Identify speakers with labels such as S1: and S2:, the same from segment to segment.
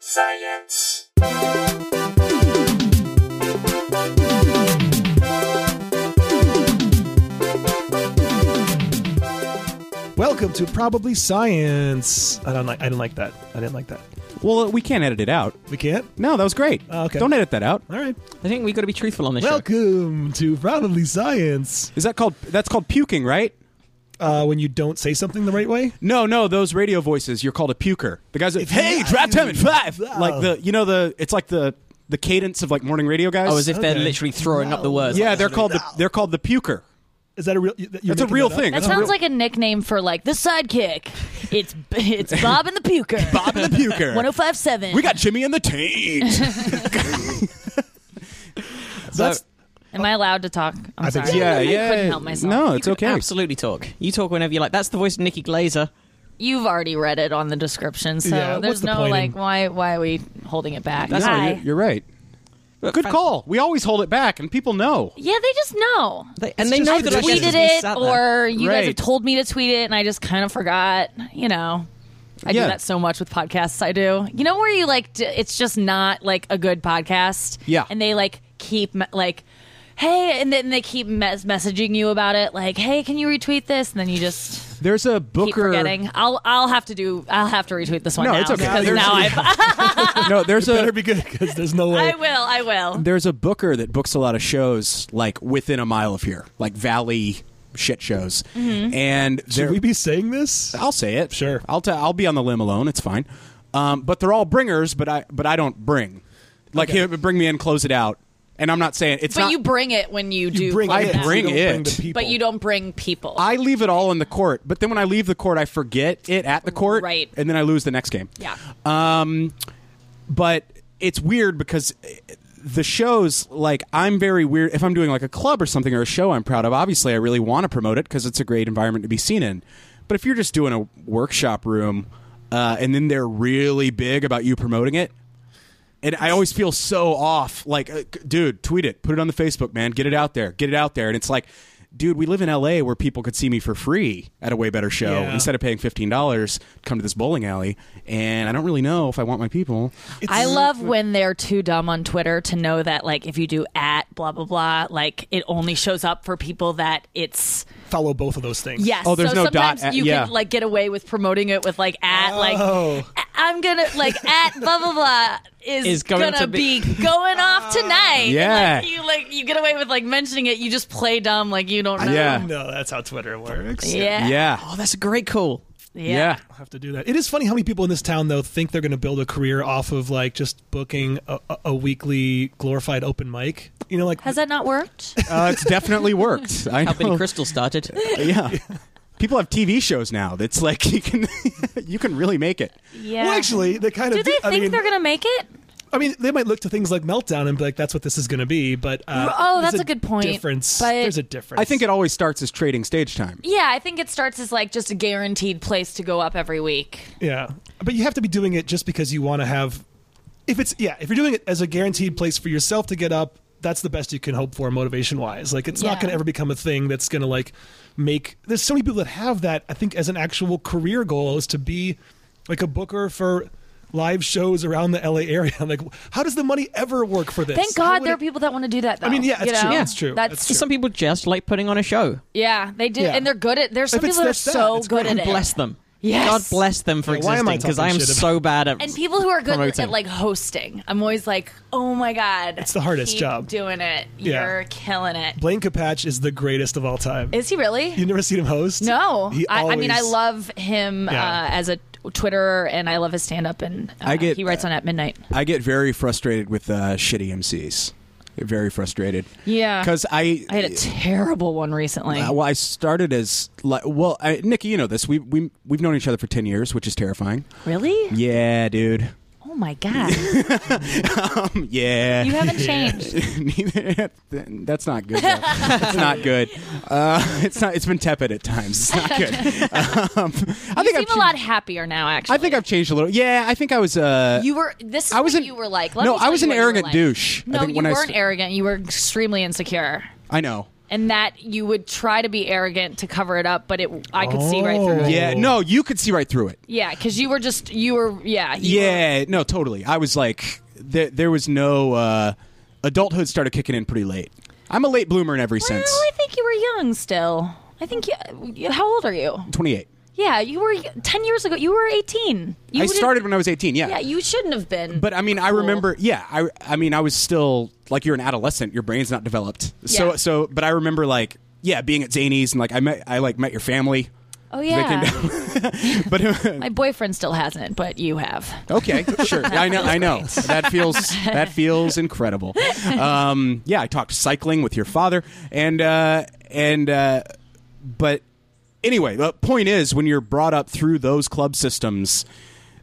S1: science.
S2: Welcome to Probably Science. I don't like. I didn't like that. I didn't like that.
S3: Well, we can't edit it out.
S2: We can't.
S3: No, that was great.
S2: Oh, okay.
S3: Don't edit that out.
S2: All right.
S4: I think we got to be truthful on this show.
S2: Welcome to Probably Science.
S3: Is that called? That's called puking, right?
S2: Uh, when you don't say something the right way.
S3: No, no, those radio voices. You're called a puker. The guys that hey, drive time at five. Like the you know the it's like the the cadence of like morning radio guys.
S4: Oh, as if
S2: Okay.
S4: they're literally throwing up the words.
S3: yeah, they're called the they're called the puker.
S2: Is that a real? you- You're
S3: That's a
S2: making
S3: real
S2: that up?
S3: thing.
S5: That
S3: That's a
S5: sounds
S3: real-
S5: like a nickname for like the sidekick. It's it's Bob and the Puker. oh Bob
S3: the puker.
S5: 1057.
S3: we got Jimmy and the taint.
S2: That's
S5: Am I allowed to talk? I'm
S2: I think
S5: sorry.
S2: so. Yeah,
S5: I
S3: yeah.
S5: couldn't help myself.
S3: No, it's okay.
S4: Absolutely talk. You talk whenever you like. That's the voice of Nikki Glazer.
S5: You've already read it on the description, so
S2: Yeah, what's
S5: there's
S2: the
S5: no
S2: point
S5: like
S2: in-
S5: why why are we holding it back?
S3: That's
S5: Hi.
S3: you're, you're right. Good
S4: Fran-
S3: call. We always hold it back, and people know.
S5: yeah, they just know.
S4: They, and they know
S5: I
S4: that I
S5: tweeted
S4: just
S5: it,
S4: sat there.
S5: or you guys have
S3: Right.
S5: told me to tweet it, and I just kind of forgot. You know, I
S3: Yeah.
S5: do that so much with podcasts. I do. You know where you like, d- it's just not like a good podcast.
S3: Yeah.
S5: and they like keep me- like. Hey, and then they keep mes- messaging you about it, like, "Hey, can you retweet this?" And then you just
S3: There's a
S5: keep
S3: Booker.
S5: forgetting. I'll I'll have to do. I'll have to retweet this one
S3: No,
S5: now
S3: it's okay.
S5: because
S3: There's-
S5: now I've,
S3: no, there's a
S2: better be good because there's no way.
S5: I will. I will.
S3: there's a booker that books a lot of shows like within a mile of here, like Valley shit shows,
S5: Mm-hmm.
S3: and
S2: Should
S3: they're
S2: we be saying this?
S3: I'll say it.
S2: Sure.
S3: I'll i I'll be on the limb alone. It's fine. Um, but they're all bringers, but I but I don't bring. Like here, bring me in, close it out, and I'm not saying it's
S5: But
S3: not.
S5: you bring it when you, do.
S2: bring
S5: close
S3: I
S2: it.
S5: it out.
S3: bring
S2: you don't
S3: it.
S2: Bring the people.
S5: but you don't bring people.
S3: I leave it all in the court, but then when I leave the court, I forget it at the court,
S5: Right.
S3: And then I lose the next game.
S5: yeah.
S3: Um, but it's weird because the shows, like, I'm very weird. If I'm doing like a club or something or a show I'm proud of, obviously I really want to promote it because it's a great environment to be seen in. But if you're just doing a workshop room uh, and then they're really big about you promoting it, and I always feel so off. Like, uh, c- dude, tweet it, put it on the Facebook, man, get it out there, get it out there. And it's like, dude, we live in LA where people could see me for free at a way better show
S2: Yeah.
S3: instead of paying fifteen dollars. Come to this bowling alley, and I don't really know if I want my people.
S5: I
S2: Mm-hmm.
S5: love when they're too dumb on Twitter to know that, like, if you do at blah blah blah, like it only shows up for people that it's
S2: follow both of those things.
S5: yes.
S3: Oh, there's no
S5: so
S3: dot
S5: sometimes
S3: at-
S5: you
S3: yeah.
S5: can like get away with promoting it with like at like
S2: Oh.
S5: "I- I'm gonna like at blah blah blah is,
S4: Is going
S5: gonna
S4: to
S5: be,
S4: be-
S5: going off
S2: Oh.
S5: tonight. And,
S3: Yeah.
S5: like, you like you get away with like mentioning it. You just play dumb like you don't know.
S3: Yeah.
S2: No, that's how Twitter works.
S5: Yeah.
S3: Yeah,
S4: Oh, that's a great call.
S3: yeah.
S2: I'll have to do that. It is funny how many people in this town though think they're going to build a career off of like just booking a, a, a weekly glorified open mic. You know, like
S5: Has that not worked?
S3: Uh, it's definitely worked. I
S4: How
S3: know.
S4: Billy Crystal started.
S3: Yeah. People have TV shows now. That's like you can you can really make it.
S5: yeah.
S2: well, actually, they kind
S5: do
S2: of.
S5: they think
S2: I mean,
S5: they're gonna make it?
S2: I mean, they might look to things like Meltdown and be like, "That's what this is going to be." But uh,
S5: Oh,
S2: there's
S5: that's a good point.
S2: Difference.
S5: But-
S2: there's a difference.
S3: I think it always starts as trading stage time.
S5: Yeah, I think it starts as like just a guaranteed place to go up every week.
S2: Yeah, but you have to be doing it just because you want to have. If it's yeah, if you're doing it as a guaranteed place for yourself to get up, that's the best you can hope for motivation wise. Like it's not
S5: Yeah.
S2: going to ever become a thing that's going to like make. There's so many people that have that. I think as an actual career goal is to be like a booker for live shows around the LA area. I'm like, how does the money ever work for this?
S5: Thank
S2: How
S5: God
S2: would
S5: there are
S2: it-
S5: people that want to do that. Though,
S2: I mean, yeah,
S5: you
S2: it's true.
S5: know?
S2: It's true.
S5: That's,
S2: It's
S4: Some people just like putting on a show.
S5: yeah, they do,
S2: Yeah.
S5: and they're good at. There's some
S2: If it's
S5: people that are
S2: just that,
S5: so
S2: it's
S5: good
S2: great.
S5: at it.
S4: Bless them.
S5: Yes.
S4: God bless them for
S2: Yeah, why am I
S4: existing because I
S2: talking
S4: am
S2: shit about-
S4: so bad at
S5: And people who are good
S4: promoting.
S5: at like hosting, I'm always like, oh my God,
S2: It's the hardest
S5: keep
S2: job.
S5: Doing it,
S2: Yeah.
S5: you're killing it.
S2: Blaine Capatch is the greatest of all time.
S5: Is he really?
S2: You've never seen him host?
S5: no,
S2: He
S5: I, I mean, I
S2: always-
S5: love him
S2: Yeah.
S5: uh, as a Twitterer, and I love his stand up, and uh,
S3: I get-
S5: he writes on at midnight.
S3: I get very frustrated with uh, shitty MCs. Very frustrated.
S5: Yeah.
S3: Because I
S5: I had a terrible one recently.
S3: Uh, well, I started as like, well, I, Nikki, you know this. We we we've known each other for ten years, which is terrifying.
S5: really?
S3: Yeah, dude.
S5: Oh my god!
S3: Yeah.
S5: You haven't changed.
S3: Neither- That's not good. though. It's not good. Uh, it's not. It's been tepid at times. It's not good. Um, I
S5: You
S3: think
S5: seem
S3: I've
S5: a
S3: cha-
S5: lot happier now. Actually,
S3: I think I've changed a little. Yeah, I think I was. Uh,
S5: You were. This is
S3: I was
S5: what
S3: an-
S5: you were like. Let
S3: no,
S5: me tell
S3: I was
S5: you
S3: an
S5: what you were
S3: arrogant
S5: like.
S3: douche. I
S5: No,
S3: think
S5: you
S3: when I
S5: weren't
S3: st-
S5: arrogant. You were extremely insecure.
S3: I know.
S5: and that you would try to be arrogant to cover it up, but it I could see right
S2: Oh.
S5: through it.
S3: Yeah, no, you could see right through it.
S5: Yeah, because you were just you were yeah you were-
S3: Yeah, no, totally. I was like, there, there was no uh, adulthood started kicking in pretty late. I'm a late bloomer in every
S5: well,
S3: sense.
S5: I think you were young still. I think you, how old are you?
S3: 28.
S5: Yeah, you were ten years ago. You were eighteen. You
S3: I
S5: didn't-
S3: started when I was 18.
S5: Yeah, you shouldn't have been.
S3: But I mean, I
S5: cool.
S3: remember. Yeah, I I mean, I was still like you're an adolescent. Your brain's not developed. So
S5: Yeah.
S3: so. But I remember like yeah, being at Zany's and like I met I like met your family.
S5: Oh
S3: They came
S5: yeah,
S3: down. but
S5: my boyfriend still hasn't, but you have. Oh,
S3: okay, sure. I know. I know. That feels that feels incredible. Um, yeah, I talked cycling with your father, and uh, and uh, but anyway, the point is when you're brought up through those club systems.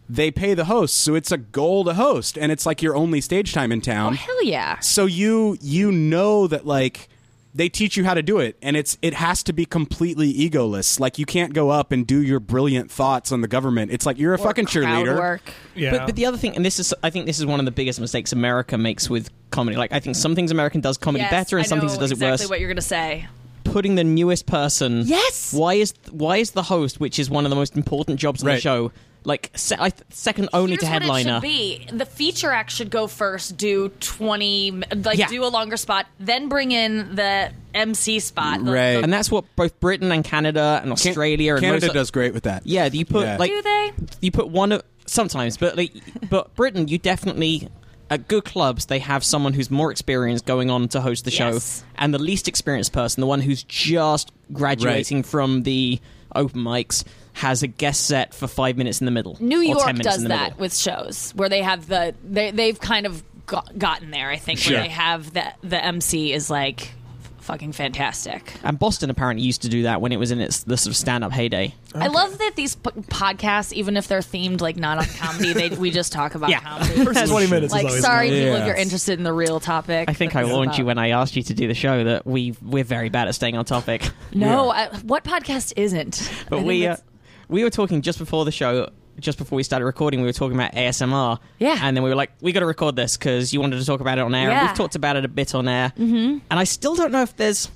S3: They pay the host, so it's a goal to host, and it's like your only stage time in town.
S5: Oh hell yeah!
S3: so you you know that like they teach you how to do it and it's it has to be completely egoless like you can't go up and do your brilliant thoughts on the government it's like you're a fucking
S5: Crowd
S3: cheerleader
S5: work.
S2: Yeah.
S4: But, but the other thing, and this is, I think this is one of the biggest mistakes America makes with comedy. Like, I think some things American does comedy
S5: Yes,
S4: better, and
S5: I
S4: some things
S5: know
S4: it does
S5: exactly
S4: it worse.
S5: What you're gonna say?
S4: Putting the newest person.
S5: Yes!
S4: Why is why is the host, which is one of the most important jobs in the
S3: Right.
S4: show, like se- I th- second only
S5: Here's
S4: to headliner?
S5: What it should be the feature act should go first. Do twenty, like
S4: Yeah.
S5: do a longer spot, then bring in the MC spot. the-
S3: Right.
S5: the-
S4: And that's what both Britain and Canada and
S3: Can-
S4: Australia and
S3: canada
S4: most,
S3: does great with that
S4: Yeah, you put
S3: Yeah.
S4: like
S5: do they?
S4: you put one of sometimes, but like, but Britain, you definitely at good clubs they have someone who's more experienced going on to host the
S5: Yes.
S4: show, and the least experienced person, the one who's just graduating from the open mics, has a guest set for five minutes in the middle.
S5: New
S4: or
S5: York
S4: 10 minutes
S5: does
S4: in the
S5: that
S4: middle.
S5: with shows where they have the they they've kind of got, gotten there. I think
S3: Sure.
S5: where they have the the MC is like f- fucking fantastic.
S4: And Boston apparently used to do that when it was in its the sort of stand up heyday.
S5: I love that these p- podcasts, even if they're themed like not on comedy, they we just talk about
S4: Yeah.
S5: comedy.
S2: First 20 minutes
S5: Like,
S2: is always
S5: sorry,
S3: nice.
S5: people,
S3: Yeah.
S5: if you're interested in the real topic.
S4: I think I warned you when I asked you to do the show that we we're very bad at staying on topic.
S5: No, I, what podcast isn't? I
S4: But
S5: think
S4: we uh,
S5: that's-
S4: we were talking just before the show, just before we started recording, we were talking about ASMR.
S5: Yeah.
S4: And then we were like, we got to record this because you wanted to talk about it on air. And
S5: Yeah.
S4: we've talked about it a bit on air. Mm-hmm. And I still don't know if there's.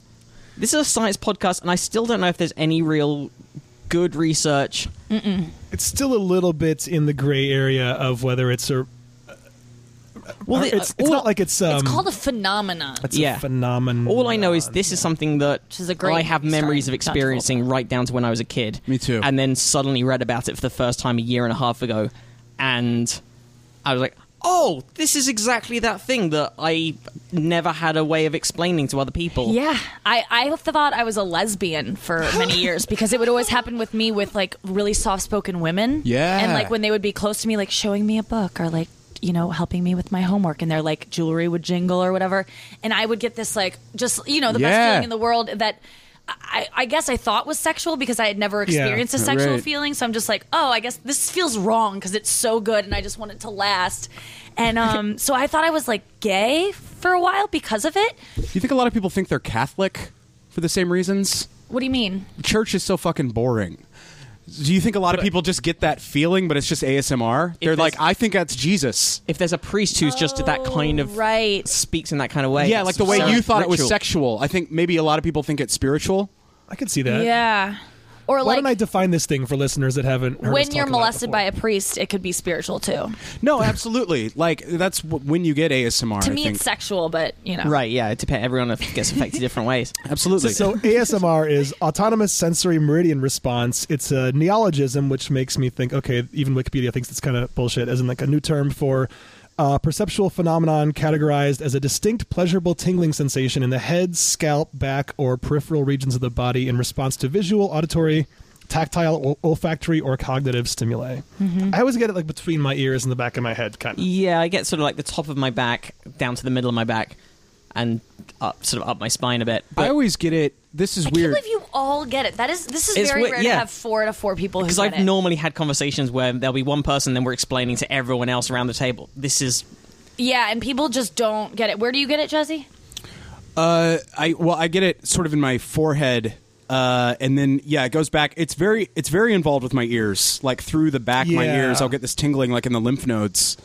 S4: This is a science podcast, and I still don't know if there's any real good research.
S2: it's still a little bit in the gray area of whether it's a.
S4: Well, the-
S2: it's, it's
S4: all-
S2: not like it's. Um,
S5: it's called a phenomenon.
S2: it's
S4: Yeah.
S2: a phenomenon.
S4: All I know is this is something that
S5: is a great
S4: I have memories of
S5: starting-
S4: experiencing right down to when I was a kid.
S3: Me too.
S4: And then suddenly read about it for the first time a year and a half ago, and I was like, "Oh, this is exactly that thing that I never had a way of explaining to other people."
S5: Yeah, I I thought I was a lesbian for many years because it would always happen with me with like really soft spoken women.
S3: Yeah.
S5: and like when they would be close to me, like showing me a book or like you know helping me with my homework, and their like jewelry would jingle or whatever, and I would get this like just you know the best
S3: Yeah.
S5: feeling in the world that. I, I guess I thought was sexual because I had never experienced a sexual
S3: Right.
S5: feeling, so I'm just like, oh, I guess this feels wrong because it's so good, and I just want it to last. And um, so I thought I was like gay for a while because of it.
S3: do you think a lot of people think they're catholic for the same reasons
S5: What do you mean?
S3: church is so fucking boring do you think a lot of people just get that feeling but it's just asmr they're
S4: there's-
S3: like i think that's jesus
S4: If there's a priest who's just that kind of
S5: Oh, right.
S4: speaks in that kind of way,
S3: yeah
S4: it's
S3: like the way
S4: sort of
S3: you thought it was
S4: ritual.
S3: sexual i think maybe a lot of people think it's spiritual
S2: I can see that.
S5: Yeah. Or
S2: Why
S5: like
S2: don't I define this thing for listeners that haven't heard
S5: when you're molested by a priest, it could be spiritual too.
S3: no absolutely like that's w- when you get asmr
S5: To
S3: I
S5: me,
S3: think.
S5: it's sexual, but you know,
S4: Right, yeah, it depends. Everyone gets affected different ways.
S3: absolutely
S2: So ASMR is autonomous sensory meridian response. It's a neologism, which makes me think. Okay, even Wikipedia thinks it's kind of bullshit. As in, like a new term for uh, perceptual phenomenon categorized as a distinct pleasurable tingling sensation in the head, scalp, back, or peripheral regions of the body in response to visual, auditory, tactile, ol- olfactory, or cognitive stimuli.
S5: Mm-hmm.
S2: I always get it like between my ears and the back of my head, kind of.
S4: Yeah, I get sort of like the top of my back down to the middle of my back, and up, sort of up my spine a bit.
S3: I
S4: But
S3: always get it. This is
S5: I can't
S3: weird.
S5: believe you all get it. That is, this is
S4: It's
S5: very
S4: weird,
S5: rare
S4: yeah.
S5: to have four out of four people who
S4: because
S5: get
S4: I've
S5: it.
S4: normally had conversations where there'll be one person, then we're explaining to everyone else around the table. This is
S5: yeah, and people just don't get it. Where do you get it, Jesse?
S3: Uh, I well, I get it sort of in my forehead, uh, and then yeah, it goes back. It's very it's very involved with my ears, like through the back of my
S2: Yeah.
S3: ears. I'll get this tingling like in the lymph nodes.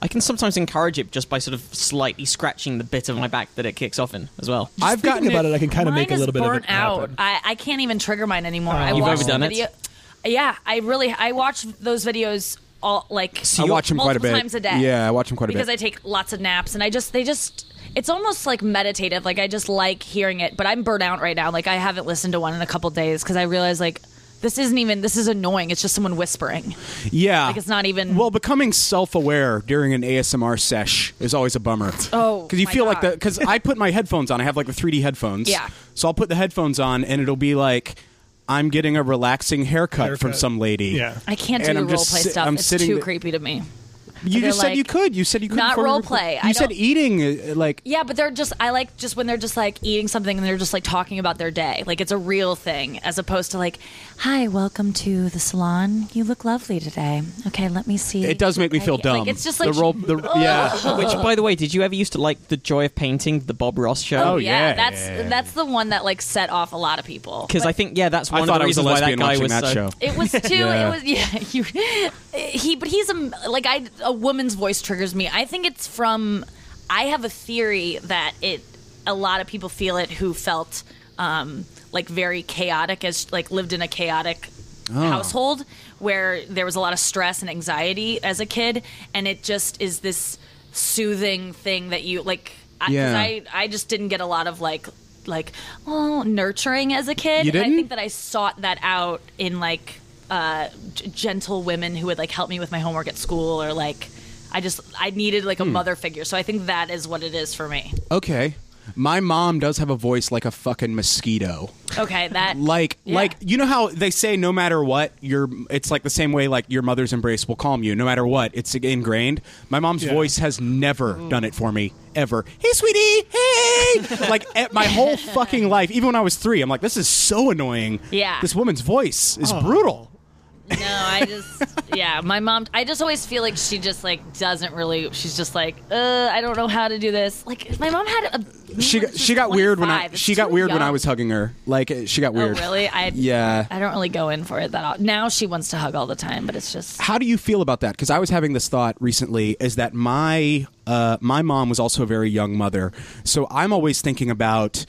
S4: I can sometimes encourage it just by sort of slightly scratching the bit of my back that it kicks off in as well.
S3: I've
S2: Thinking
S3: gotten
S2: about it,
S3: it.
S2: I can kind of
S5: Mine
S2: make a
S5: is
S2: little bit of
S5: burnt
S2: it
S5: out.
S2: happen.
S5: I, I can't even trigger mine anymore. I
S4: Ah. You've
S5: watched
S4: overdone
S5: the
S4: it?
S5: video. Yeah, I really I watch those videos all like
S3: I watch him quite a
S5: multiple
S3: bit.
S5: times a day.
S3: Yeah, I watch him quite a
S5: because I
S3: bit.
S5: take lots of naps and I just they just it's almost like meditative. Like I just like hearing it, but I'm burnt out right now. Like I haven't listened to one in a couple days because I realize like this isn't even this is annoying. It's just someone whispering.
S3: yeah,
S5: Like, it's not even-
S3: Well, becoming self-aware during an ASMR sesh is always a bummer.
S5: Oh,
S3: because you
S5: my
S3: feel like
S5: God.
S3: the because I put my headphones on. I have like the 3D headphones.
S5: Yeah.
S3: So I'll put the headphones on, and it'll be like I'm getting a relaxing haircut, from
S2: Haircut.
S3: some lady.
S2: Yeah.
S5: I can't do
S3: And
S5: the
S3: I'm
S5: role
S3: just
S5: play
S3: sit-
S5: stuff.
S3: I'm
S5: it's
S3: sitting
S5: too
S3: th-
S5: creepy to me.
S3: You
S5: They're
S3: just said
S5: like,
S3: you could. You said you could.
S5: not
S3: before we
S5: role
S3: record-
S5: play.
S3: You
S5: I
S3: said
S5: don't-
S3: eating. uh, Like
S5: Yeah, but they're just I like just when they're just like eating something and they're just like talking about their day. Like it's a real thing as opposed to like, "Hi, welcome to the salon. You look lovely today. Okay, let me see."
S3: it does make me feel
S5: Like,
S3: dumb.
S5: it's just like
S3: the role. The, yeah.
S4: Which, by the way, did you ever used to like the Joy of Painting, the Bob Ross
S5: Oh,
S4: show?
S5: yeah,
S3: yeah.
S5: that's that's the one that like set off a lot of people.
S4: Because I
S5: But
S4: think yeah, that's one
S3: I
S4: of
S3: thought
S4: the
S3: I was a
S4: reasons why
S3: lesbian
S4: that guy
S3: watching
S4: was
S3: that
S4: so.
S3: show.
S5: it was too.
S3: Yeah.
S5: It was yeah. You, he, but he's a like I a woman's voice triggers me. I think it's from. I have a theory that it. A lot of people feel it who felt um, like very chaotic as like lived in a chaotic
S3: Oh.
S5: household where there was a lot of stress and anxiety as a kid, and it just is this soothing thing that you like. I, 'cause
S3: Yeah.
S5: I I just didn't get a lot of like like oh nurturing as a kid.
S3: You
S5: And I
S3: didn't?
S5: think that I sought that out in like uh, g- gentle women who would like help me with my homework at school or like I just I needed like a
S3: Hmm.
S5: mother figure. So I think that is what it is for me.
S3: Okay. My mom does have a voice like a fucking mosquito.
S5: Okay, that
S3: Like
S5: Yeah.
S3: like you know how they say no matter what your it's like the same way like your mother's embrace will calm you no matter what it's ingrained. My mom's
S2: Yeah.
S3: voice has never done it for me ever. Hey sweetie, hey. like at my whole fucking life even when I was 3 I'm like this is so annoying.
S5: Yeah.
S3: This woman's voice is brutal.
S5: no, I just yeah, my mom I just always feel like she just like doesn't really she's just like, uh, I don't know how to do this. Like my mom had a
S3: She got, she got weird when I she got weird when I was hugging her. Like uh, she got
S5: Oh,
S3: weird.
S5: really? I
S3: Yeah.
S5: I don't really go in for it that often. Now she wants to hug all the time, but it's just
S3: how do you feel about that? Because I was having this thought recently: is that my uh, my mom was also a very young mother, so I'm always thinking about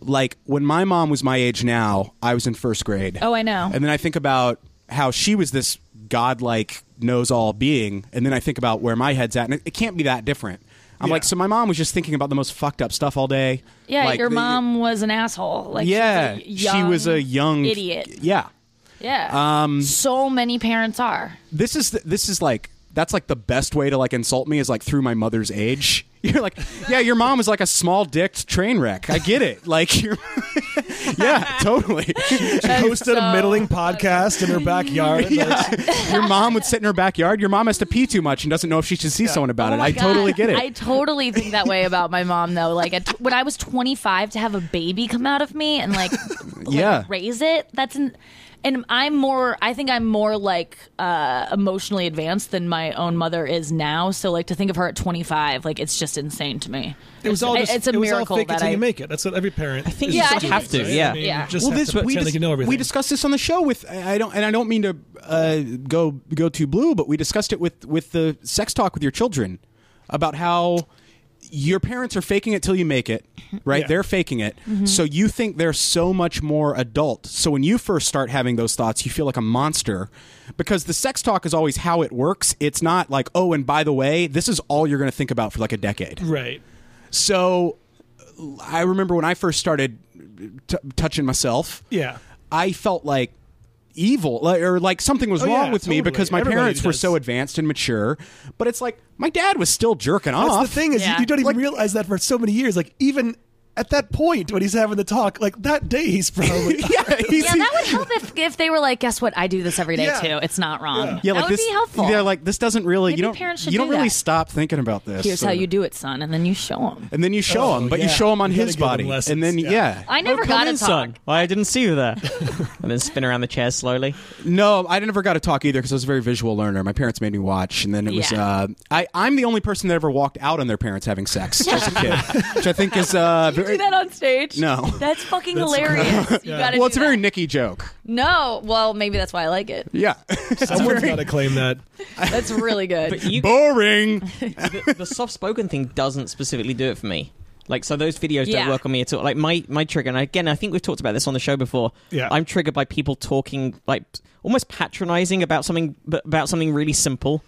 S3: like when my mom was my age now, I was in first grade.
S5: Oh, I know.
S3: And then I think about how she was this godlike knows all being, and then I think about where my head's at, and it, it can't be that different. I'm
S2: Yeah.
S3: like, so my mom was just thinking about the most fucked up stuff all day.
S5: Yeah,
S3: Like,
S5: your
S3: the-
S5: mom was an asshole. Like,
S3: Yeah,
S5: she was a
S3: she
S5: young,
S3: was a young
S5: idiot.
S3: Yeah,
S5: Yeah, um, so many parents are.
S3: this is th- this is like that's like the best way to like insult me is like through my mother's age. You're like, yeah, your mom was like a small dicked train wreck. I get it. Like, you're, yeah, totally.
S2: Hosted
S5: so-
S2: a middling podcast in her backyard. Like,
S3: Your mom would sit in her backyard. Your mom has to pee too much and doesn't know if she should see someone about
S5: Oh
S3: it.
S5: my
S3: I
S5: God.
S3: totally get it.
S5: I totally think that way about my mom, though. Like, at when I was 25, to have a baby come out of me and like, like,
S3: Yeah.
S5: raise it. That's an, and I'm more. I think I'm more like uh, emotionally advanced than my own mother is now. So like to think of her at 25, like it's just insane to me.
S2: it was all
S5: It-
S2: just,
S5: it's a
S2: it was all
S5: miracle
S2: fake it
S5: that
S2: till
S5: I-
S2: you make it. That's what every parent. I
S4: think
S5: you sort of have to,
S4: yeah.
S5: Yeah.
S2: just
S3: well,
S2: have
S3: this
S2: to pretend
S3: we,
S2: like you know everything.
S3: we discussed this on the show with I I don't and I don't mean to uh, go go too blue, but we discussed it with with the sex talk with your children about how your parents are faking it till you make it, right?
S2: Yeah. Mm-hmm.
S3: They're faking it, so you think they're so much more adult. So when you first start having those thoughts, you feel like a monster because the sex talk is always how it works. It's not like oh, and by the way, this is all you're going to think about for like a decade.
S2: right.
S3: So I remember when I first started t- touching myself.
S2: Yeah.
S3: I felt like evil like, or like something was
S2: Oh,
S3: wrong
S2: yeah,
S3: with me
S2: totally.
S3: because my
S2: Everybody
S3: parents were
S2: does.
S3: so advanced and mature. But it's like my dad was still jerking
S2: That's
S3: off.
S2: the thing is you-
S5: Yeah.
S2: you don't even
S3: Like-
S2: realize that for so many years. Like even at that point when he's having the talk, like that day he's probably
S3: Yeah, he's-
S5: Yeah, that would help if, if they were like, guess what? I do this every day
S2: Yeah.
S5: too. It's not wrong.
S3: yeah,
S5: that
S3: like
S5: would
S3: this,
S5: be helpful.
S3: They're like this doesn't really
S5: Maybe
S3: you don't
S5: parents should
S3: you don't
S5: do
S3: really
S5: that.
S3: stop thinking about this.
S5: Here's how
S3: or-
S5: you do it, son, and then you show them.
S3: and then you show
S2: Oh,
S3: him, but you
S2: yeah.
S3: show him on
S2: You gotta
S3: his
S2: give 'em
S3: body,
S2: lessons,
S3: and then
S2: yeah.
S3: yeah.
S4: Oh,
S5: I never got to talk.
S4: Why I didn't see you there? and then spin around the chair slowly.
S3: No, I never got to talk either because I was a very visual learner. My parents made me watch, and then it was.
S5: Yeah.
S3: Uh, I I'm the only person that ever walked out on their parents having sex as a kid, which I think is uh, very-
S5: do that on stage?
S3: No.
S5: That's fucking hilarious. You gotta
S3: Well,
S5: do
S3: it's a very
S5: that.
S3: Nicky joke.
S5: No, well, maybe that's why I like it.
S3: Yeah.
S2: Someone's got to claim that.
S5: That's really good.
S4: But you,
S3: Boring.
S4: the, the soft spoken thing doesn't specifically do it for me. Like so, those videos
S5: Yeah.
S4: don't work on me at all. Like my my trigger, and again, I think we've talked about this on the show before.
S2: Yeah.
S4: I'm triggered by people talking like almost patronizing about something, but about something really simple.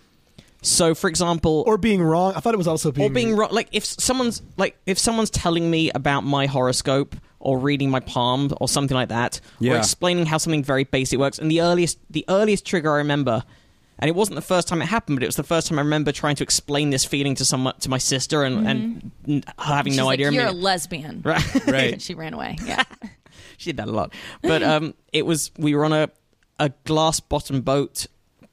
S4: So, for example,
S2: Or being wrong. I thought it was also being.
S4: or being wrong. Like if someone's like if someone's telling me about my horoscope or reading my palm or something like that,
S3: Yeah.
S4: or explaining how something very basic works. And the earliest the earliest trigger I remember, and it wasn't the first time it happened, but it was the first time I remember trying to explain this feeling to someone to my sister and and n- having
S5: Mm-hmm. She's
S4: no
S5: like,
S4: idea.
S5: You're a
S4: and being-
S5: lesbian.
S4: right.
S3: Right.
S5: She ran away. Yeah.
S4: she did that a lot. But um, it was we were on a a glass bottom boat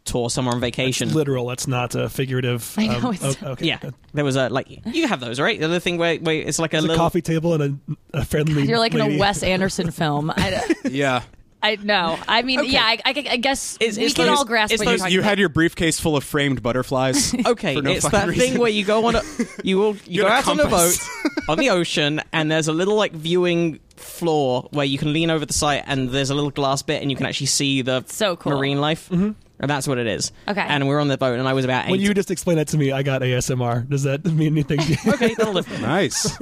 S4: tour somewhere on vacation.
S2: literal. That's not a figurative. um,
S5: I know, it's-
S2: okay.
S4: yeah, there was a like you have those right. The other thing where, where it's like a
S2: It's a
S4: little
S2: coffee table and a, a friendly.
S5: You're like in a
S2: lady.
S5: Wes Anderson film. I,
S3: yeah.
S5: I know. I mean,
S4: Okay.
S5: yeah. I, I, I guess
S4: It's-
S5: we
S4: it's
S5: can
S4: those-
S5: all grasp
S4: it's
S5: what you're
S4: those-
S5: talking
S3: You
S5: about.
S3: had your briefcase full of framed butterflies.
S4: Okay,
S3: for no
S4: it's
S3: fucking
S4: that
S3: reason.
S4: thing where you go on a you will
S3: You
S4: you go
S3: had a
S4: out on a boat
S3: compass.
S4: on the ocean and there's a little like viewing floor where you can lean over the site and there's a little glass bit and you can actually see the
S5: So cool.
S4: marine life. Mm-hmm. And that's what it is.
S5: Okay.
S4: And we're on the boat and I was about eight.
S2: When you just explained that to me, I got ASMR. Does that mean anything? to you?
S4: okay, that'll do.
S3: nice.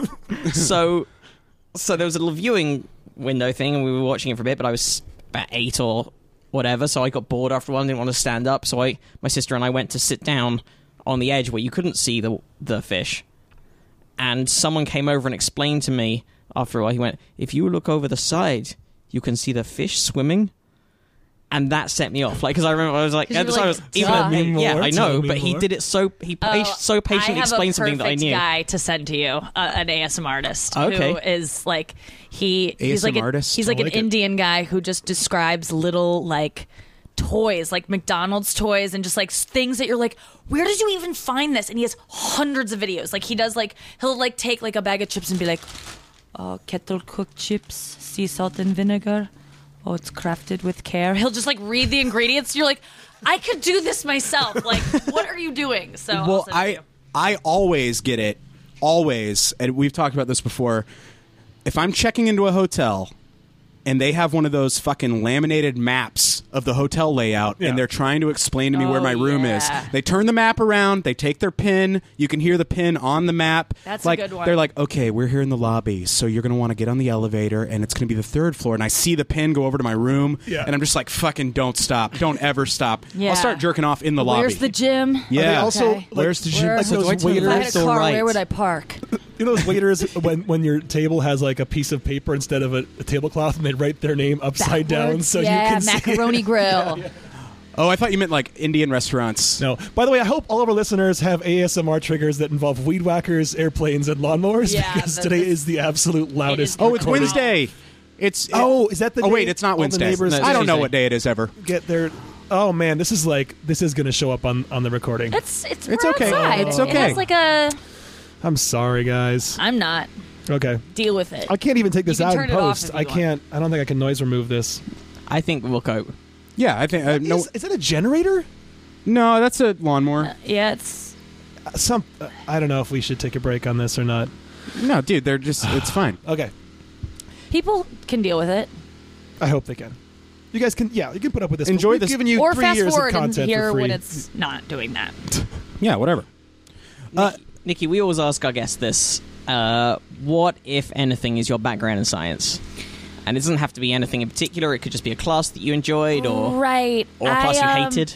S4: so so there was a little viewing window thing and we were watching it for a bit but i was about eight or whatever so i got bored after a while and didn't want to stand up so i my sister and i went to sit down on the edge where you couldn't see the the fish and someone came over and explained to me after a while he went if you look over the side you can see the fish swimming and that set me off like because i remember i was like
S5: 'Cause
S4: at the
S5: you were
S4: time i
S5: like,
S4: was even
S5: "Duh." Oh,
S4: at
S2: Tell me
S4: yeah
S2: more,
S4: i
S2: tell
S4: know
S2: me
S4: but he
S2: more.
S4: did it so he pa- so patiently
S5: I have
S4: explained
S5: a
S4: something that i
S5: perfect
S4: knew
S5: Guy to send to you, uh, an ASM artist who
S4: Okay.
S5: is like he he's
S3: ASM
S5: like an-
S3: artist?
S5: he's like
S2: I
S5: an
S2: like it.
S5: Indian guy who just describes little like toys, like McDonald's toys, and just like s- things that you're like, where did you even find this? And he has hundreds of videos. Like he does like he'll like take like a bag of chips and be like, uh, kettle cooked chips, sea salt and vinegar. Oh, it's crafted with care. He'll just like read the ingredients. You're like, I could do this myself. Like, what are you doing? So I'll
S3: well
S5: send it to
S3: i
S5: you.
S3: i always get it always and we've talked about this before if i'm checking into a hotel and they have one of those fucking laminated maps of the hotel layout
S2: Yeah.
S3: and they're trying to explain to me where
S5: Oh,
S3: my room
S5: yeah.
S3: is they turn the map around they take their pin you can hear the pin on the map
S5: That's a
S3: like
S5: good one.
S3: they're like okay we're here in the lobby so you're going to want to get on the elevator and it's going to be the third floor and i see the pin go over to my room
S2: Yeah.
S3: and i'm just like fucking don't stop don't ever stop
S5: Yeah.
S3: i'll start jerking off in the lobby
S5: Where's the gym?
S2: Are they
S3: yeah
S2: also,
S5: Okay.
S2: like,
S3: Where's the gym?
S2: Like
S5: Where-
S2: those
S3: If
S5: If I had
S2: waiters,
S5: a car,
S4: right.
S5: where would I park?
S2: you know those waiters when when your table has like a piece of paper instead of a, a tablecloth, and they write their name upside down
S5: Backwards?
S2: so
S5: yeah,
S2: you can see.
S5: macaroni grill.
S3: Oh, I thought you meant like Indian restaurants.
S2: No. By the way, I hope all of our listeners have ASMR triggers that involve weed whackers, airplanes, and lawnmowers
S5: Yeah,
S2: because
S5: the-
S2: today
S5: the-
S2: is the absolute loudest.
S5: is
S3: Oh, it's
S5: Wow.
S2: recording.
S3: Wednesday. It's
S2: Oh, is that the
S3: Oh wait,
S2: day
S3: it's not
S2: all the
S3: Wednesday.
S2: neighbors- No,
S3: I don't know
S4: Tuesday.
S3: what day it is ever.
S2: Get their. Oh man, this is like this is going to show up on on the recording.
S5: It's it's,
S3: It's
S5: we're
S3: okay.
S5: outside.
S3: It's
S5: It
S3: okay.
S5: has like a.
S2: I'm sorry, guys.
S5: I'm not
S2: Okay,
S5: deal with it.
S2: I can't even take this
S5: can
S2: out
S5: turn
S2: in
S5: it off
S2: post.
S5: if you
S2: I
S5: want.
S2: can't. I don't think I can noise remove this.
S4: i think we'll cope
S3: Yeah, I think uh, no,
S2: Is, is that a generator?
S3: no, that's a lawnmower.
S5: Yeah, it's
S2: Uh, Some. uh, I don't know if we should take a break on this or not.
S3: No, dude, they're just it's fine.
S2: Okay,
S5: people can deal with it.
S2: I hope they can. You guys can. Yeah, you can put up with this. but
S3: Enjoy
S2: we've
S3: this-
S2: Given you
S5: Or
S2: three
S5: fast
S2: years
S5: forward
S2: of
S5: and
S2: content
S5: hear
S2: for free.
S5: when it's not doing that.
S3: Yeah, whatever. Uh,
S4: Nikki, we always ask our guests this: uh, What, if anything, is your background in science? And it doesn't have to be anything in particular. It could just be a class that you enjoyed, or
S5: Right.
S4: or a class
S5: I,
S4: you
S5: um,
S4: hated.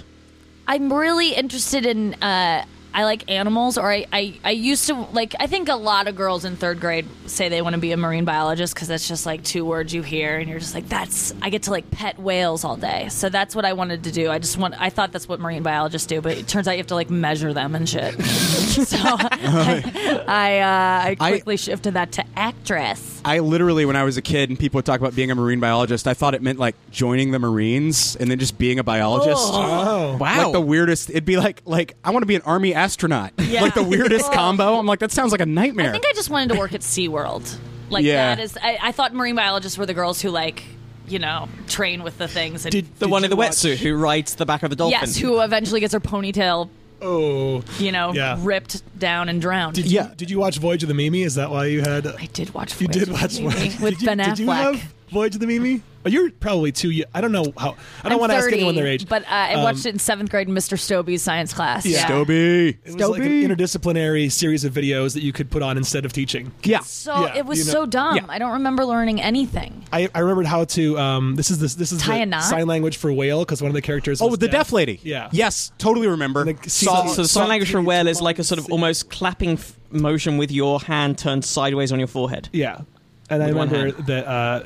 S5: I'm really interested in. Uh, I like animals, or I, I, I used to like. I think a lot of girls in third grade say they want to be a marine biologist because that's just like two words you hear, and you're just like, that's. I get to like pet whales all day, so that's what I wanted to do. I just want. I thought that's what marine biologists do, but it turns out you have to like measure them and shit. so I, I, uh, I
S3: I-
S5: quickly shifted that to actress.
S3: I literally, when I was a kid, and people would talk about being a marine biologist, I thought it meant like joining the Marines and then just being a biologist.
S2: oh
S4: Wow,
S3: Like the weirdest, it'd be like like I want to be an army astronaut.
S5: Yeah.
S3: Like the weirdest
S5: Ugh.
S3: combo. I'm like that sounds like a nightmare.
S5: I think I just wanted to work at SeaWorld. Like
S3: Yeah.
S5: that is I, I thought marine biologists were the girls who like, you know, train with the things and
S4: the
S2: Did
S4: one
S2: you
S4: in the
S2: watch-
S4: wetsuit who rides the back of the dolphin.
S5: Yes, who eventually gets her ponytail
S2: oh.
S5: you know,
S2: Yeah.
S5: ripped down and drowned.
S2: Did
S3: Yeah.
S2: You, did you watch Voyage of the Mimi? Is that why you had?
S5: I did watch.
S2: you
S5: Voyage
S2: did
S5: of the
S2: watch
S5: Mimi
S2: Voyage.
S5: with
S2: did you,
S5: Ben Affleck.
S2: Did you have Voyage of the Mimi? Oh, you're probably too. y- I don't know how. I don't
S5: I'm
S2: want to ask
S5: 30,
S2: anyone their age.
S5: But uh, I
S2: Um,
S5: watched it in seventh grade in Mr. Stobie's science class.
S2: Yeah.
S3: Stoby.
S2: It was like an
S3: Stoby.
S2: interdisciplinary series of videos that you could put on instead of teaching.
S3: Yeah.
S5: So
S2: Yeah,
S5: it was
S2: you know-
S5: so dumb.
S3: Yeah.
S5: I don't remember learning anything.
S2: I, I remembered how to. Um, this is this this is
S5: Tie a
S2: the
S5: knot?
S2: sign language for whale because one of the characters.
S3: Oh,
S2: was
S3: the
S2: deaf.
S3: deaf lady.
S2: Yeah.
S3: Yes, totally remember.
S2: And the-
S3: Saw-
S2: she's-
S4: So the sign language for whale is like a sort of almost clapping f- motion with your hand turned sideways on your forehead.
S2: Yeah, and I
S4: With one
S2: remember that. Uh,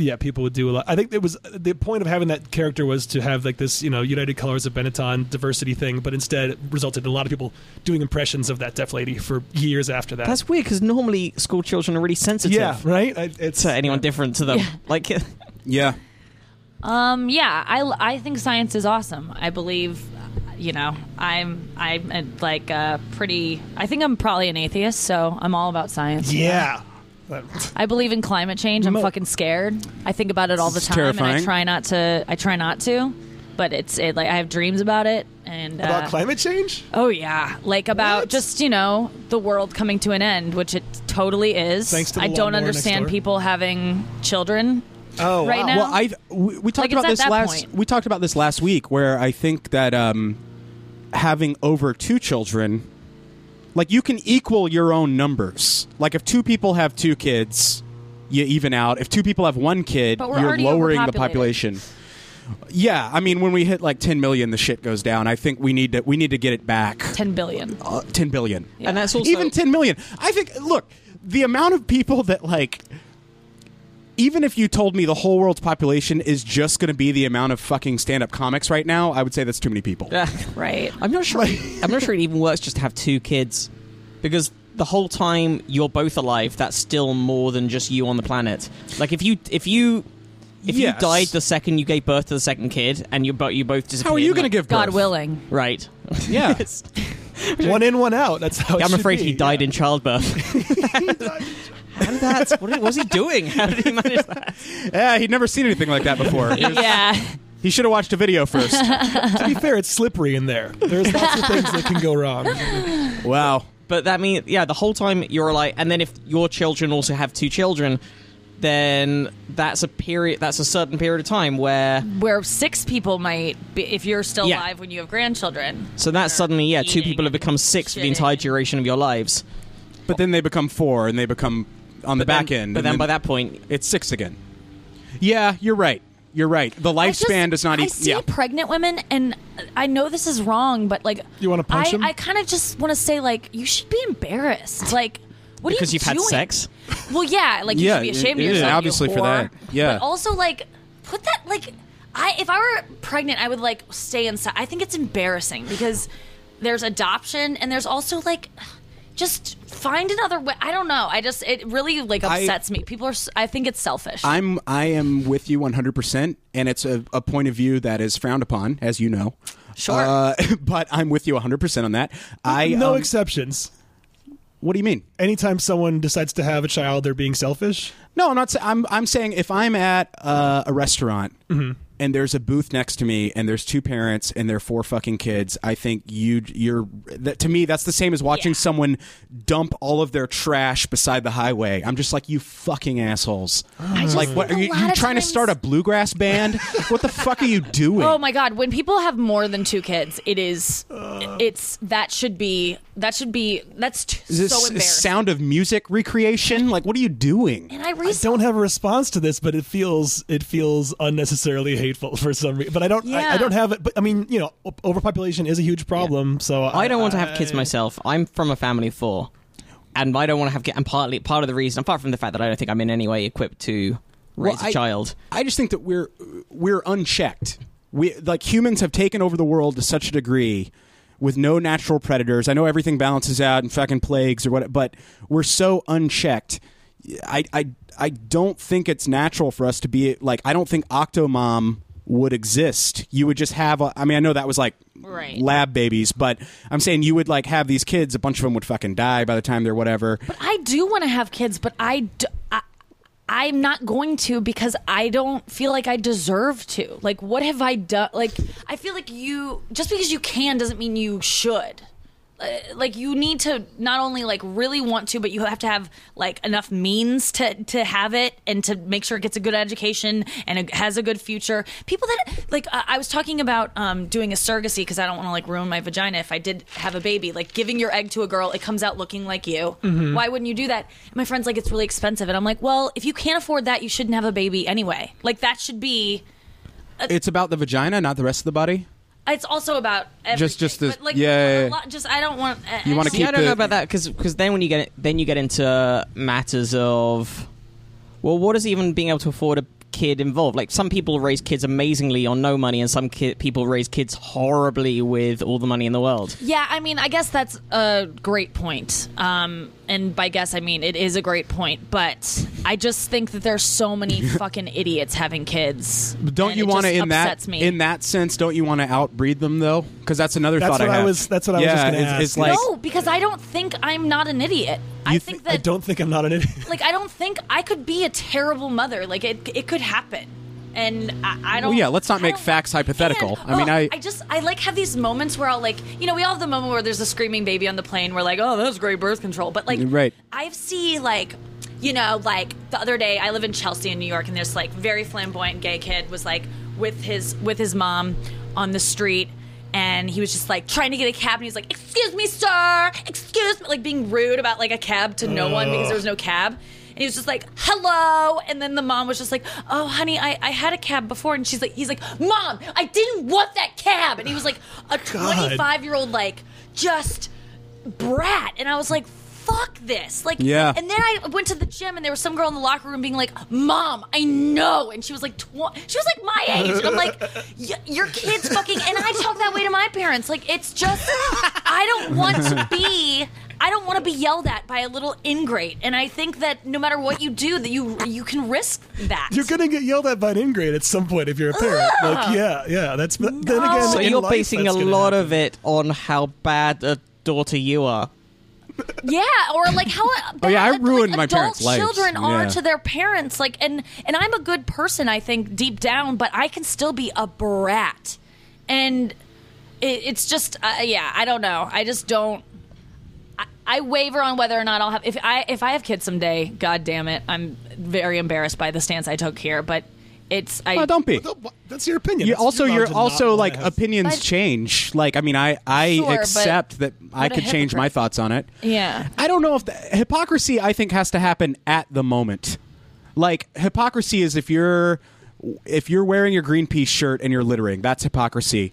S2: yeah, people would do a lot. I think it was the point of having that character was to have like this, you know, United Colors of Benetton diversity thing, but instead it resulted in a lot of people doing impressions of that deaf lady for years after that.
S4: That's weird because normally school children are really sensitive
S2: yeah, right. I, it's
S4: to anyone different to them. Like,
S3: yeah.
S5: Um, yeah, I, I think science is awesome. I believe, uh, you know, I'm I'm uh, like a pretty. I think I'm probably an atheist, so I'm all about science.
S2: Yeah. That-
S5: I believe in climate change. I'm
S2: Mo-
S5: fucking scared. I think about it all the
S3: It's
S5: time, and
S3: terrifying.
S5: I try not to. I try not to, but it's it, like I have dreams about it. And
S2: About
S5: uh,
S2: climate change?
S5: oh yeah, like about
S2: What?
S5: just you know the world coming to an end, which it totally is.
S2: Thanks to the
S5: I don't
S2: lawnmower next
S5: understand
S2: door.
S5: people having children
S2: Oh,
S5: right now.
S3: Well, I we, we
S5: Like,
S3: talked
S5: it's
S3: about
S5: at
S3: this
S5: that
S3: last
S5: point.
S3: we talked about this last week where I think that um, having over two children, like you can equal your own numbers. Like if two people have two kids, you even out. If two people have one kid,
S5: But we're
S3: you're
S5: already
S3: lowering the
S5: overpopulated.
S3: population. Yeah, I mean when we hit like 10 million, the shit goes down. I think we need to we need to get it back.
S5: Ten billion.
S3: Uh, 10 billion.
S4: and that's also
S3: even 10 million i think look the amount of people that like even if you told me the whole world's population is just going to be the amount of fucking stand-up comics right now i would say that's too many people
S5: Right.
S4: I'm not sure. I'm not sure it even works just to have two kids, because the whole time you're both alive, that's still more than just you on the planet. Like if you if you if
S3: Yes.
S4: you died the second you gave birth to the second kid, and you but you both disappeared.
S3: how are you going to
S4: like-
S3: give
S5: God
S3: birth?
S5: willing.
S4: right?
S3: yeah
S2: One in, one out. That's how it
S4: I'm
S2: should
S4: afraid
S2: be.
S4: he died in childbirth. How did that? What was he doing? How did he manage that?
S3: yeah he'd never seen anything like that before He was-
S5: Yeah.
S3: he should have watched a video first
S2: to be fair, it's slippery in there. There's lots of things that can go wrong.
S3: wow
S4: But that means, yeah, the whole time you're like, and then if your children also have two children, then that's a period, that's a certain period of time where,
S5: Where six people might be if you're still
S4: Yeah.
S5: alive when you have grandchildren.
S4: so that's suddenly, yeah, two
S5: Eating
S4: people have become six for the
S5: shitting.
S4: entire duration of your lives.
S3: but then they become four and they become on the
S4: But
S3: back
S4: then-
S3: end
S4: But
S3: and
S4: then, by that point,
S3: it's six again yeah you're right you're right the
S5: I just-
S3: lifespan does not
S5: I
S3: eat
S5: see
S3: yeah
S5: pregnant women, and I know this is wrong, but like,
S2: You wanna punch
S5: I,
S2: 'em?
S5: I kind of just want to say like, you should be embarrassed. Like, what
S4: because
S5: are you
S4: you've had
S5: doing?
S4: sex.
S5: Well, yeah, like
S3: Yeah,
S5: you should be ashamed
S3: it-
S5: of
S3: it is
S5: yourself. you
S3: obviously for
S5: whore.
S3: that. Yeah.
S5: But also like, put that like, I if I were pregnant, I would like stay inside. I think it's embarrassing because there's adoption and there's also like. Just find another way. I don't know. I just it really like
S3: I-
S5: upsets me. People are. s- I think it's selfish.
S3: I'm I am with you 100, percent and it's a, a point of view that is frowned upon, as you know.
S5: Sure.
S3: uh, but I'm with you 100 percent on that. I
S2: no
S3: um,
S2: exceptions.
S3: what do you mean?
S2: Anytime someone decides to have a child, they're being selfish.
S3: No, I'm not. sa- I'm I'm saying if I'm at uh, a restaurant and there's a booth next to me and there's two parents and their four fucking kids, I think you you're that, to me that's the same as watching
S5: Yeah.
S3: someone dump all of their trash beside the highway. I'm just like you fucking assholes.
S5: just
S3: like what are
S5: think a
S3: you,
S5: lot
S3: you
S5: of
S3: trying to
S5: times-
S3: start a bluegrass band? what the fuck are you doing?
S5: Oh my god, when people have more than two kids, it is it's that should be that should be that's t-
S3: Is this
S5: so embarrassing.
S3: sound of music recreation? Like, what are you doing?
S5: and I
S2: I
S5: recently
S2: don't have a response to this, but it feels it feels unnecessarily hateful for some reason. But I don't I, I
S5: Yeah.
S2: don't have it. But I mean, you know, o- overpopulation is a huge problem. So I,
S4: Oh, I don't want to have
S3: Uh,
S4: kids myself. I'm from a family of four, and I don't want to have. ki- And partly part of the reason, apart from the fact that I don't think I'm in any way equipped to raise
S3: Well,
S4: a
S3: I-
S4: child.
S3: I just think that we're we're unchecked. We like humans have taken over the world to such a degree with no natural predators. I know everything balances out and fucking plagues or what, but we're so unchecked. I I I don't think it's natural for us to be like. I don't think Octomom would exist. You would just have. A, I mean, I know that was like
S5: Right.
S3: lab babies, but I'm saying you would like have these kids. A bunch of them would fucking die by the time they're whatever.
S5: I do want to have kids, but I, d- I- I'm not going to because I don't feel like I deserve to. Like, what have I done? Like, I feel like you, just because you can doesn't mean you should. Uh, Like, you need to not only, like, really want to, but you have to have, like, enough means to, to have it and to make sure it gets a good education and it has a good future. People that, like, I I was talking about um, doing a surrogacy because I don't want to, like, ruin my vagina if I did have a baby. Like, giving your egg to a girl, it comes out looking like you.
S3: Mm-hmm.
S5: Why wouldn't you do that? And my friend's like, it's really expensive. And I'm like, well, if you can't afford that, you shouldn't have a baby anyway. Like, that should be.
S3: It's about the vagina, not the rest of the body.
S5: It's also about everything.
S3: Just- just this-
S5: but like,
S3: yeah, yeah,
S5: a
S3: yeah.
S5: lot- just I don't want. I-
S3: You
S5: I
S3: wanna
S5: don't
S3: keep
S4: See, I don't
S3: the-
S4: know about that because then when you get then you get into matters of well, what does even being able to afford a kid involve? Like some people raise kids amazingly on no money, and some ki- people raise kids horribly with all the money in the world.
S5: Yeah, I mean, I guess that's a great point. Um, and by guess, I mean it is a great point. But I just think that there's so many fucking idiots having kids.
S3: Don't
S5: and
S3: you
S5: it
S3: want to
S5: just
S3: in that
S5: upsets me.
S3: in that sense? Don't you want to outbreed them though? Because that's another
S2: That's
S3: thought
S2: what
S3: I
S2: I
S3: have.
S2: was- that's what I was
S3: yeah,
S2: just gonna
S3: it's,
S2: ask.
S3: It's like
S5: no, because I don't think I'm not an idiot. I
S3: You
S5: think that
S2: I don't think I'm not an idiot.
S5: like I don't think I could be a terrible mother. Like it, it could happen, and I, I don't.
S3: yeah, let's not
S5: I
S3: make
S5: don't-
S3: facts hypothetical.
S5: And,
S3: I mean,
S5: oh,
S3: I-
S5: I just I like have these moments where I'll like you know we all have the moment where there's a screaming baby on the plane. We're like, oh, that's great birth control, but like
S3: Right.
S5: I've seen like. You know, like the other day, I live in Chelsea in New York, and this like very flamboyant gay kid was like with his with his mom on the street, and he was just like trying to get a cab, and he was like, "Excuse me, sir, excuse me," like being rude about like a cab to no one because there was no cab. And he was just like, hello. And then the mom was just like, oh, honey, I, I had a cab before. And she's like, he's like, mom, I didn't want that cab. And he was like, a 25 year old, like, just brat. And I was like, fuck this. Like,
S3: Yeah.
S5: And then I went to the gym and there was some girl in the locker room being like, mom, I know. And she was like, tw- she was like my age. And I'm like, y- your kid's fucking. And I talk that way to my parents. Like, it's just, I don't want to be. I don't want to be yelled at by a little ingrate, and I think that no matter what you do, that you you can risk that.
S2: You're gonna get yelled at by an ingrate at some point if you're a parent. Like, yeah, yeah. That's but then again.
S4: So
S2: in
S4: you're
S2: life,
S4: basing a
S2: that's gonna
S4: lot
S2: happen.
S4: of it on how bad a daughter you are.
S5: Yeah, or like how uh,
S3: Oh, yeah, I
S5: like,
S3: ruined my
S5: adult
S3: parents' lives.
S5: children are
S3: Yeah.
S5: to their parents. Like, and and I'm a good person, I think deep down, but I can still be a brat, and it, it's just uh, yeah, I don't know. I just don't. I, I waver on whether or not I'll have if I if I have kids someday. God damn it, I'm very embarrassed by the stance I took here, but it's I
S3: oh, don't be.
S2: No, wha- That's your opinion.
S3: You
S2: That's your
S3: also,
S2: job
S3: you're
S2: to not
S3: also
S2: wanna
S3: like
S2: have-
S3: opinions
S5: But-
S3: change. Like, I mean, I I
S5: Sure, but
S3: accept that I
S5: what a
S3: could change my
S5: hypocrite.
S3: thoughts on it.
S5: yeah.
S3: I don't know if the, hypocrisy. I think has to happen at the moment. Like hypocrisy is if you're if you're wearing your Greenpeace shirt and you're littering, that's hypocrisy.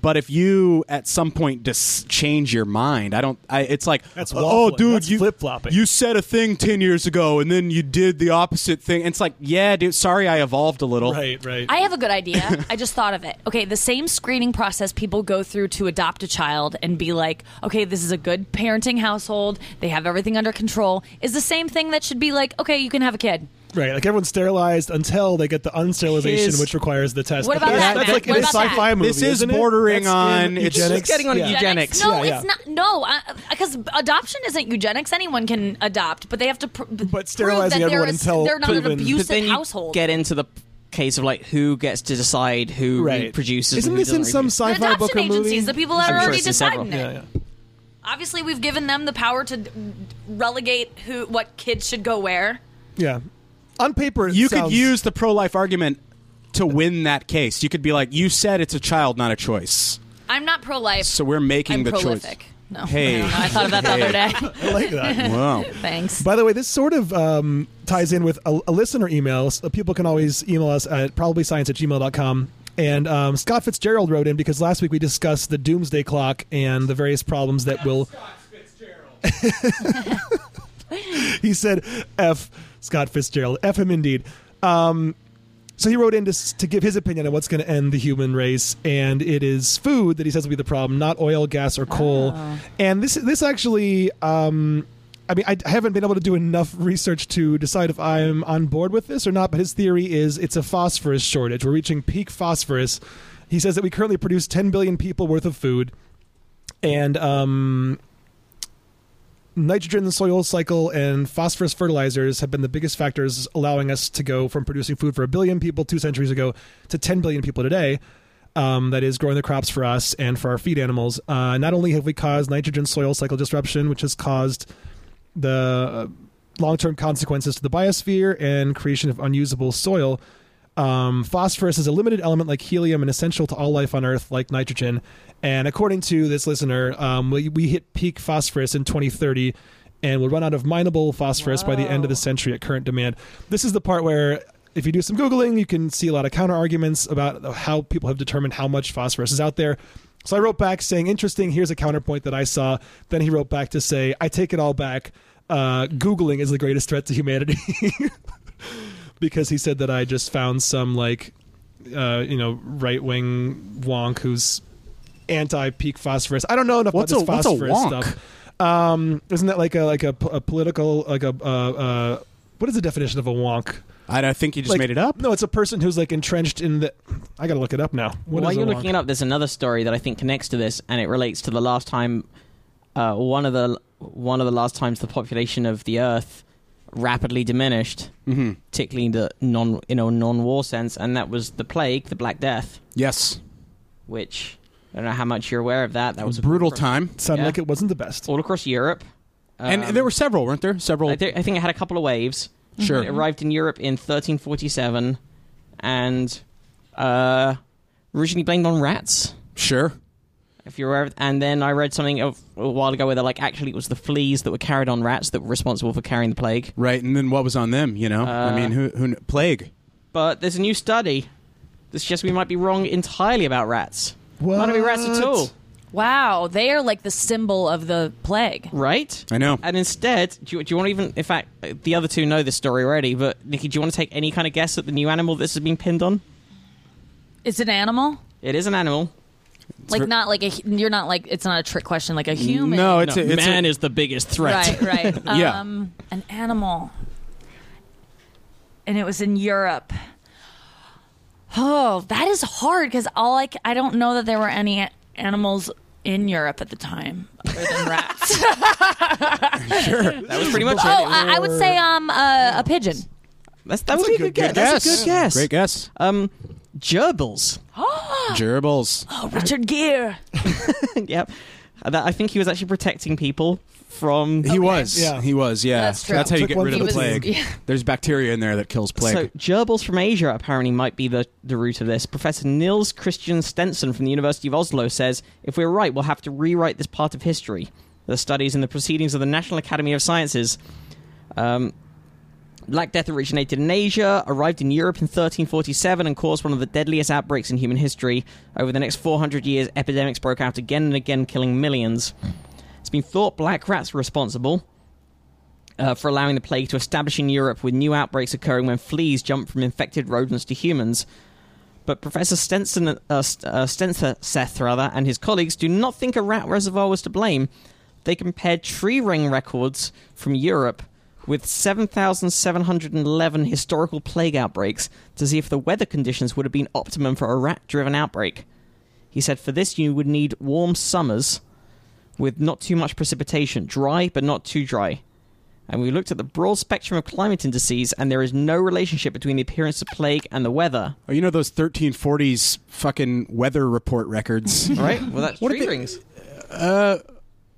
S3: But if you at some point dis- change your mind, I don't. I, it's like,
S2: That's
S3: oh,
S2: waffling.
S3: dude,
S2: That's
S3: you
S2: flip-flopping."
S3: You said a thing ten years ago, and then you did the opposite thing. And it's like, yeah, dude. Sorry, I evolved a little.
S2: Right, right.
S5: I have a good idea. I just thought of it. Okay, the same screening process people go through to adopt a child and be like, okay, this is a good parenting household. They have everything under control. Is the same thing that should be like, okay, you can have a kid.
S2: right. Like everyone's sterilized until they get the unsterilization,
S4: Is-
S2: which requires the test.
S5: What
S2: But
S5: about
S2: that's-
S5: that,
S2: That's
S5: Matt?
S2: like
S5: What
S2: in a
S5: about that?
S2: sci-fi movie.
S3: This is
S2: isn't it?
S3: bordering
S2: That's in
S3: on- it's-
S2: eugenics.
S4: It's getting on
S2: Yeah.
S4: eugenics.
S5: No,
S2: Yeah, yeah.
S5: it's not. No, because adoption isn't eugenics. Anyone can adopt, but they have to. Pr- but
S2: sterilizing
S5: prove that
S2: everyone
S5: they're, a s-
S2: until
S5: they're not
S2: proven-
S5: an
S2: But
S5: abusive
S4: But then you
S5: household.
S4: get into the case of like who gets to decide who reproduces.
S2: Isn't
S4: and who
S2: this in
S4: doesn't
S2: some
S4: reproduce.
S5: the
S2: sci-fi book
S5: adoption
S2: or
S5: agencies,
S2: movie?
S5: the people that
S4: I'm
S5: are
S4: sure
S5: already
S4: it's in several.
S5: deciding it.
S2: yeah, yeah.
S5: Obviously, we've given them the power to d- relegate who what kids should go where.
S2: yeah. On paper, it
S3: you
S2: sounds-
S3: could use the pro-life argument to win that case. You could be like, you said it's a child, not a choice.
S5: I'm not pro life.
S3: So we're making
S5: I'm
S3: the
S5: prolific.
S3: choice.
S5: No,
S3: Hey.
S5: I, don't know. I thought of that the other day.
S2: I like that.
S3: Wow.
S5: Thanks.
S2: By the way, this sort of um, ties in with a, a listener email. So people can always email us at probablyscience at gmail.com. And um, Scott Fitzgerald wrote in because last week we discussed the doomsday clock and the various problems that will. he said, F Scott Fitzgerald. F him indeed. Um, so he wrote in to, s- to give his opinion on what's going to end the human race, and it is food that he says will be the problem, not oil, gas, or coal. And this this actually, um, I mean, I, I haven't been able to do enough research to decide if I'm on board with this or not. But his theory is it's a phosphorus shortage. We're reaching peak phosphorus. He says that we currently produce 10 billion people worth of food, and um, nitrogen in the soil cycle and phosphorus fertilizers have been the biggest factors allowing us to go from producing food for a billion people two centuries ago to 10 billion people today. Um, that is growing the crops for us and for our feed animals. Uh, not only have we caused nitrogen soil cycle disruption, which has caused the uh, long-term consequences to the biosphere and creation of unusable soil. Um, phosphorus is a limited element like helium and essential to all life on Earth, like nitrogen. And according to this listener, um, we, we hit peak phosphorus in 2030 and will run out of mineable phosphorus by the end of the
S5: Wow.
S2: century at current demand. This is the part where, if you do some Googling, you can see a lot of counter arguments about how people have determined how much phosphorus is out there. So I wrote back saying, interesting, here's a counterpoint that I saw. Then he wrote back to say, I take it all back. Uh, Googling is the greatest threat to humanity. because he said that I just found some like uh, you know right wing wonk who's anti peak phosphorus. I don't know enough
S3: What's
S2: about this
S3: a- what's a
S2: phosphorus
S3: wonk?
S2: stuff. Um, isn't that like a like a, po- a political like a uh, uh, what is the definition of a wonk?
S3: I don't think you just
S2: Like-
S3: made it up.
S2: No, it's a person who's like entrenched in the. I gotta look it up now. What
S4: While
S2: is a
S4: you're
S2: wonk?
S4: looking it up, there's another story that I think connects to this, and it relates to the last time, uh, one of the one of the last times the population of the Earth rapidly diminished,
S2: Mm-hmm.
S3: Mhm.
S4: particularly the non you know non-war sense, and that was the plague, the Black Death,
S3: Yes,
S4: which I don't know how much you're aware of that. That was
S3: brutal
S4: across-
S3: time.
S2: Sounded
S4: Yeah.
S2: like it wasn't the best.
S4: all across Europe, Um,
S3: and there were several, weren't there? Several.
S4: I, thi- I think it had a couple of waves.
S3: Sure.
S4: It arrived in Europe in 1347, and uh, originally blamed on rats.
S3: sure.
S4: If you're aware, of, and then I read something of, a while ago where they're like, actually, it was the fleas that were carried on rats that were responsible for carrying the plague.
S3: Right, and then what was on them? You know, I
S4: Uh,
S3: mean, who, who kn- plague?
S4: But there's a new study that suggests we might be wrong entirely about rats. Might not be rats at
S2: What?
S4: all,
S5: Wow, they are like the symbol of the plague.
S4: right?
S3: I know.
S4: And instead, do you, do you want to even? In fact, the other two know this story already. But Nikki, do you want to take any kind of guess at the new animal this has been pinned on?
S5: Is it an animal?
S4: It is an animal.
S5: like
S3: ver-
S5: not like a hu- you're not like it's not a trick question like a human.
S3: No, it's a, it's a-
S4: man is the biggest threat.
S5: right, right.
S3: Yeah.
S5: Um an animal. And it was in Europe. Oh, that is hard cuz all I c- I don't know that there were any a- animals in Europe at the time other than rats.
S4: That was pretty much it.
S5: oh, I, I would say um uh, a pigeon.
S4: That's, that would be a good, guess. That's a good guess.
S3: Great guess.
S4: Um, gerbils.
S3: Gerbils.
S5: Oh, Richard Gere.
S4: yep. Uh, That, I think he was actually protecting people from.
S3: He was.
S2: Yeah.
S3: He was. Yeah.
S5: That's true.
S3: how you
S2: Took
S3: get
S2: one
S3: rid of
S2: for
S3: the
S2: the team.
S3: plague.
S5: Yeah.
S3: There's bacteria in there that kills plague.
S4: So gerbils from Asia apparently might be the, the root of this. Professor Nils Christian Stenson from the University of Oslo says, if we're right, we'll have to rewrite this part of history. The studies and the proceedings of the National Academy of Sciences. Um, Black Death originated in Asia, arrived in Europe in 1347, and caused one of the deadliest outbreaks in human history. Over the next 400 years, epidemics broke out again and again, killing millions. It's been thought black rats were responsible uh, for allowing the plague to establish in Europe, with new outbreaks occurring when fleas jump from infected rodents to humans. But Professor Stenson, uh, St- uh, Stenser- Seth rather, and his colleagues do not think a rat reservoir was to blame. They compared tree ring records from Europe with 7,711 historical plague outbreaks to see if the weather conditions would have been optimum for a rat driven outbreak. He said, for this, you would need warm summers with not too much precipitation, dry but not too dry. And we looked at the broad spectrum of climate indices, and there is no relationship between the appearance of plague and the weather.
S3: oh, you know those 1340s fucking weather report records.
S4: Right? Well, that's tree rings. Uh,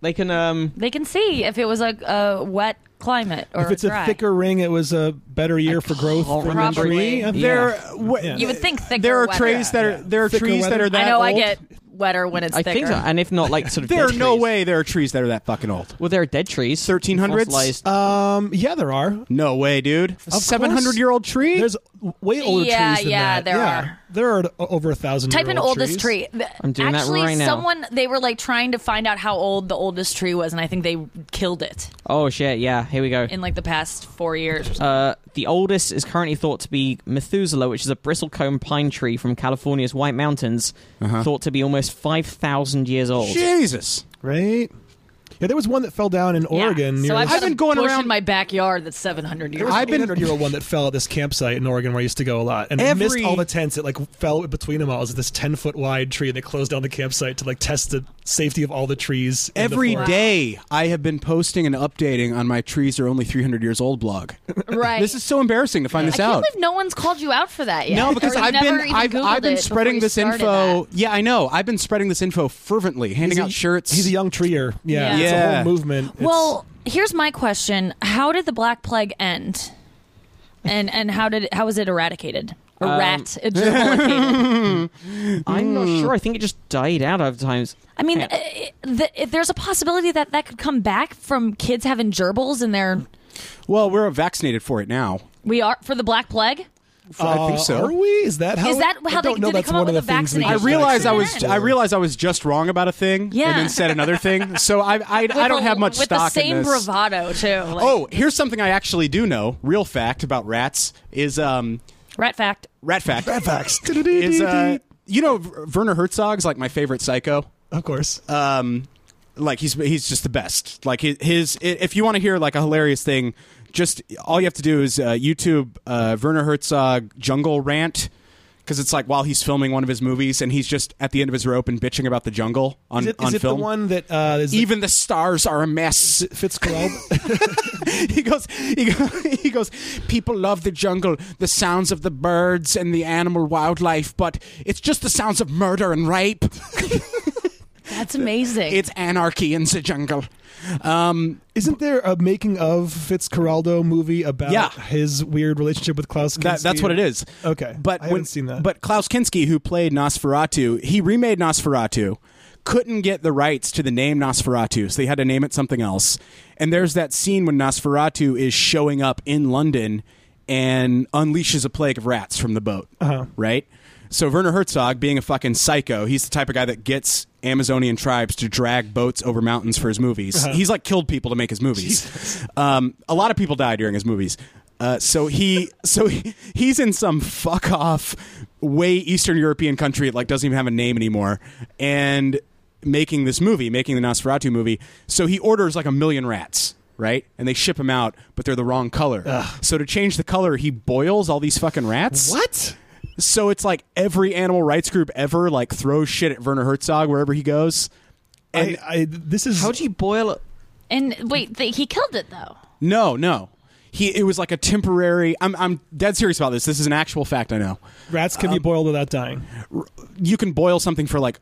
S4: they can. Um,
S5: They can see if it was like a wet climate or
S2: If it's
S5: dry.
S2: a thicker ring, it was a better year for growth
S4: can't
S2: for the
S5: remember.
S2: tree.
S5: Probably.
S3: There,
S2: Yeah.
S3: w-
S2: Yeah.
S5: you would think thicker.
S3: there are
S5: wetter.
S3: trees that are there are
S2: Thicker
S3: trees that
S2: weather.
S3: are that
S5: I know I
S3: old.
S5: get wetter when it's
S4: I
S5: thicker.
S4: think so, and if not, like sort of.
S3: There are
S4: dead
S3: no
S4: trees.
S3: way there are trees that are that fucking old.
S4: Well, there are dead trees.
S3: 1300s?
S4: Fossilized.
S2: Um, yeah, there are.
S3: No way, dude. A
S2: course.
S3: 700 year old tree?
S2: There's way older
S5: Yeah,
S2: trees than
S5: yeah,
S2: that.
S5: there
S2: yeah,
S5: are.
S2: There are over a thousand.
S5: Type
S2: year
S5: in
S2: old
S5: oldest
S2: trees.
S5: tree.
S4: I'm doing that
S5: Actually,
S4: right now.
S5: someone they were like trying to find out how old the oldest tree was, and I think they killed it
S4: oh shit! Yeah, here we go.
S5: in like the past four years. Or something.
S4: Uh, the oldest is currently thought to be Methuselah, which is a bristlecone pine tree from California's White Mountains, thought to be almost five thousand years old.
S3: Jesus.
S2: right? Yeah, there was one that fell down in Oregon.
S5: Yeah.
S2: Near
S5: so I've,
S2: this,
S5: got
S3: been
S5: a
S3: going
S5: bush
S3: around-
S5: in my backyard that's 700 years.
S2: I've
S5: old.
S2: been year old one that fell at this campsite in Oregon where I used to go a lot, and it missed
S3: Every-
S2: all the tents. It like fell between them all. It was this ten foot wide tree, and they closed down the campsite to like test the safety of all the trees. in the
S3: Every
S2: forest.
S3: day I have been posting and updating on my trees are only 300 years old blog.
S5: Right.
S3: This is so embarrassing to find
S5: I
S3: this
S5: can't
S3: out.
S5: believe no one's called you out for that yet.
S3: No, because
S5: Or
S3: I've
S5: never
S3: been
S5: even
S3: I've,
S5: Googled
S3: I've been
S5: it before
S3: spreading
S5: you
S3: this
S5: started
S3: info.
S5: that.
S3: Yeah, I know. I've been spreading this info fervently, handing
S2: He's a-
S3: out shirts.
S2: He's a young treer. Yeah,
S5: Yeah.
S2: it's a
S3: Yeah.
S2: whole movement. It's-
S5: Well, here's my question: How did the Black Plague end? And and how did how was it eradicated? Or
S3: Um,
S5: rat uh, eradicated?
S4: I'm not sure. I think it just died out over times.
S5: I mean,
S4: Yeah.
S5: uh, the, if there's a possibility that that could come back from kids having gerbils in their.
S3: well, we're vaccinated for it now.
S5: We are for the Black Plague.
S3: I
S2: Uh,
S3: think so.
S2: Are we? Is that how?
S5: Is that how
S2: I don't
S5: they-
S2: know.
S5: did they
S2: That's
S5: come up
S2: one of the
S5: with a
S2: things we
S5: vaccination?
S2: just
S3: I realized I
S5: vaccinated.
S3: was I realized I was just wrong about a thing
S5: Yeah.
S3: and then said another thing. So I I, I don't
S5: With
S3: have
S5: the-
S3: much
S5: with
S3: stock
S5: the same
S3: in this.
S5: bravado too. Like,
S3: Oh, here's something I actually do know. Real fact about rats is um
S5: rat fact.
S3: rat fact
S2: Bad facts.
S3: is uh you know V- Werner Herzog's like my favorite psycho.
S2: of course.
S3: um, like he's he's just the best. Like his, his i- if you want to hear like a hilarious thing, just all you have to do is uh, YouTube uh, Werner Herzog jungle rant because it's like while he's filming one of his movies and he's just at the end of his rope and bitching about the jungle on
S2: Is it,
S3: on
S2: is it the
S3: film.
S2: one that uh, is
S3: Even the stars are a mess.
S2: Fitzcarraldo?
S3: He goes, he goes, he goes. People love the jungle, the sounds of the birds and the animal wildlife, but it's just the sounds of murder and rape.
S5: That's amazing.
S3: It's anarchy in the jungle. Um,
S2: Isn't there a making of Fitzcarraldo movie about
S3: Yeah.
S2: his weird relationship with Klaus?
S3: That,
S2: Kinski?
S3: that's what it is.
S2: Okay.
S3: but
S2: I haven't
S3: when-
S2: seen that.
S3: But Klaus Kinski, who played Nosferatu, he remade Nosferatu, couldn't get the rights to the name Nosferatu, so they had to name it something else. And there's that scene when Nosferatu is showing up in London and unleashes a plague of rats from the boat.
S2: Uh-huh.
S3: Right. So Werner Herzog, being a fucking psycho, he's the type of guy that gets Amazonian tribes to drag boats over mountains for his movies. He's like killed people to make his movies. Um, a lot of people die during his movies. Uh, so he, so he, he's in some fuck off, way Eastern European country. It like doesn't even have a name anymore, and making this movie, making the Nosferatu movie. So he orders like a million rats, right? And they ship them out, but they're the wrong color. So to change the color, he boils all these fucking rats.
S2: what?
S3: So it's like every animal rights group ever like throws shit at Werner Herzog wherever he goes.
S2: I,
S3: And
S2: I, this is
S4: How do you boil it?
S5: and wait, th- he killed it though.
S3: no, no. He it was like a temporary I'm I'm dead serious about this. This is an actual fact I know.
S2: rats
S3: um,
S2: can be boiled without dying.
S3: You can boil something for like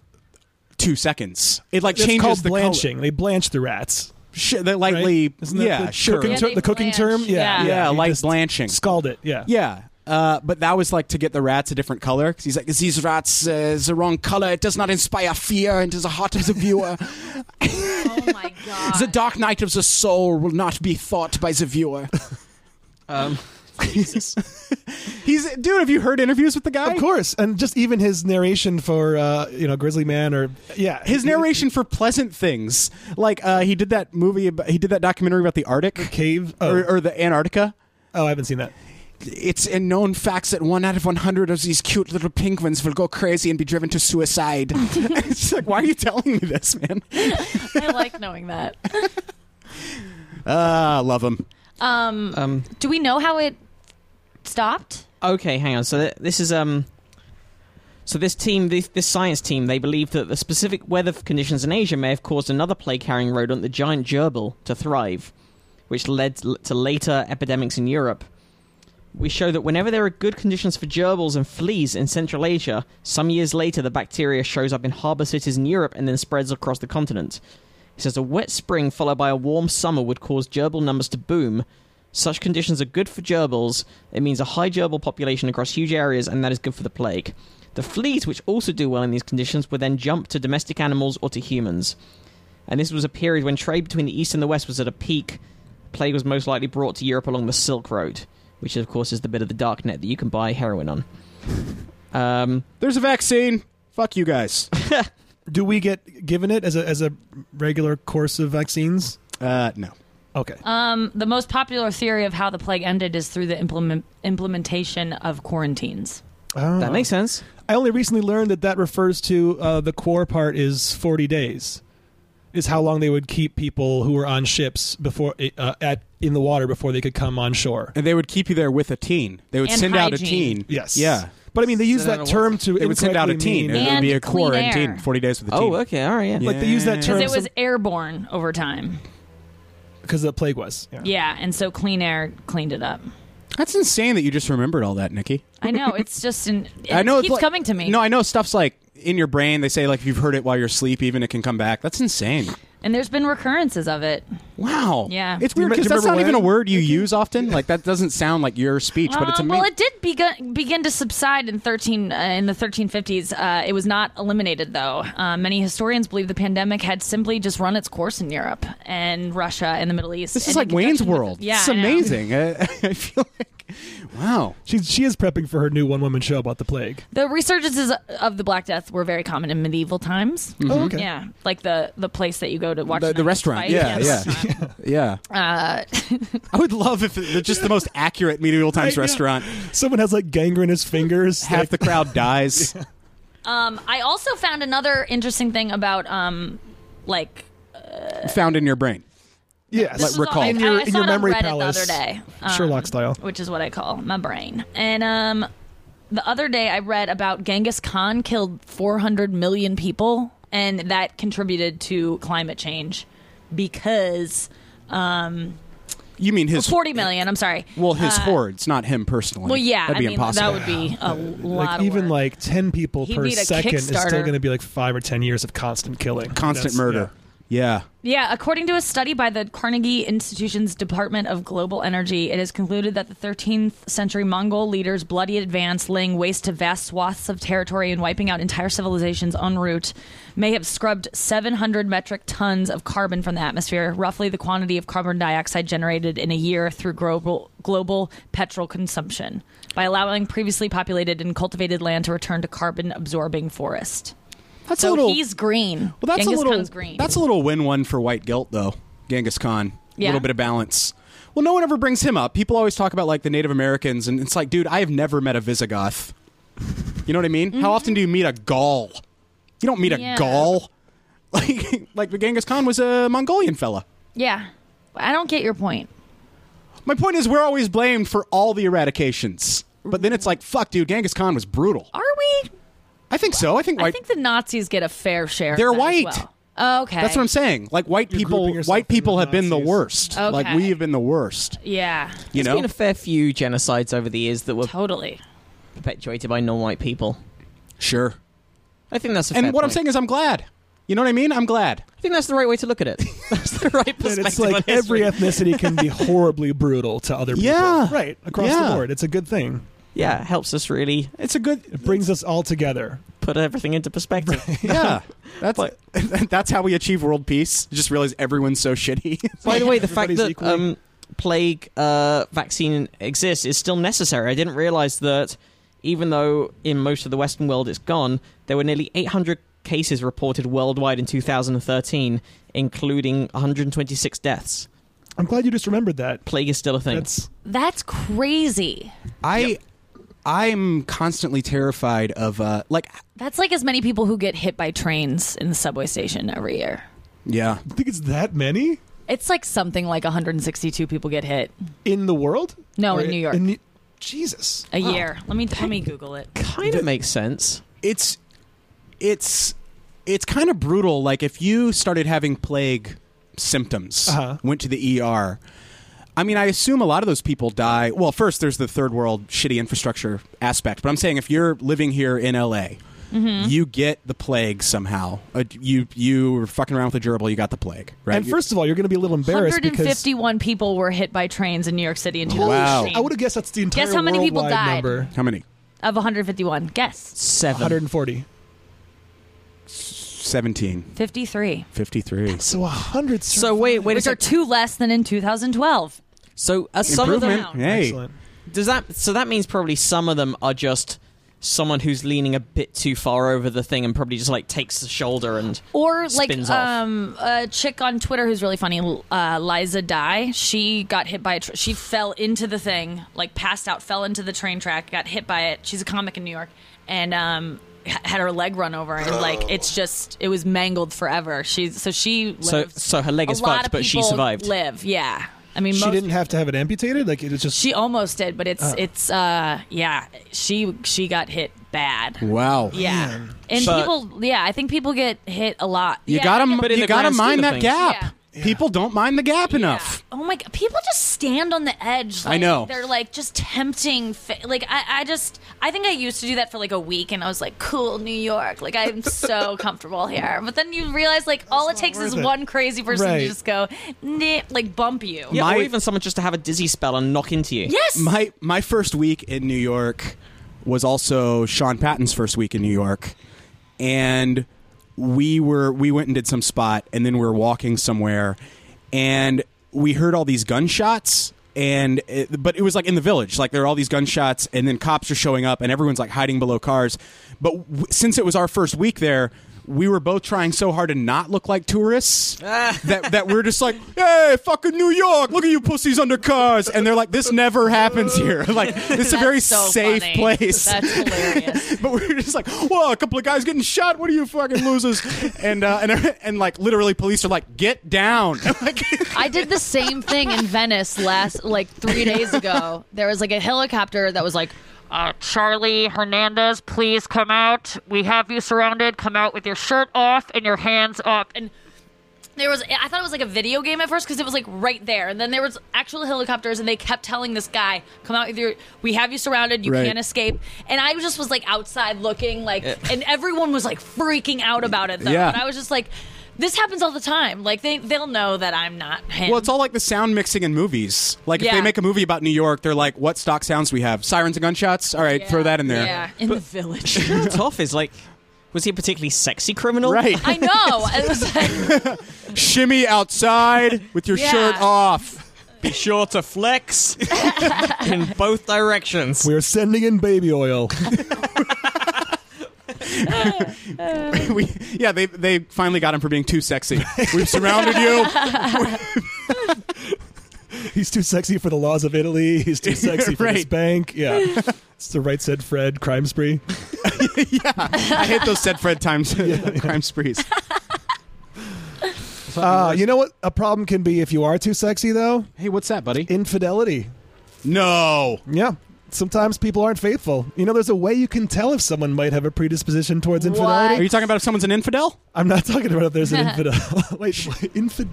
S3: 2 seconds. It like
S2: It's
S3: changes
S2: called
S3: the
S2: blanching.
S3: color.
S2: They blanch the rats.
S3: Sh- they
S2: Right?
S3: lightly
S2: Isn't that
S3: yeah,
S2: the
S3: sure.
S2: Cooking
S5: Yeah,
S2: ter-
S5: they
S2: the cooking
S5: blanch.
S2: term.
S5: Yeah.
S2: Yeah,
S3: Yeah,
S2: you
S3: like
S2: just
S3: blanching.
S2: Scald it. Yeah.
S3: Yeah. Uh, but that was like to get the rats a different color because he's like, these rats uh, the wrong color. It does not inspire fear and is a heart of the viewer.
S5: Oh my god.
S3: the dark night of the soul will not be thought by the viewer.
S4: Um,
S3: He's dude. Have you heard interviews with the guy?
S2: Of course, and just even his narration for uh, you know Grizzly Man or yeah,
S3: His narration for pleasant things, like uh, he did that movie, about, he did that documentary about the Arctic
S2: cave. Oh,
S3: or, or the Antarctica.
S2: oh, I haven't seen that.
S3: It's a known fact that one out of one hundred of these cute little penguins will go crazy and be driven to suicide. it's like, why are you telling me this, man?
S5: I like knowing that.
S3: Ah, love him.
S5: Um,
S4: um,
S5: do we know how it stopped?
S4: okay, hang on. So th- this is um, so this team, this, this science team, they believe that the specific weather conditions in Asia may have caused another plague-carrying rodent, the giant gerbil, to thrive, which led to to later epidemics in Europe. We show that whenever there are good conditions for gerbils and fleas in Central Asia, some years later the bacteria shows up in harbour cities in Europe and then spreads across the continent. He says a wet spring followed by a warm summer would cause gerbil numbers to boom. Such conditions are good for gerbils. It means a high gerbil population across huge areas, and that is good for the plague. The fleas, which also do well in these conditions, would then jump to domestic animals or to humans. And this was a period when trade between the East and the West was at a peak. Plague was most likely brought to Europe along the Silk Road, which, of course, is the bit of the dark net that you can buy heroin on. Um,
S3: There's a vaccine. Fuck you guys.
S2: Do we get given it as a as a regular course of vaccines?
S3: Uh, no.
S2: Okay,
S5: Um, the most popular theory of how the plague ended is through the implement- implementation of quarantines.
S2: Oh.
S3: Uh-huh.
S4: that makes sense.
S2: I only recently learned that that refers to uh, the core part is forty days. is how long they would keep people who were on ships before uh, at in the water before they could come on shore.
S3: And they would keep you there with a teen. They would
S5: And
S3: send out a
S5: hygiene.
S3: teen.
S2: Yes.
S3: Yeah.
S2: But I mean, they use
S4: Send out
S2: that
S4: a
S2: term to
S3: They would send out a
S2: incorrectly
S3: teen.
S2: mean-
S3: it would be a
S5: And clean air.
S3: quarantine. Forty days with a teen.
S4: Oh, okay, all right. Yeah.
S2: Like they use that term
S5: because it was airborne over time.
S2: because the plague was. Yeah.
S5: Yeah, and so clean air cleaned it up.
S3: That's insane that you just remembered all that, Nikki.
S5: I know it's just an. It
S3: I know it's
S5: keeps
S3: like-
S5: coming to me.
S3: No, I know stuff's like in your brain. They say like if you've heard it while you're asleep, even it can come back. That's insane.
S5: and there's been recurrences of it.
S3: Wow.
S5: Yeah.
S3: It's
S5: Do
S2: you
S3: weird
S2: rem-
S3: because
S2: do you
S3: that's not
S2: remember
S3: even a
S2: when?
S3: word you use often. Like that doesn't sound like your speech, but it's
S5: Um,
S3: amazing.
S5: well, it did begin, begin to subside in thirteen uh, in the 1350s. Uh, it was not eliminated though. Uh, many historians believe the pandemic had simply just run its course in Europe and Russia and the Middle East.
S3: this is
S5: And in
S3: like Wayne's
S5: conjunction with-
S3: World.
S5: Yeah,
S3: It's
S5: I know.
S3: amazing. I, I feel like wow.
S2: She's, she is prepping for her new one woman show about the plague.
S5: The resurgences of the Black Death were very common in medieval times.
S2: Oh, okay.
S5: Mm-hmm. Yeah, like the the place that you go to
S3: Mm-hmm.
S5: watch
S3: The-
S5: an
S3: the
S5: actress
S3: restaurant.
S5: fight.
S3: Yeah,
S5: the
S3: yeah.
S5: restaurant.
S3: Yeah.
S5: Uh,
S3: I would love if it, just the most accurate medieval times
S2: I know.
S3: restaurant.
S2: Someone has like gangrenous fingers.
S3: Half
S2: like-
S3: the crowd dies.
S5: um, I also found another interesting thing about um, like
S3: Found in your brain.
S2: yes,
S5: this was
S3: recall.
S5: on- I-
S2: in your,
S5: I
S2: in
S5: saw
S2: your
S5: it on
S2: memory
S5: Reddit
S2: palace,
S5: the other day, um,
S2: Sherlock style.
S5: which is what I call my brain. And um, the other day I read about Genghis Khan killed 400 million people, and that contributed to climate change because
S3: You mean his
S5: 40 million. I'm sorry.
S3: Well, his hordes, not him personally.
S5: uh, Well, yeah,
S3: that'd be
S5: I mean
S3: impossible.
S5: that would be a lot.
S2: Like
S5: of
S2: even
S5: work.
S2: like ten people
S5: He'd
S2: per
S5: need a
S2: second is still
S5: Kickstarter.
S2: going to be like five or ten years of constant killing,
S3: constant
S2: That's-
S3: murder.
S2: yeah.
S3: Yeah.
S5: Yeah, according to a study by the Carnegie Institution's Department of Global Energy, it is concluded that the 13th century Mongol leaders' bloody advance, laying waste to vast swaths of territory and wiping out entire civilizations en route, may have scrubbed 700 metric tons of carbon from the atmosphere, roughly the quantity of carbon dioxide generated in a year through global, global petrol consumption, by allowing previously populated and cultivated land to return to carbon absorbing forest.
S3: That's a
S5: So
S3: little.
S5: he's green.
S3: well, that's
S5: Genghis
S3: a little.
S5: Khan's green.
S3: That's a little win-win for white guilt, though. Genghis Khan. A
S5: Yeah.
S3: little bit of balance. Well, no one ever brings him up. People always talk about like the Native Americans, and it's like, dude, I have never met a Visigoth. You know what I mean? How often do you meet a Gaul? You don't meet a
S5: Mm-hmm. Yeah.
S3: Gaul. Like, like the Genghis Khan was a Mongolian fella.
S5: Yeah. I don't get your point.
S3: My point is, we're always blamed for all the eradications, but then it's like, fuck, dude, Genghis Khan was brutal.
S5: Are we?
S3: I think so. I think
S5: I
S3: white.
S5: think the Nazis get a fair share. of
S3: They're
S5: that as
S3: white.
S5: well. Oh, okay.
S3: That's what I'm saying. Like white
S2: You're
S3: people,
S2: grouping yourself
S3: white
S2: in
S3: people
S2: with
S3: have been the
S2: Nazis.
S3: worst.
S5: Okay.
S3: Like we have been the worst.
S5: Yeah.
S3: You
S4: There's
S3: know,
S4: been a fair few genocides over the years that were
S5: Totally.
S4: perpetuated by non-white people.
S3: sure.
S4: I think that's a
S3: And
S4: fair
S3: what I'm
S4: point.
S3: saying is, I'm glad. You know what I mean? I'm glad.
S4: I think that's the right way to look at it. That's the right perspective.
S2: And it's
S4: on
S2: like
S4: history.
S2: every ethnicity can be horribly brutal to other people.
S3: Yeah.
S2: Right. Across
S3: Yeah.
S2: the board. It's a good thing.
S4: yeah, it helps us really
S3: It's a good.
S2: It brings us all together.
S4: put everything into perspective.
S3: Yeah, that's
S4: But-
S3: that's how we achieve world peace. Just realize everyone's so shitty.
S4: By the way, the fact
S2: Everybody's
S4: that
S2: equally-
S4: um, plague uh, vaccine exists is still necessary. I didn't realize that, even though in most of the Western world it's gone, there were nearly 800 cases reported worldwide in 2013, including 126 deaths.
S2: I'm glad you just remembered that.
S4: Plague is still a thing.
S2: That's
S5: That's crazy.
S3: I, I'm constantly terrified of uh, like,
S5: That's like as many people who get hit by trains in the subway station every year.
S3: yeah,
S2: I think it's that many
S5: It's like something like 162 people get hit
S2: in the world.
S5: No,
S2: Or
S5: in New York.
S2: New- Jesus.
S5: a year. Let me let me Google it.
S4: kind of makes sense.
S3: it's, it's, it's kind of brutal. Like if you started having plague symptoms,
S2: Uh-huh.
S3: went to the ER. I mean, I assume a lot of those people die. Well, first, there's the third world shitty infrastructure aspect, but I'm saying if you're living here in LA, you get the plague somehow. Uh, you you were fucking around with a gerbil, you got the plague, right?
S2: And first of all, you're going to be a little embarrassed because
S5: 151 people were hit by trains in New York City in
S3: Wow.
S5: 2016.
S2: I would have guessed that's the entire
S5: Guess how many people
S2: worldwide
S5: died?
S2: number.
S3: how many?
S5: of 151. Guess
S4: Seven.
S2: 140.
S3: 17,
S5: 53,
S3: 53.
S2: So 100.
S4: So wait, wait a
S5: which are
S4: sec.
S5: two less than in 2012.
S4: So are some of them
S3: Improvement.
S5: down.
S3: Hey,
S2: Excellent.
S4: does that? So that means probably some of them are just someone who's leaning a bit too far over the thing and probably just like takes the shoulder and
S5: Or like
S4: Spins off.
S5: um, a chick on Twitter who's really funny, uh, Liza Dye. She got hit by a tr- she fell into the thing, like passed out, fell into the train track, got hit by it. She's a comic in New York, and um, h- had her leg run over, and like it's just it was mangled forever. She so she lived.
S4: So- so her leg
S5: A
S4: is
S5: lot
S4: fucked,
S5: of
S4: but she
S5: people
S4: survived.
S5: Live, yeah. I mean,
S2: She
S5: most,
S2: didn't have to have it amputated. Like it was just
S5: She almost did, but
S4: Oh.
S5: it's it's uh yeah. She she got hit bad.
S3: Wow.
S5: Yeah, and
S4: But-
S5: people yeah. I think people get hit a lot.
S3: You
S5: yeah,
S3: gotta
S4: But in
S3: you
S4: the
S3: gotta
S4: grand scheme
S3: mind
S4: of
S3: that
S4: things-
S3: gap. People don't mind the gap enough.
S5: Yeah. Oh my! God. People just stand on the edge. Like,
S3: know.
S5: They're like just tempting. Fa- like I, I just, I think I used to do that for like a week, and I was like, "Cool, New York. Like I'm so comfortable here." But then you realize, like, all it takes is
S2: worth it.
S5: one crazy person
S2: Right.
S5: to just go, nah, like bump you.
S4: Yeah,
S3: My-
S4: or even someone just to have a dizzy spell and knock into you.
S5: Yes.
S3: My my first week in New York was also Sean Patton's first week in New York, and we were we went and did some spot, and then we were walking somewhere, and we heard all these gunshots. And it, but it was like in the village, like there are all these gunshots, and then cops are showing up, and everyone's like hiding below cars. But w- since it was our first week there, we were both trying so hard to not look like tourists that, that we're just like, hey, fucking New York, look at you pussies under cars. And they're like, this never happens here. like, this is a
S5: That's
S3: very
S5: so
S3: safe
S5: funny.
S3: place.
S5: That's hilarious.
S3: but we were just like, whoa, a couple of guys getting shot. What are you fucking losers? and, uh, and, and like, literally, police are like, get down. like,
S1: I did the same thing in Venice last, like three days ago. There was like a helicopter that was like,
S6: uh, Charlie Hernandez, please come out. We have you surrounded. Come out with your shirt off and your hands up.
S5: and there was i thought it was like a video game at first because it was like right there and then there was actual helicopters and they kept telling this guy come out with your we have you surrounded you
S3: Right.
S5: can't escape and i just was like outside looking like and everyone was like freaking out about it though
S3: Yeah.
S5: and i was just like this happens all the time like they, they'll know that i'm not him
S3: Well, it's all like the sound mixing in movies. Like if
S5: Yeah.
S3: they make a movie about New York, they're like, "What stock sounds we have? Sirens and gunshots. All right,
S5: Yeah.
S3: throw that in there."
S5: yeah in the village
S4: Toff is like, was he a particularly sexy criminal?
S3: Right.
S5: i know it was like,
S3: Shimmy outside with your
S5: Yeah.
S3: shirt off.
S4: Be sure to flex in both directions.
S2: we're sending in baby oil.
S3: we, yeah, they they finally got him for being too sexy. We've surrounded you.
S2: He's too sexy for the laws of Italy. He's too sexy for this
S3: Right.
S2: bank. Yeah, it's the right said Fred crime spree.
S3: I hate those said Fred times crime sprees.
S2: Uh, you know what? A problem can be if you are too sexy, though.
S3: Hey, what's that, buddy?
S2: Infidelity.
S3: no.
S2: Yeah. Sometimes people aren't faithful. You know, there's a way you can tell if someone might have a predisposition towards infidelity.
S3: Are you talking about if someone's an infidel?
S2: I'm not talking about if there's an infidel. Wait, wait, infid.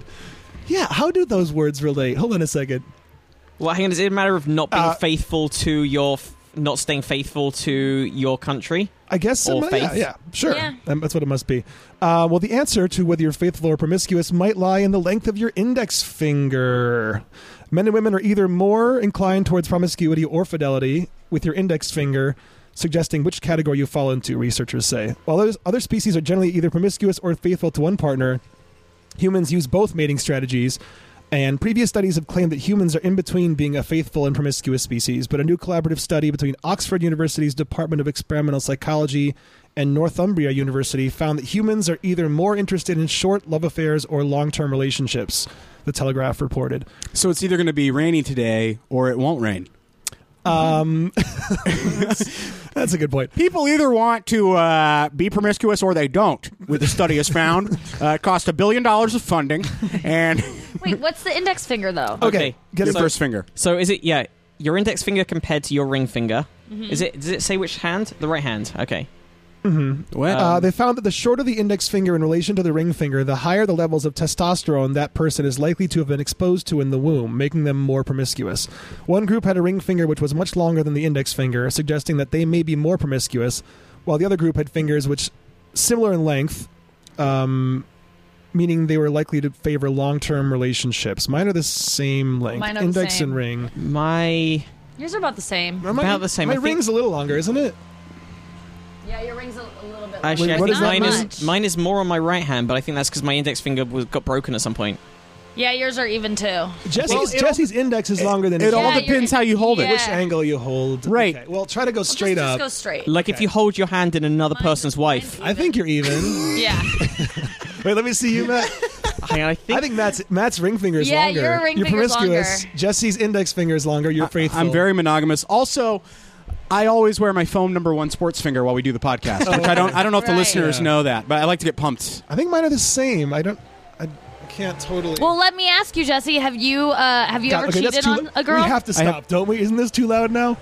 S2: Yeah, how do those words relate? Hold on a second.
S4: Well, hang on. Is it a matter of not being
S2: Uh,
S4: faithful to your, f- not staying faithful to your country?
S2: I guess
S4: Or
S2: it might- yeah,
S4: faith.
S2: yeah, sure.
S5: Yeah.
S2: Um, that's what it must be. Uh, well, the answer to whether you're faithful or promiscuous might lie in the length of your index finger. Men and women are either more inclined towards promiscuity or fidelity with your index finger, suggesting which category you fall into. Researchers say, while those other species are generally either promiscuous or faithful to one partner, humans use both mating strategies. And previous studies have claimed that humans are in between being a faithful and promiscuous species. But a new collaborative study between Oxford University's Department of Experimental Psychology and Northumbria University found that humans are either more interested in short love affairs or long term relationships, the Telegraph reported.
S3: So it's either going to be rainy today or it won't rain.
S2: That's a good point.
S3: People either want to uh, be promiscuous or they don't. With the study has found, uh, it cost a billion dollars of funding, and
S1: wait, what's the index finger though?
S3: Oh.
S2: Okay, get
S3: your
S2: it
S4: so,
S3: first finger.
S4: So is it yeah? Your index finger compared to your ring finger. Is it? Does it say which hand? The right hand. Okay.
S3: What?
S2: Uh,
S4: Um,
S2: they found that the shorter the index finger in relation to the ring finger, the higher the levels of testosterone that person is likely to have been exposed to in the womb, making them more promiscuous. One group had a ring finger which was much longer than the index finger, suggesting that they may be more promiscuous, while the other group had fingers which similar in length, um, meaning they were likely to favor long-term relationships. Mine are the same length,
S1: Mine are the
S2: index
S1: same.
S2: and ring.
S4: My
S1: Yours are about the same.
S2: My-
S4: About the same,
S2: My
S4: I think-
S2: ring's a little longer, isn't it?
S1: Yeah, your ring's a, a little bit.
S4: actually,
S2: Wait,
S4: I
S2: what
S4: think
S2: is that
S4: mine
S1: much?
S4: is mine is more on my right hand, but I think that's because my index finger was, got broken at some point.
S1: yeah, yours are even too.
S2: Jesse's,
S3: Well, it'll-
S2: Jesse's index is longer than
S3: it
S2: his
S3: all
S1: Yeah,
S2: index.
S3: depends how you hold it.
S1: yeah.
S3: Which-
S2: which angle you hold.
S3: Right.
S2: Okay, Well, try to go straight
S5: just,
S2: up.
S5: just go straight
S4: Like if you hold your hand in another person's wife.
S5: mine's-
S2: I think you're even.
S5: yeah
S2: Wait, let me see you, Matt.
S4: Hang on, I think.
S2: I think Matt's Matt's ring finger is
S1: Yeah,
S2: longer.
S1: your ring
S2: you're
S1: finger's
S2: promiscuous. Jesse's index finger is longer. You're faithful.
S3: I'm very monogamous. Also, I always wear my foam number one sports finger while we do the podcast, which I don't. I don't know if the
S1: Right.
S3: listeners know that, but I like to get pumped.
S2: I think mine are the same. I don't. I can't totally.
S5: Well, let me ask you, Jesse. Have you uh, have you
S2: God,
S5: ever
S2: okay, that's
S5: cheated
S2: too
S5: on
S2: lo-
S5: a girl?
S2: We have to
S3: I
S2: stop,
S3: have-
S2: don't we? Isn't this too loud now?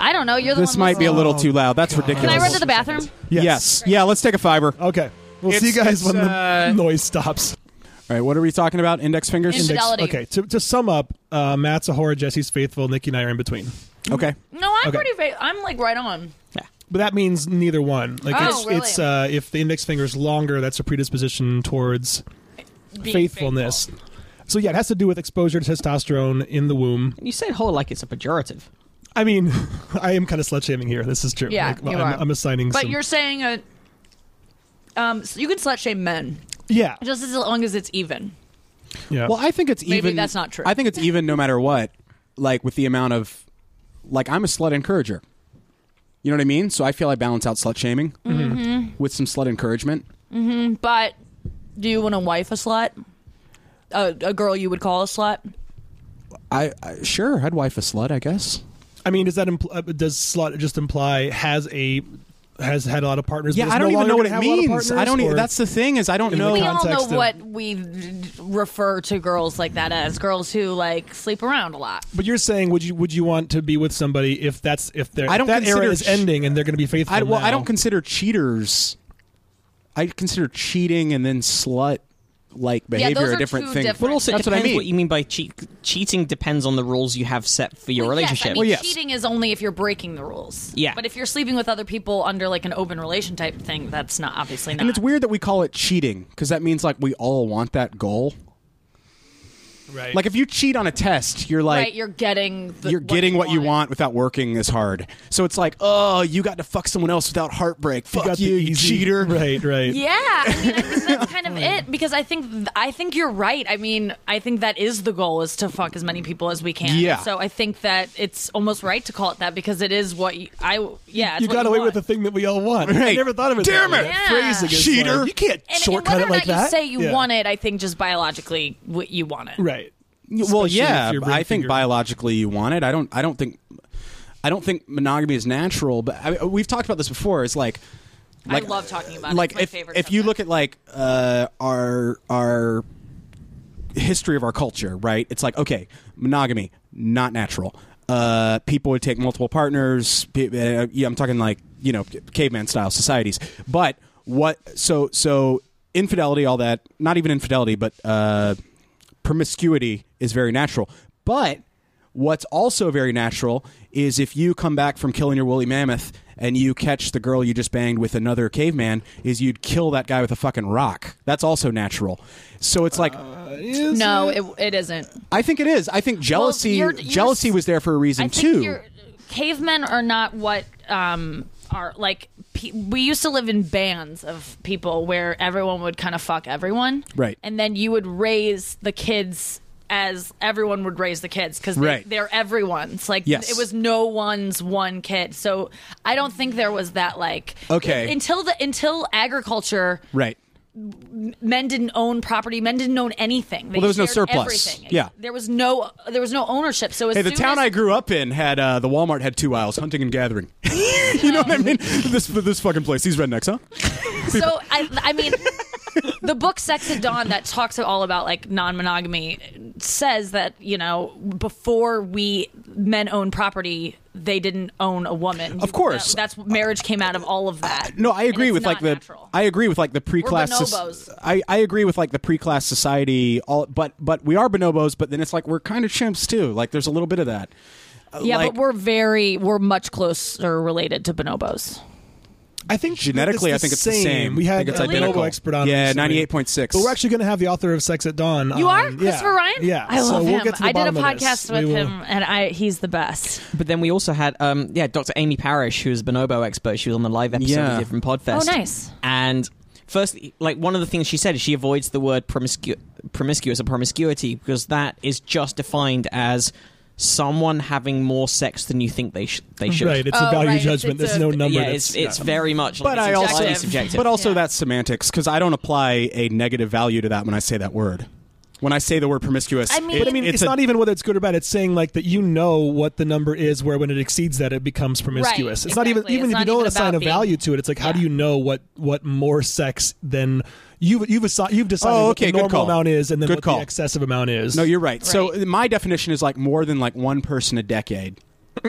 S5: I don't know. You're the
S3: This
S5: one
S3: might be a little
S2: Oh,
S3: too loud. That's
S2: God.
S5: Can
S3: ridiculous.
S5: I run to
S2: Just a
S5: the bathroom?
S3: yes. Yeah. Let's take a fiber. All
S2: Okay. We'll see you
S3: It's-
S2: guys when
S3: it's, uh,
S2: the noise stops.
S3: right. What are we talking about? Index fingers.
S5: Index- Fidelity.
S2: Okay. To, to sum up, uh, Matt's a horror, Jesse's faithful, Nikki and I are in between.
S3: okay.
S5: No, I'm
S2: Okay.
S5: pretty. Fa- I'm like right on.
S2: But that means neither one. Like
S5: Oh,
S2: it's,
S5: really?
S2: it's uh, if the index finger is longer, that's a predisposition towards
S5: Being
S2: faithfulness. So yeah, it has to do with exposure to testosterone in the womb.
S4: You said whole like it's a pejorative.
S2: I mean, I am kind of slut shaming here. This is true.
S5: Yeah,
S2: Like,
S5: you
S2: I'm,
S5: are.
S2: I'm assigning.
S5: But
S2: some-
S5: you're saying a. Um, so you can slut shame men
S2: yeah,
S5: just as long as it's even.
S2: yeah.
S3: Well, I think it's
S5: Maybe
S3: even.
S5: that's not true.
S3: I think it's even no matter what. Like with the amount of, like I'm a slut encourager. You know what I mean? So I feel I balance out slut shaming
S5: Mm-hmm.
S3: with some slut encouragement.
S5: But do you want to wife a slut? A, a girl you would call a slut?
S3: I, I sure I'd wife a slut, I guess.
S2: I mean, does that impl- uh, does slut just imply has a has had a lot of partners? but
S3: Yeah,
S2: is
S3: I don't
S2: no
S3: even
S2: longer
S3: know what
S2: gonna have
S3: it
S2: a lot of
S3: means. I
S2: partners,
S3: don't. Even,
S2: or-
S3: that's the thing is I don't
S2: In the
S3: know.
S5: We all know
S2: context of-
S5: what we refer to girls like that as girls who like sleep around a lot.
S2: But you're saying would you would you want to be with somebody if that's if they're
S3: I don't
S2: if that era
S3: consider
S2: is
S3: ch-
S2: ending and they're going to be faithful?
S3: I, well, I
S2: now?
S3: don't consider cheaters. I consider cheating and then slut like behavior
S5: those
S3: a
S5: are
S3: different
S5: two
S3: thing.
S5: different-
S4: But also, it
S3: That's what I
S4: depends what,
S3: mean.
S4: you mean by cheat. Cheating depends on the rules you have set for your
S5: Well, yes,
S4: relationship.
S5: I mean,
S3: Well, yes.
S5: cheating is only if you're breaking the rules.
S4: Yeah.
S5: But if you're sleeping with other people under like an open relation type thing, that's not obviously not.
S3: And it's weird that we call it cheating because that means like we all want that goal.
S2: right.
S3: Like if you cheat on a test, you're
S5: right?
S3: like
S5: you're getting the,
S3: you're getting what you
S5: wanted.
S3: want without working as hard. So it's like, oh, you got to fuck someone else without heartbreak. Fuck you,
S2: got the
S3: you,
S2: easy-
S3: cheater.
S2: Right, right.
S5: Yeah, I mean, I think that's kind of it because I think I think you're right. I mean, I think that is the goal is to fuck as many people as we can.
S3: Yeah.
S5: So I think that it's almost right to call it that because it is what you, I yeah. It's
S2: You
S5: what
S2: got away
S5: want.
S2: with the thing that we all want. I
S3: Right.
S2: never thought of it.
S3: Damn
S2: that
S3: it.
S2: way.
S5: Yeah.
S2: Phrasing is like,
S3: Cheater.
S2: you can't
S5: and, and
S2: shortcut
S5: whether
S2: it like
S5: or not
S2: that.
S5: You say you
S2: Yeah.
S5: want it. I think just biologically what you want it.
S2: Right.
S3: well,
S2: Especially
S3: yeah,
S2: if you're
S3: I
S2: ring
S3: think
S2: finger-
S3: biologically you want it. I don't. I don't think. I don't think monogamy is natural. But I, we've talked about this before. It's like, like
S5: I love talking about
S3: like
S5: it. It's my
S3: if
S5: favorite
S3: if you
S5: subject.
S3: look at like uh, our our history of our culture, right? It's like okay, monogamy not natural. Uh, people would take multiple partners. Pe- uh, yeah, I'm talking like you know caveman style societies. But what? So so infidelity, all that. Not even infidelity, but uh, promiscuity is very natural. But what's also very natural is if you come back from killing your woolly mammoth and you catch the girl you just banged with another caveman, is you'd kill that guy with a fucking rock. That's also natural. So it's like
S5: Uh. No, it, it isn't.
S3: I think it is. I think jealousy
S5: you're- you're-
S3: jealousy was there for a reason
S5: I
S3: too.
S5: think you're, cavemen are not what um, are like. Pe- we used to live in bands of people where everyone would kind of fuck everyone,
S3: Right.
S5: And then you would raise the kids as everyone would raise the kids because
S3: Right.
S5: they, are everyone's. Like
S3: Yes.
S5: it was no one's one kid. So I don't think there was that like
S3: Okay.
S5: until the until agriculture
S3: right.
S5: men didn't own property. Men didn't own anything. They
S3: Well, there was no
S5: shared
S3: surplus.
S5: Everything.
S3: Yeah.
S5: there was no there was no ownership. So as
S3: Hey, the
S5: soon
S3: town
S5: as,
S3: I grew up in had uh, the Walmart had two aisles, hunting and gathering. you know what I mean? This this fucking place. These rednecks, huh?
S5: So I, I mean, the book Sex at Dawn that talks all about like non-monogamy says that you know before we men own property, they didn't own a woman.
S3: Of course.
S5: That- that's marriage came out of all of that.
S2: Uh,
S3: No, I
S5: And
S3: agree
S5: it's
S3: with
S5: not
S3: like the
S5: natural.
S3: I agree with like the pre-class.
S5: We're
S3: soc-
S5: bonobos.
S3: I I agree with like the pre-class society. All but but we are bonobos. But then it's like we're kind of chimps too. Like there's a little bit of that. Uh,
S5: yeah,
S3: like-
S5: but we're very we're much closer related to bonobos.
S2: I think
S3: Genetically,
S2: the
S3: I think it's the same.
S2: We
S3: I
S2: had
S3: think it's
S2: a
S3: identical.
S2: Nobel expert on
S3: Yeah,
S2: recently.
S3: 98.6.
S2: But we're actually going to have the author of Sex at Dawn. on-
S5: You are Christopher
S2: Um, yeah.
S5: Ryan.
S2: Yeah,
S5: I love
S2: so
S5: him.
S2: We'll get to the
S5: I did a
S2: bottom of this.
S5: podcast with
S2: We will-
S5: him, and I he's the best.
S4: But then we also had, um, yeah, Dr. Amy Parish, who's a bonobo expert. She was on the live episode
S3: Yeah.
S4: we did from Podfest.
S5: Oh, nice.
S4: And first, like one of the things she said is she avoids the word promiscu- promiscuous or promiscuity because that is just defined as someone having more sex than you think they sh- they should.
S2: Right, it's
S5: Oh,
S2: a value
S5: right, it's-
S2: judgment.
S5: it's
S2: There's
S5: a-
S2: no number.
S4: yeah,
S2: that's,
S4: it's it's very much. Like,
S3: But
S4: it's
S3: I also,
S4: entirely subjective.
S3: but also
S5: Yeah.
S3: that's semantics because I don't apply a negative value to that when I say that word. when I say the word promiscuous.
S5: I mean-
S3: it-
S5: But I
S2: I mean, it's,
S3: a-
S2: not even whether it's good or bad. It's saying like that you know what the number is, where when it exceeds that, it becomes promiscuous. it's not even
S1: exactly.
S2: even
S1: It's
S2: if
S1: not
S2: you don't
S1: even
S2: assign
S1: about
S2: a
S1: being-
S2: value to it. It's like how do you know what what more sex than you've you've assi- you've decided
S3: Oh,
S2: what
S3: okay,
S2: the
S3: good
S2: normal
S3: call.
S2: amount is, and then
S3: Good
S2: what
S3: call.
S2: the excessive amount is.
S3: No, you're right. So my definition is like more than like one person a decade.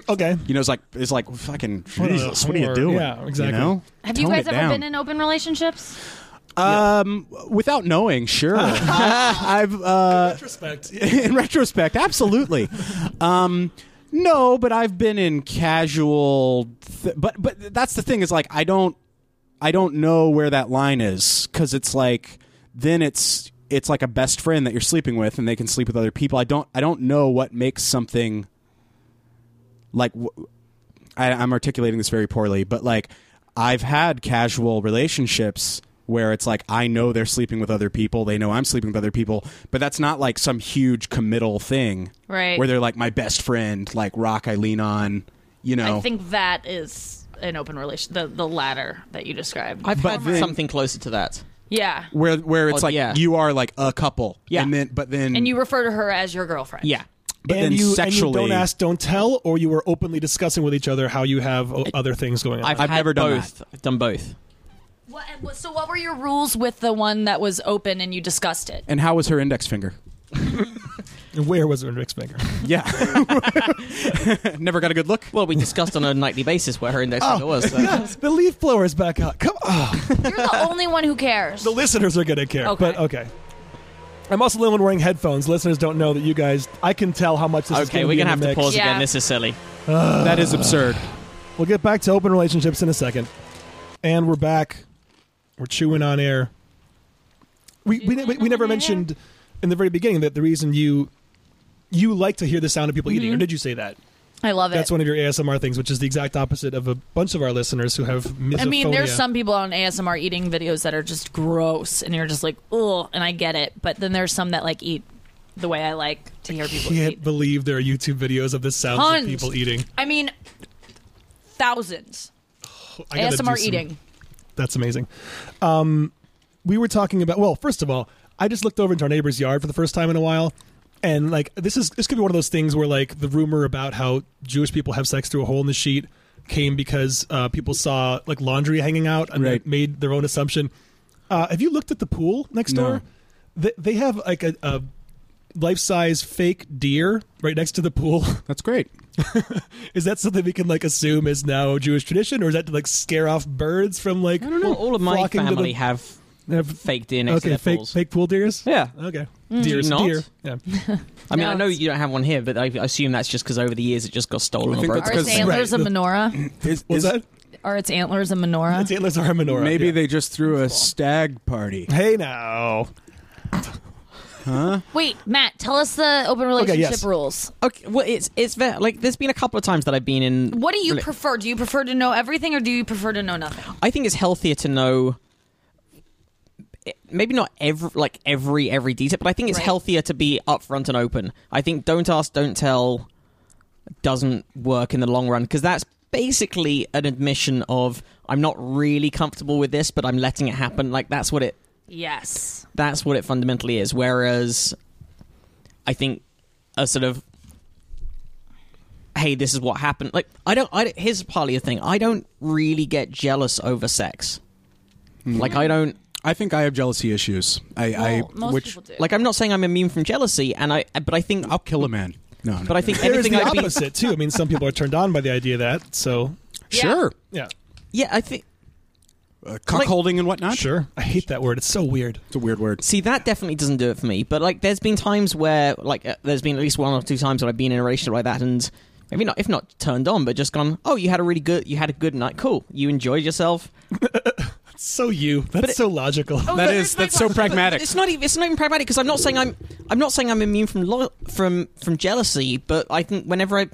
S2: okay.
S3: You know, it's like it's like fucking
S2: What a
S3: Jesus. What are you
S2: whore.
S3: doing?
S2: Yeah, exactly.
S3: You know?
S7: Have you
S3: Tone
S7: guys
S3: it
S7: ever
S3: down.
S7: been in open relationships?
S3: Um, without knowing, sure. I've uh,
S2: Retrospect.
S3: in retrospect, absolutely. Um, no, but I've been in casual. Th- but but that's the thing is like I don't I don't know where that line is because it's like then it's it's like a best friend that you're sleeping with and they can sleep with other people. I don't I don't know what makes something like. W- I, I'm articulating this very poorly, but like I've had casual relationships where it's like I know they're sleeping with other people, they know I'm sleeping with other people, but that's not like some huge committal thing,
S5: Right.
S3: Where they're like my best friend, like rock I lean on, you know.
S5: I think that is an open relation. The the latter that you described.
S4: I've
S3: But
S4: had
S3: then-
S4: something closer to that.
S5: yeah.
S3: where where it's
S4: Oh,
S3: like
S4: yeah.
S3: you are like a couple,
S4: Yeah.
S3: and then but then
S5: And you refer to her as your girlfriend.
S4: Yeah.
S3: but
S2: and
S3: then
S2: you,
S3: sexually,
S2: and you don't ask, don't tell, or you were openly discussing with each other how you have o- other things going on.
S4: I've,
S3: I've
S4: had
S3: never done
S4: both. I've done both.
S5: What, what- so what were your rules with the one that was open and you discussed it?
S3: and how was her index finger?
S2: Where was Rick's finger?
S3: Yeah, never got a good look.
S4: Well, we discussed on a nightly basis where her index finger was. So.
S2: the leaf blower is back out. Come on.
S7: You're the only one who cares.
S2: The listeners are going to care.
S5: Okay.
S2: But okay. I'm also the only one wearing headphones. Listeners don't know that you guys. I can tell how much this is.
S4: Okay, we're
S2: going
S4: gonna have to
S2: mix.
S4: pause
S5: Yeah.
S4: again. This is silly.
S3: that is absurd.
S2: We'll get back to open relationships in a second, and we're back. We're chewing on air. We we, we, we never mentioned in the very beginning that the reason you you like to hear the sound of people
S5: Mm-hmm.
S2: eating, or did you say that?
S5: I love it.
S2: That's one of your ASMR things, which is the exact opposite of a bunch of our listeners who have. Misophonia.
S5: I mean, there's some people on ASMR eating videos that are just gross, and you're just like, ugh, and I get it. But then there's some that like eat the way I like to hear people
S2: Can't
S5: eat.
S2: believe there are YouTube videos of the sounds
S5: Tons.
S2: of people eating.
S5: I mean, thousands
S2: I gotta do some-
S5: ASMR eating.
S2: That's amazing. Um, we were talking about. Well, first of all, I just looked over into our neighbor's yard for the first time in a while, and like this is this could be one of those things where like the rumor about how Jewish people have sex through a hole in the sheet came because uh, people saw like laundry hanging out and they
S3: Right.
S2: made their own assumption. Uh, have you looked at the pool next
S3: No.
S2: door? They, they have like a, a life-size fake deer right next to the pool.
S3: That's great.
S2: is that something we can like assume is now Jewish tradition, or is that to like scare off birds from like? I don't
S4: Well, all of my
S2: flocking to the-
S4: family have
S2: have
S4: faked in next to
S2: Okay,
S4: their
S2: fake
S4: pools.
S2: fake pool deers.
S4: Yeah.
S2: Okay.
S4: Do you
S2: Deers,
S4: not?
S2: deer. Yeah.
S4: I mean,
S5: No,
S4: I know
S5: it's-
S4: you don't have one here, but I assume that's just because over the years it just got
S3: I
S4: stolen or
S3: think
S4: broken.
S3: that's
S5: Are
S3: Because-
S5: its antlers
S2: right.
S5: a menorah?
S3: Is,
S2: Was
S3: is-
S2: that?
S5: Are its antlers a menorah?
S2: Its antlers are a menorah.
S3: maybe
S2: yeah.
S3: they just threw a stag party?
S2: Hey now.
S7: Wait, Matt, tell us the open relationship
S2: yes.
S7: rules.
S4: Okay, well, it's it's ve- like there's been a couple of times that I've been in.
S5: What do you
S4: Really-
S5: prefer? Do you prefer to know everything or do you prefer to know nothing?
S4: I think it's healthier to know. eh, Maybe not every like every every detail, but I think it's
S5: Right.
S4: healthier to be upfront and open. I think don't ask, don't tell doesn't work in the long run because that's basically an admission of I'm not really comfortable with this, but I'm letting it happen. Like that's what it
S5: Yes.
S4: that's what it fundamentally is. Whereas, I think a sort of hey, this is what happened. Like I don't. I don't- here's partly the thing. I don't really get jealous over sex.
S2: Mm.
S4: Like I don't.
S3: I think I have jealousy issues. I,
S5: Well,
S3: I
S5: Oh, most
S3: which
S5: people do.
S4: Like I'm not saying I'm immune from jealousy, and I. But I think.
S3: I'll kill a man. No, no.
S4: But I think
S2: There's
S4: anything
S2: the
S4: I'd be.
S2: opposite too. I mean, some people are turned on by the idea of that. So
S3: sure,
S2: yeah,
S4: Yeah, I think.
S3: uh, cuckolding and whatnot.
S2: sure. I hate that word. It's so weird.
S3: it's a weird word.
S4: See, that definitely doesn't do it for me. But like, there's been times where, like, uh, there's been at least one or two times when I've been in a relationship like that, and maybe not, if not turned on, but just gone. Oh, you had a really good, you had a good night. Cool, you enjoyed yourself.
S2: It's so you. That's so logical.
S4: Oh,
S3: that is that's so pragmatic.
S4: It's not even, it's not even pragmatic because I'm not saying I'm, I'm not saying I'm immune from lo- from from jealousy. But I think whenever I,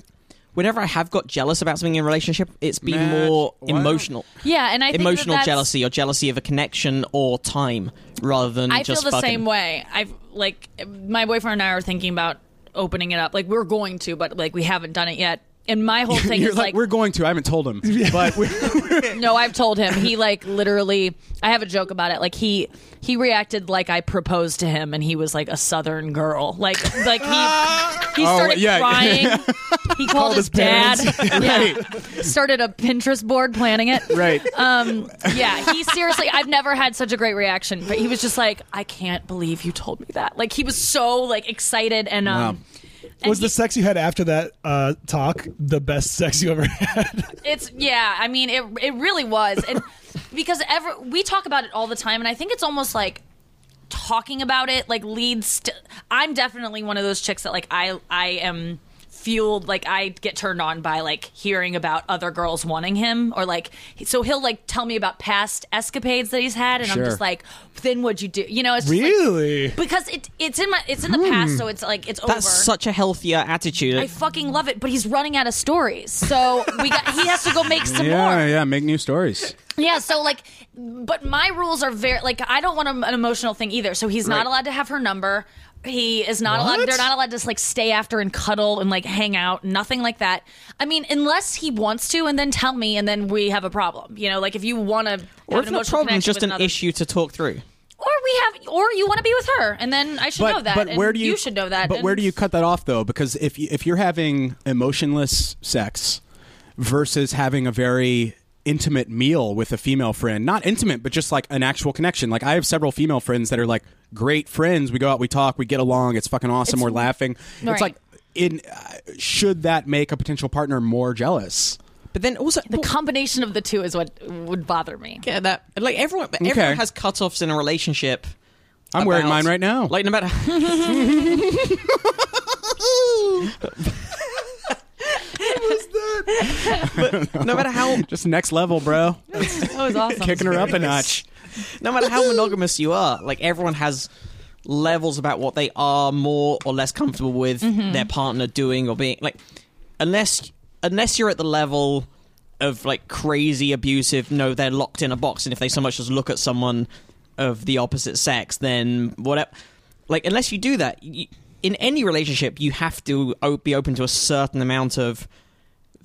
S4: whenever I have got jealous about something in a relationship, it's been
S3: Matt,
S4: more
S3: why don't-
S4: emotional.
S5: Yeah, and I think that
S4: emotional
S5: that's-
S4: jealousy or jealousy of a connection or time rather than
S5: I feel
S4: just
S5: the
S4: fucking.
S5: same way. I've like my boyfriend and I are thinking about opening it up. Like we're going to, but like we haven't done it yet.
S1: and my whole thing
S3: You're
S1: is
S3: like,
S1: like
S3: we're going to. I haven't told him, but we
S1: No, I've told him. He like literally. I have a joke about it. Like he he reacted like I proposed to him, and he was like a Southern girl. Like like he he
S3: Oh,
S1: started
S3: yeah.
S1: crying. He called, his,
S3: his
S1: dad.
S3: parents.
S1: Yeah. Started a Pinterest board planning it.
S3: right.
S1: Um. Yeah. He seriously. I've never had such a great reaction. But he was just like, I can't believe you told me that. Like he was so like excited and um. and
S2: was
S1: he-
S2: the sex you had after that uh, talk the best sex you ever had?
S5: It's yeah. I mean, it it really was, and because ever we talk about it all the time, and I think it's almost like talking about it like leads to. I'm definitely one of those chicks that like I I am fueled like I get turned on by like hearing about other girls wanting him or like so he'll like tell me about past escapades that he's had, and
S3: Sure.
S5: I'm just like, then what'd you do? You know, it's just, like-
S2: really?
S5: because it it's in my it's in the past, so it's like it's over.
S4: That's such a healthier attitude.
S5: I fucking love it, but he's running out of stories. So we got he has to go make some more.
S3: yeah, yeah. Make new stories.
S5: Yeah, so like, but my rules are very like I don't want a, an emotional thing either. So he's
S3: Right.
S5: not allowed to have her number. He is not allowed.
S2: What?
S5: They're not allowed to like stay after and cuddle and like hang out. Nothing like that. I mean, unless he wants to, and then tell me, and then we have a problem. You know, like if you want to,
S4: or if not
S5: an emotional
S4: problem,
S5: connection
S4: just
S5: with
S4: an
S5: another-
S4: issue to talk through.
S5: or we have, or you want to be with her, and then I should
S3: But
S5: know that.
S3: but
S5: and
S3: where do you,
S5: should know that.
S3: But
S5: and-
S3: where do you cut that off though? Because if you, if you're having emotionless sex versus having a very intimate meal with a female friend, not intimate, but just like an actual connection. Like I have several female friends that are like great friends. We go out, we talk, we get along. It's fucking awesome. We're laughing. It's
S5: Right.
S3: like in uh, should that make a potential partner more jealous?
S4: But then also,
S5: The combination of the two is what would bother me.
S4: Yeah, that like everyone, but
S3: Okay.
S4: everyone has cutoffs in a relationship.
S3: I'm wearing
S4: about-
S3: mine right now.
S4: Like no matter. But no matter how
S3: just next level, bro.
S1: That was awesome.
S3: Kicking her up a notch.
S4: no matter how monogamous you are, like everyone has levels about what they are more or less comfortable with their partner doing or being like unless unless you're at the level of like crazy abusive no they're locked in a box and if they so much as look at someone of the opposite sex then whatever like unless you do that you, in any relationship you have to o- be open to a certain amount of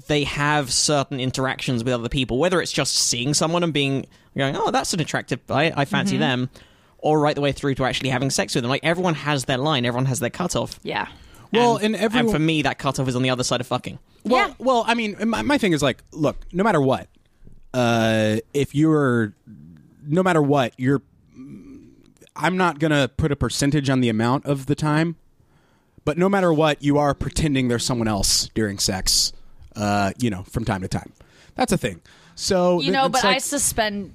S4: they have certain interactions with other people, whether it's just seeing someone and being going, oh, that's an attractive, I, I
S5: Mm-hmm.
S4: fancy them, or right the way through to actually having sex with them. Like everyone has their line, everyone has their cutoff.
S5: Yeah.
S3: Well,
S4: and,
S3: and everyone-
S4: and for me, that cutoff is on the other side of fucking.
S3: Well, well, I mean, my, my thing is like, look, no matter what, uh, if you're, no matter what, you're, I'm not gonna put a percentage on the amount of the time, but no matter what, you are pretending there's someone else during sex, uh, you know, from time to time. That's a thing. So
S5: you know
S3: th-
S5: but
S3: it's
S5: i
S3: like-
S5: suspend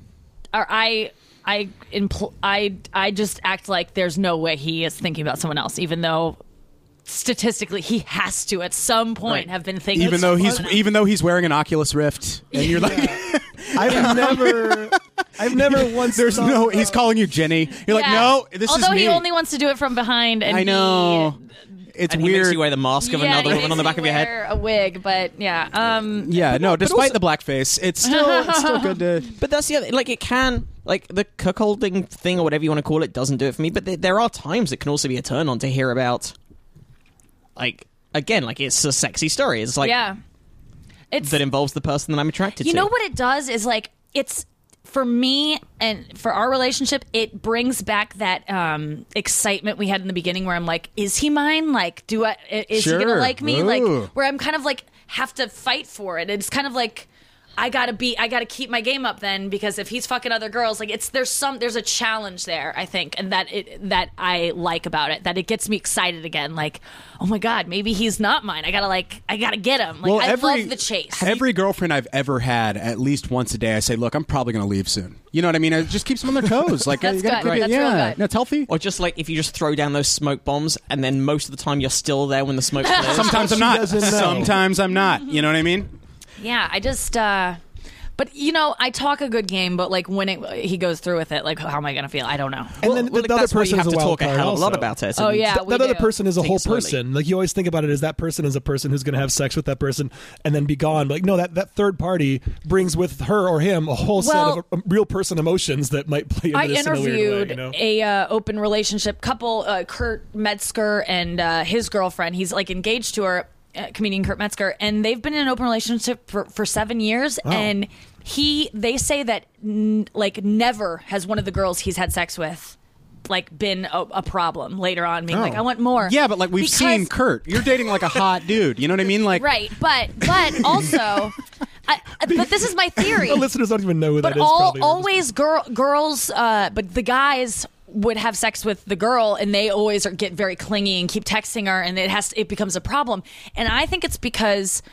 S5: or i i impl- i i just act like there's no way he is thinking about someone else even though statistically he has to at some point
S4: Right.
S5: have been thinking
S3: even
S5: about
S3: though he's
S5: someone else.
S3: even though he's wearing an Oculus Rift, and you're like,
S2: I've never, I've never once.
S3: there's
S2: thought
S3: no,
S2: of-
S3: he's calling you Jenny. You're like,
S5: Yeah.
S3: no, this
S5: although
S3: is me.
S5: he only wants to do it from behind and
S3: I know.
S5: he,
S3: It's
S4: And he
S3: weird.
S4: makes you wear the mask of
S5: yeah,
S4: another
S5: he
S4: woman
S5: makes
S4: on the back
S5: me
S4: of your head.
S5: wear a wig but yeah um
S3: Yeah, no. Despite the blackface, it's still it's still good to.
S4: But that's the other, like it can, like the cuckolding thing or whatever you want to call it doesn't do it for me. But there there are times it can also be a turn on to hear about, like, again, like it's a sexy story. It's like,
S5: yeah it's
S4: that involves the person that I'm attracted
S5: You
S4: to.
S5: know what it does is like it's for me and for our relationship, it brings back that um, excitement we had in the beginning, where I'm like, "Is he mine? Like, do I? i- Is he
S3: Sure.
S5: gonna like me?
S3: Ooh.
S5: Like, where I'm kind of like have to fight for it. It's kind of like I gotta be, I gotta keep my game up then because if he's fucking other girls, like it's there's some there's a challenge there, I think, and that it that I like about it that it gets me excited again. Like, oh my god, maybe he's not mine. I gotta like, I gotta get him. Like,
S3: Well,
S5: I
S3: every
S5: love the chase.
S3: every girlfriend I've ever had, at least once a day, I say, "Look, I'm probably going to leave soon." You know what I mean? It just keeps them on their toes. Like
S5: That's
S3: you gotta
S5: good.
S3: keep it-
S5: That's real
S3: yeah,
S5: good.
S3: no, it's healthy.
S4: Or just like if you just throw down those smoke bombs and then most of the time you're still there when the smoke clears.
S3: Sometimes I'm not.
S2: doesn't know.
S3: Sometimes I'm not. You know what I mean?
S5: Yeah, I just uh but you know, I talk a good game, but like when it, he goes through with it, like how am I going to feel? I don't know.
S2: And then the,
S4: like,
S2: the other
S4: that's why you
S2: person
S4: have
S2: is a
S4: to
S2: wild
S4: talk a
S2: card
S4: hell of a lot
S2: also.
S4: about it.
S5: Oh
S4: and
S5: yeah,
S2: Th-
S5: we
S2: that other
S5: do.
S2: person is a
S4: Take
S2: whole
S4: it slowly.
S2: person. Like you always think about it as that person is a person who's going to have sex with that person and then be gone. But like no, that that third party brings with her or him a whole
S5: Well-
S2: set of uh, real person emotions that might play into
S5: I
S2: this in a weird
S5: interviewed
S2: way. You know?
S5: a uh, open relationship couple, uh, Kurt Metzger and uh, his girlfriend. He's like engaged to her, uh, comedian Kurt Metzger, and they've been in an open relationship for, for seven years, and he they say that n- like never has one of the girls he's had sex with like been a, a problem later on, being
S2: Oh.
S5: like I want more.
S3: Yeah, but like we've
S5: Because-
S3: seen Kurt. You're dating like a hot dude. You know what I mean? Like
S7: Right, but but also, I, but this is my theory.
S2: The listeners don't even know who that
S5: but
S2: is.
S5: all
S2: probably.
S5: always girl girls uh but the guys would have sex with the girl and they always are, get very clingy and keep texting her and it has it becomes a problem and i think it's because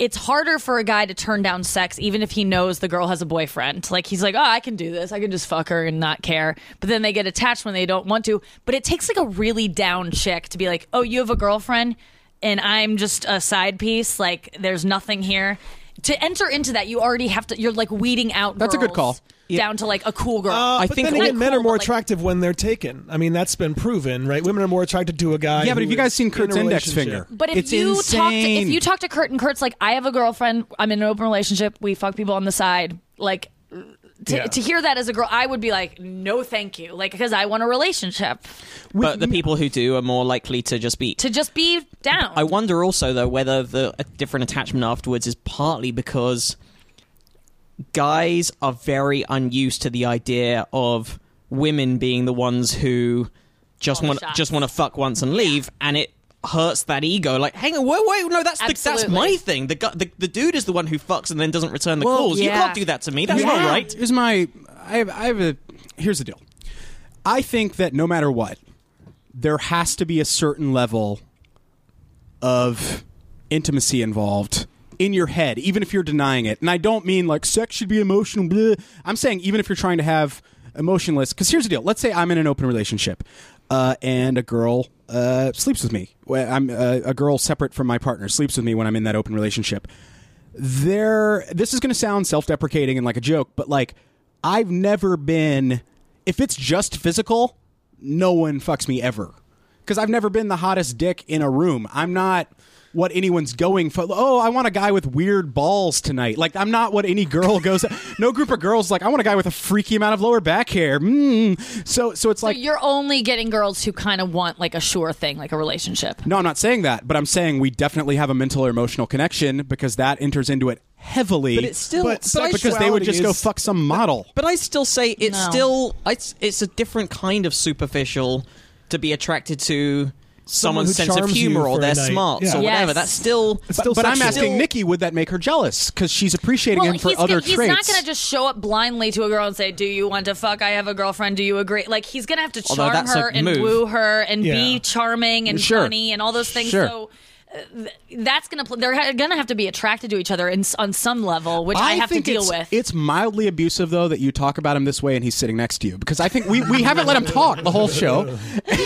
S5: it's harder for a guy to turn down sex even if he knows the girl has a boyfriend like he's like oh i can do this i can just fuck her and not care but then they get attached when they don't want to but it takes like a really down chick to be like oh you have a girlfriend and i'm just a side piece like there's nothing here to enter into that you already have to you're like weeding out
S3: That's a good
S5: girls
S3: call.
S5: down to like a cool girl.
S2: Uh,
S4: I
S2: but
S4: think
S2: then again,
S4: all-
S2: men
S5: Not
S2: are
S5: cool,
S2: more
S5: but, like-
S2: attractive when they're taken. I mean, that's been proven, right? Women are more attracted to a guy.
S3: Yeah, but
S2: who
S3: if you guys
S2: is
S3: seen
S2: in a
S3: Kurt's index
S2: relationship-
S3: finger,
S5: but if
S3: it's
S5: you talk to
S3: insane.
S5: if you talk to Kurt and Kurt's like, I have a girlfriend, I'm in an open relationship, we fuck people on the side, like to,
S2: Yeah.
S5: to hear that as a girl, I would be like, no, thank you, like because I want a relationship
S4: but the people who do are more likely to just be.
S5: to just be down.
S4: I wonder also though whether the a different attachment afterwards is partly because guys are very unused to the idea of women being the ones who just
S5: Call the
S4: want
S5: shots.
S4: just want to fuck once and leave, and it hurts that ego. Like, hang on, wait, wait, no, that's the, that's
S5: Absolutely.
S4: my thing. The, gu- the the dude is the one who fucks and then doesn't return the
S3: Well,
S4: calls. You
S5: yeah.
S4: can't do that to me. That's
S3: Yeah.
S4: not right.
S3: Here's my. I have, I have a. Here's the deal. I think that no matter what, there has to be a certain level of intimacy involved in your head, even if you're denying it. And I don't mean like sex should be emotional. Blah. I'm saying even if you're trying to have emotionless. Because here's the deal. Let's say I'm in an open relationship, uh, and a girl uh, sleeps with me. Well, I'm uh, a girl separate from my partner sleeps with me when I'm in that open relationship there this is going to sound self-deprecating and like a joke but like i've never been if it's just physical no one fucks me ever because i've never been the hottest dick in a room i'm not what anyone's going for oh i want a guy with weird balls tonight like i'm not what any girl goes no group of girls is like i want a guy with a freaky amount of lower back hair mm. so so it's
S5: so
S3: like
S5: you're only getting girls who kind of want like a sure thing, like a relationship.
S3: No, I'm not saying that, but I'm saying we definitely have a mental or emotional connection because that enters into it heavily.
S4: But it's still-
S2: But
S3: But because they would just go
S2: sexuality is-
S3: fuck some model.
S4: But I still say it's
S5: No.
S4: still it's it's a different kind of superficial to be attracted to
S2: Someone
S4: someone's
S2: who
S4: sense of
S2: charms you
S4: humor or
S2: for a
S4: their
S2: night.
S4: smarts
S2: Yeah.
S4: or whatever.
S5: Yes.
S4: That's still
S2: It's
S3: But,
S2: still
S3: but I'm
S2: sexual.
S3: asking Nikki, would that make her jealous? Because she's appreciating him for
S5: he's,
S3: other
S5: gonna- he's
S3: traits.
S5: not going to just show up blindly to a girl and say, "Do you want to fuck? I have a girlfriend. Do you agree?" Like he's going to have to
S4: Although
S5: charm
S4: that's a
S5: her and
S4: move.
S5: woo her and
S2: Yeah.
S5: be charming and
S3: Sure.
S5: funny and all those things.
S3: Sure.
S5: So uh, th- that's going to pl- they're ha- going to have to be attracted to each other in, s- on some level, which I, have to
S3: think
S5: deal
S3: it's,
S5: with.
S3: It's mildly abusive though that you talk about him this way and he's sitting next to you because I think we, we haven't let him talk the whole show.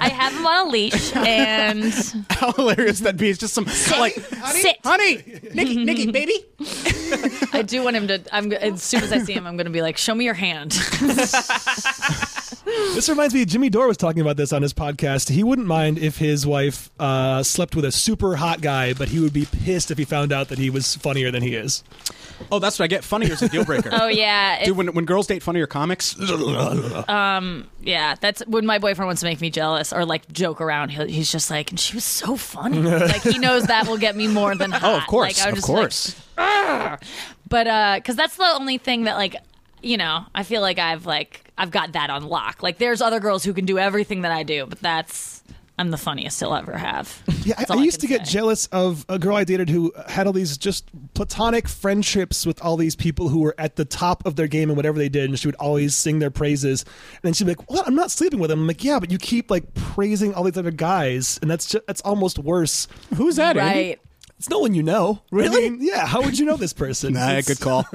S5: I have him on a leash and
S3: How hilarious that'd be! It's just some like honey,
S5: Sit.
S3: honey, Nikki, Nikki, baby.
S5: I do want him to. I'm g- as soon as I see him, I'm going to be like, "Show me your hand."
S2: This reminds me, Jimmy Dore was talking about this on his podcast. He wouldn't mind if his wife uh, slept with a super hot guy, but he would be pissed if he found out that he was funnier than he is.
S3: Oh, that's what I get. Funny is a deal breaker.
S5: oh yeah, it-
S3: Dude, when, when girls date funnier comics, oh,
S5: Yeah, that's when my boyfriend wants to make me jealous or like joke around. He'll, he's just like, and she was so funny. like he knows that will get me more than hot.
S3: Oh, of course,
S5: Like, I'm
S3: of
S5: just
S3: course.
S5: like, "Argh." but uh, because that's the only thing that like, you know, I feel like I've like I've got that on lock. Like there's other girls who can do everything that I do, but that's I'm the funniest he'll ever have.
S2: Yeah, I,
S5: That's
S2: I
S5: all
S2: used to
S5: can
S2: get
S5: say.
S2: jealous of a girl I dated who had all these just platonic friendships with all these people who were at the top of their game and whatever they did, and she would always sing their praises. And then she'd be like, "What? I'm not sleeping with him." I'm like, "Yeah, but you keep like praising all these other guys, and that's just, that's almost worse.
S3: who's that? Andy?
S5: right.
S2: It's no one you know, really. yeah, how would you know this person?
S3: Nah,
S2: It's-
S3: good call.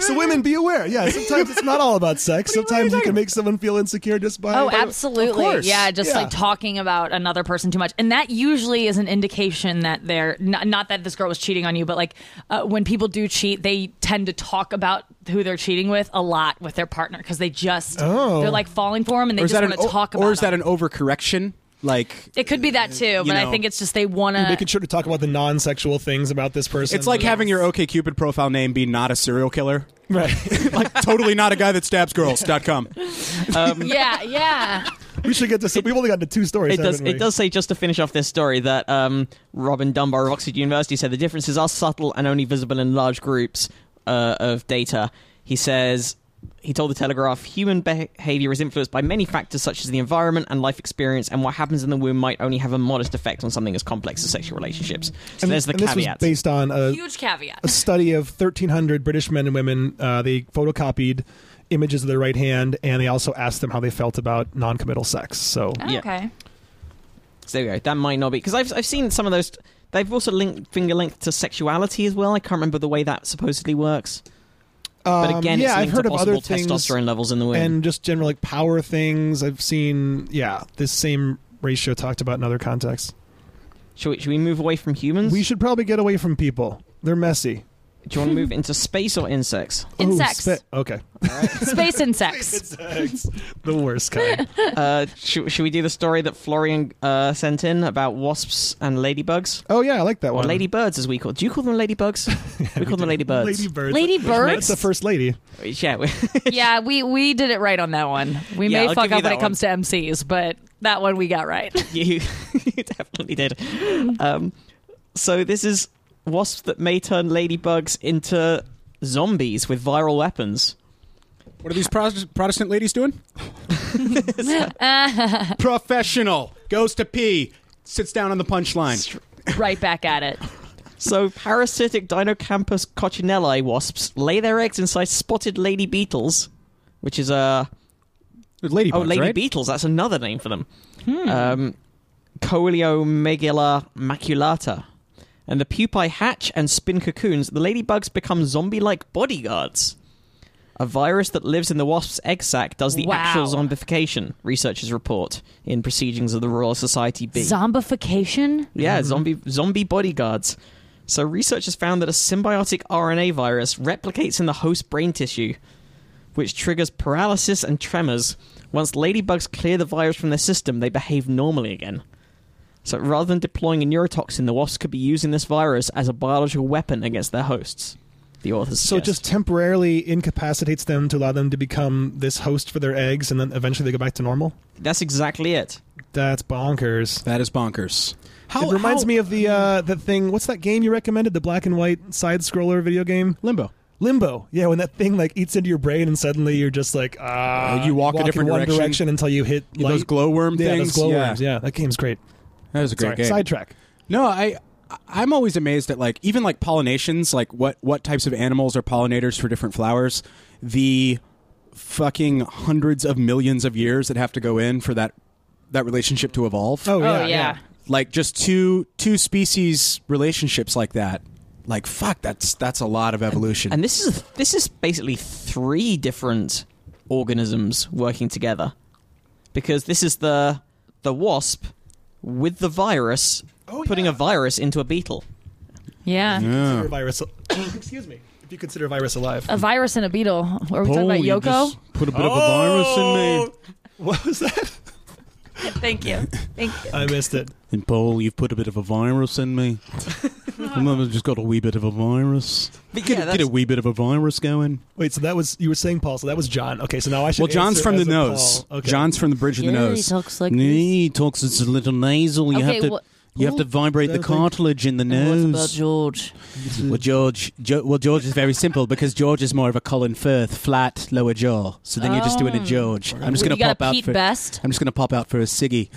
S2: So women, be aware. Yeah, sometimes it's not all about sex. Sometimes you can make someone feel insecure just by.
S5: Oh,
S2: by-
S5: absolutely.
S3: course.
S5: Yeah, just
S2: Yeah.
S5: like talking about another person too much. And that usually is an indication that they're not, not that this girl was cheating on you, but like uh, when people do cheat, they tend to talk about who they're cheating with a lot with their partner because they just,
S2: Oh.
S5: they're like falling for them and they just want to talk about
S3: or is that
S5: them.
S3: an overcorrection? Like
S5: it could be that too, but
S3: know.
S5: I think it's just they want to.
S2: Making sure to talk about the non-sexual things about this person.
S3: it's like having your OK Cupid profile name be not a serial killer.
S2: right.
S3: like totally not a guy that stabs girls. dot com.
S5: yeah, yeah.
S2: we should get this. We've only gotten to two stories.
S4: It does.
S2: haven't we?
S4: It does say just to finish off this story that um, Robin Dunbar of Oxford University said the differences are subtle and only visible in large groups uh, of data. He says he told the Telegraph human behavior is influenced by many factors such as the environment and life experience, and what happens in the womb might only have a modest effect on something as complex as sexual relationships. So
S2: And-
S4: there's the
S2: and this
S4: caveat.
S2: was based on a,
S5: Huge caveat.
S2: a study of 1,300 British men and women. Uh, they photocopied images of their right hand, and they also asked them how they felt about non-committal sex. So
S4: Yeah.
S7: Okay.
S4: So there we go. That might not be because I've I've seen some of those. They've also linked finger length to sexuality as well. I can't remember the way that supposedly works. But
S2: Um,
S4: again,
S2: yeah,
S4: it's
S2: I've
S4: linked
S2: heard
S4: to
S2: of other
S4: possible
S2: things
S4: testosterone levels in the womb.
S2: and just general like power things. I've seen yeah this same ratio talked about in other contexts.
S4: Should we, should we move away from
S7: Mm-hmm.
S4: humans?
S2: We should probably get away from people. They're messy.
S4: Do you want to move into space or insects?
S2: Ooh,
S7: Insects.
S2: spit. okay.
S7: Space insects.
S2: Insects. the worst kind.
S4: Uh, should, should we do the story that Florian uh, sent in about wasps and ladybugs?
S2: Oh yeah, I like that
S4: Or
S2: one.
S4: ladybirds, as we call Do you call them ladybugs? we call them ladybirds.
S2: Ladybirds.
S7: Lady
S2: That's the
S7: birds.
S2: first lady.
S4: yeah, we-
S1: Yeah, we we did it right on that one. We
S4: Yeah,
S1: may
S4: I'll
S1: fuck
S4: give you
S1: up when
S4: that
S1: it comes to MCs, but that one we got right.
S4: you, you definitely did. Um, so this is wasps that may turn ladybugs into zombies with viral weapons.
S3: What are these Pros- Protestant ladies doing? Professional goes to pee, sits down on the punchline.
S1: right back at it.
S4: So parasitic Dinocampus coccinellae wasps lay their eggs inside spotted lady beetles, which is a
S3: Lady,
S4: Oh, lady
S3: right?
S4: beetles. That's another name for them. Um, Coleomegala maculata. And the pupae hatch and spin cocoons. The ladybugs become zombie-like bodyguards. A virus that lives in the wasp's egg sac does the
S1: Wow.
S4: actual zombification, researchers report in Proceedings of the Royal Society B.
S7: Zombification.
S2: Mm-hmm.
S4: Yeah, zombie zombie bodyguards. So researchers found that a symbiotic RNA virus replicates in the host brain tissue, which triggers paralysis and tremors. Once ladybugs clear the virus from their system, they behave normally again. So rather than deploying a neurotoxin, the wasps could be using this virus as a biological weapon against their hosts. The authors
S2: So it
S4: suggest.
S2: just temporarily incapacitates them to allow them to become this host for their eggs, and then eventually they go back to normal.
S4: that's exactly it.
S2: That's bonkers.
S3: That is bonkers.
S2: it reminds me of the uh, the thing. What's that game you recommended? The black and white side scroller video game.
S3: Limbo.
S2: Limbo. Yeah, when that thing like eats into your brain and suddenly you're just like ah,
S3: Uh, you walk a
S2: in
S3: different
S2: one
S3: direction.
S2: until you hit
S3: Yeah, those
S2: light.
S3: glowworm
S2: yeah,
S3: things.
S2: Those
S3: Yeah.
S2: glowworms. Yeah. that game's great.
S3: That is a great
S2: Sorry,
S3: game.
S2: sidetrack.
S3: No, I I'm always amazed at like even like pollinations, like what what types of animals are pollinators for different flowers. The fucking hundreds of millions of years that have to go in for that that relationship to evolve.
S2: Oh, yeah,
S1: oh yeah.
S2: yeah.
S3: Like just two two species relationships like that. Like fuck, that's that's a lot of evolution.
S4: And this is this is basically three different organisms working together, because this is the the wasp with the virus putting a virus into a beetle.
S1: Yeah.
S2: Consider virus. Excuse me. If you consider virus alive.
S7: A virus and a beetle. Are we talking about Yoko?
S3: put a bit of a virus in me.
S2: What was that?
S5: Thank you. Thank you.
S2: I missed it.
S3: And Paul, you've put a bit of a virus in me. I've just got a wee bit of a virus.
S4: But
S3: Get,
S4: yeah,
S3: a, get
S4: that's-
S3: a wee bit of a virus going.
S2: Wait, so that was you were saying Paul. So that was John. Okay, so now I should.
S3: Well, John's
S2: answer
S3: from the
S2: as a
S3: nose.
S2: Paul. Okay.
S3: John's from the bridge of the
S7: Yeah, he
S3: nose.
S7: talks like
S3: Yeah,
S7: this.
S3: He talks. It's a little nasal. You
S7: Okay,
S3: have to.
S7: what-
S3: you have to vibrate the
S2: Don't think-
S3: cartilage in the
S7: What about
S3: nose.
S7: George?
S3: Well, George. Jo- well, George is very simple because George is more of a Colin Firth, flat lower jaw. So then you're just doing a George. I'm just going
S7: Oh. You
S3: to
S7: got
S3: pop
S7: a
S3: out
S7: Pete
S3: for.
S7: Best.
S3: I'm just going to pop out for a ciggy.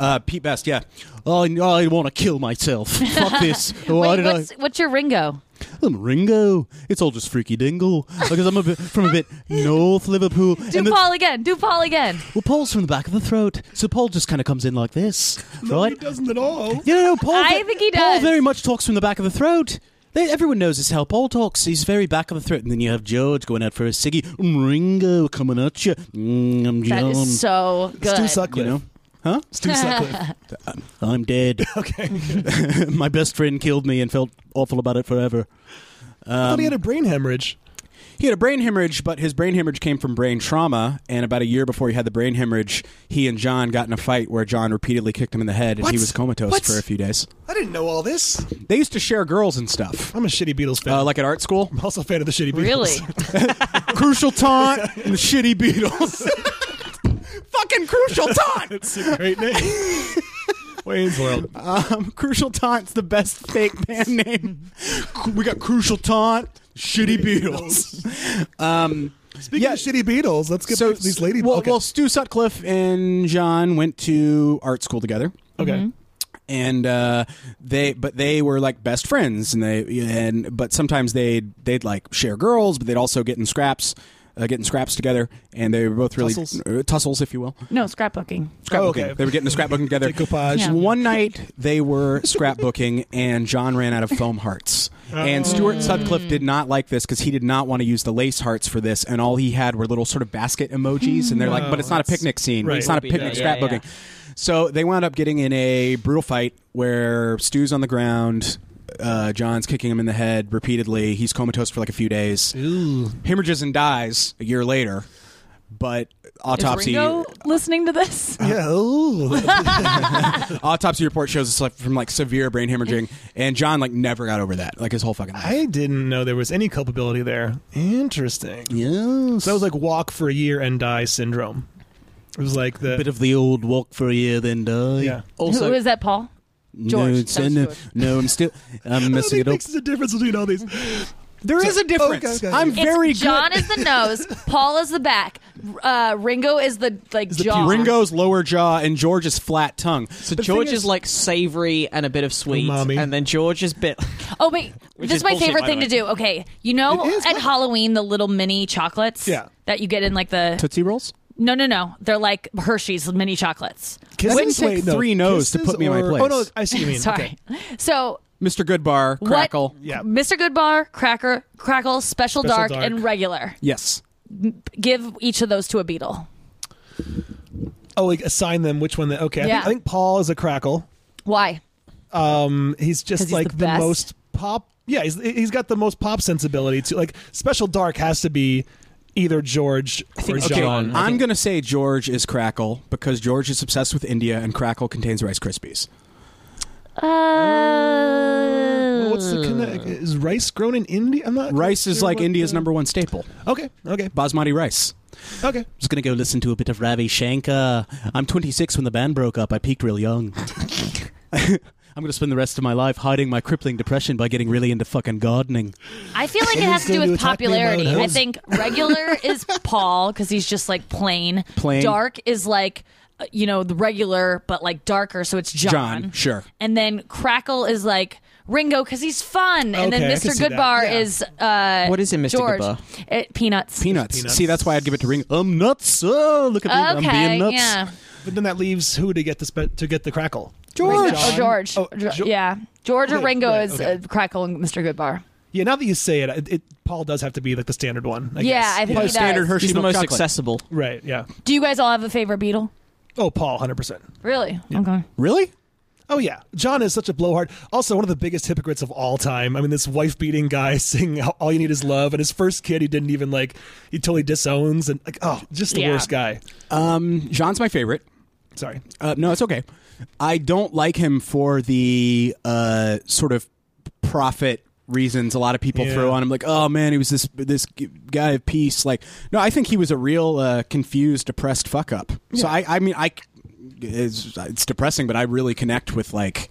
S3: Uh, Pete Best, yeah. Oh, I, I want to kill myself. Fuck this. Oh, why
S7: Wait,
S3: did I?
S7: what's, what's your Ringo?
S3: I'm Ringo. It's all just freaky dingle because I'm a bit from a bit North Liverpool.
S7: Do
S3: and the-
S7: Paul again. Do Paul again.
S3: well, Paul's from the back of the throat, so Paul just kind of comes in like this, right?
S2: He doesn't at all.
S3: Yeah, no, no, Paul.
S7: I think he
S3: Paul
S7: does.
S3: very much talks from the back of the throat. They, everyone knows this how Paul talks. He's very back of the throat, and then you have George going out for a ciggy. Mm, Ringo coming at you. Mm, I'm
S7: That
S3: John.
S7: is so
S2: Stu
S7: good.
S2: Sutcliffe.
S3: you know, huh?
S2: Stu Sutcliffe.
S3: I'm dead.
S2: Okay.
S3: My best friend killed me and felt awful about it forever.
S2: I
S3: Um,
S2: thought he had a brain hemorrhage.
S3: He had a brain hemorrhage, but his brain hemorrhage came from brain trauma. And about a year before he had the brain hemorrhage, he and John got in a fight where John repeatedly kicked him in the head, and
S2: What?
S3: he was comatose
S2: What?
S3: for a few days.
S2: I didn't know all this.
S3: They used to share girls and stuff,
S2: I'm a shitty Beatles fan.
S3: uh, like at art school.
S2: I'm also a fan of the shitty Beatles.
S1: Really?
S3: Crucial taunt and the shitty Beatles. fucking crucial taunt.
S2: It's a great name. Wayne's World.
S3: um, crucial taunt's the best fake band name. we got crucial taunt, shitty Beatles. um,
S2: Speaking
S3: Yeah.
S2: of shitty Beatles, let's get back to these lady.
S3: well,
S2: okay.
S3: well, Stu Sutcliffe and John went to art school together.
S2: okay.
S3: and uh, they but they were like best friends and they and but sometimes they'd they'd like share girls but they'd also get in scraps uh, getting scraps together and they were both really
S2: Tussles?
S3: uh, tussles if you will
S8: No, scrapbooking.
S3: scrapbooking
S2: Oh, okay.
S3: they were getting a scrapbooking together
S2: Decoupage. Yeah.
S3: one night they were scrapbooking and john ran out of foam hearts
S2: Oh.
S3: and stuart sutcliffe did not like this because he did not want to use the lace hearts for this and all he had were little sort of basket emojis and they're like but it's not a picnic scene
S2: Hmm. Right.
S3: it's not a
S4: Won't be
S3: picnic
S4: there. Yeah,
S3: scrapbooking
S4: yeah.
S3: so they wound up getting in a brutal fight where Stu's on the ground. Uh, John's kicking him in the head repeatedly. He's comatose for like a few days. Hemorrhages and dies a year later. But autopsy
S8: Ringo listening to this?
S2: Yeah. ooh.
S3: autopsy report shows it's like from like severe brain hemorrhaging, and John like never got over that like his whole fucking life.
S2: I didn't know there was any culpability there. Interesting.
S3: yeah,
S2: So that was like walk for a year and die syndrome. It was like the
S3: of the old walk for a year then die.
S2: yeah.
S4: Also,
S8: Who is that, Paul? George.
S3: no,
S8: That
S3: it's-
S8: was
S5: uh,
S3: no,
S8: George.
S3: no, I'm still I'm
S2: I don't
S3: messing
S2: think
S3: it up.
S2: makes the difference between all these.
S3: There is a difference.
S2: okay, okay.
S3: I'm
S5: It's
S3: very
S5: John
S3: good.
S5: is the nose, Paul is the back, uh, Ringo is the like jaw.
S3: Ringo's lower jaw and George's flat tongue.
S4: so George is, Oh, like savory and a bit of sweet,
S2: Umami.
S4: and then George is bit.
S5: Oh wait, this
S4: is
S5: is my
S4: bullshit,
S5: favorite
S4: by
S5: thing
S4: the
S5: to do. Okay, you know
S2: It is,
S5: at
S2: what?
S5: Halloween the little mini chocolates
S2: Yeah.
S5: that you get in like the
S3: Tootsie Rolls.
S5: no no no they're like Hershey's mini chocolates.
S2: Kisses?
S3: Wouldn't take
S2: Wait, no.
S3: three no's to
S2: Kisses
S3: put me in my
S2: or-
S3: place.
S2: Oh no, I see what you mean.
S5: Sorry,
S2: Okay.
S5: so
S3: Mr. Goodbar, Crackle.
S5: what?
S2: Yeah.
S5: Mr. Goodbar, Cracker, Crackle, Special, dark,
S2: Dark.
S5: and regular.
S3: Yes.
S5: Give each of those to a beetle.
S2: Oh, like assign them which one. That okay. I,
S5: Yeah.
S2: think, I think Paul is a crackle.
S5: Why?
S2: Um, he's
S5: 'Cause
S2: just
S5: he's
S2: like
S5: the
S2: the,
S5: best.
S2: most pop. Yeah, he's he's got the most pop sensibility too. Like special dark has to be either George or
S4: it's
S2: John.
S4: John. I
S3: I'm going to say George is Crackle because George is obsessed with India and Crackle contains Rice Krispies.
S5: Uh,
S2: Well, what's the connect? Is rice grown in India? I'm not.
S3: Hmm. Rice is
S2: sure
S3: like
S2: what
S3: India's
S2: the-
S3: number one staple.
S2: Okay, okay,
S3: Basmati rice.
S2: okay.
S3: Just going to go listen to a bit of Ravi Shankar. I'm 26 when the band broke up. I peaked real young. I'm going to spend the rest of my life hiding my crippling depression by getting really into fucking gardening.
S5: I feel like it has to do
S2: gonna
S5: with
S2: do attack me in my own
S5: popularity. I
S2: house.
S5: think regular is Paul because he's just like plain.
S3: Plain.
S5: Dark is like uh, you know the regular, but like darker, so it's John.
S3: John, sure.
S5: And then Crackle is like Ringo because he's fun, and
S2: Okay, I
S5: then
S2: can
S5: Mr.
S2: see that.
S5: Goodbar
S2: Yeah.
S5: is uh,
S4: What is in Mr.
S5: George.
S4: Goodbar?
S5: It- peanuts.
S3: Peanuts.
S2: Peanuts.
S3: See, that's why I'd give it to Ring. I'm nuts. Oh, look at me. I'm
S5: Okay,
S3: being nuts.
S5: yeah.
S2: But then that leaves who to get the spe- to get the crackle?
S5: George.
S2: John?
S5: Oh, George.
S2: Oh,
S5: Jo-
S2: Jo-
S5: yeah. George or
S2: Okay,
S5: Ringo
S2: right,
S5: is
S2: okay.
S5: uh, Crackle and Mr. Goodbar.
S2: Yeah. Now that you say it, it, it Paul does have to be like the standard one. I
S5: Yeah,
S2: guess.
S5: I think
S3: By
S5: he
S3: standard
S5: does.
S3: Hershey
S4: He's the
S3: milk
S4: most
S3: chocolate.
S4: accessible.
S2: Right. Yeah.
S5: Do you guys all have a favorite Beetle?
S2: Oh, Paul, hundred percent.
S5: Really? Okay.
S3: Really?
S2: Oh yeah, John is such a blowhard. Also, one of the biggest hypocrites of all time. I mean, this wife-beating guy singing how "All You Need Is Love" and his first kid, he didn't even like. He totally disowns and like, oh, just the
S5: Yeah.
S2: worst guy.
S3: Um, John's my favorite.
S2: Sorry.
S3: Uh, no, it's okay. I don't like him for the uh, sort of profit reasons a lot of people
S2: Yeah.
S3: throw on him. Like, oh man, he was this this g- guy of peace. Like, no, I think he was a real uh, confused, depressed fuck up. So I, I mean, I c- it's, it's depressing, but I really connect with like,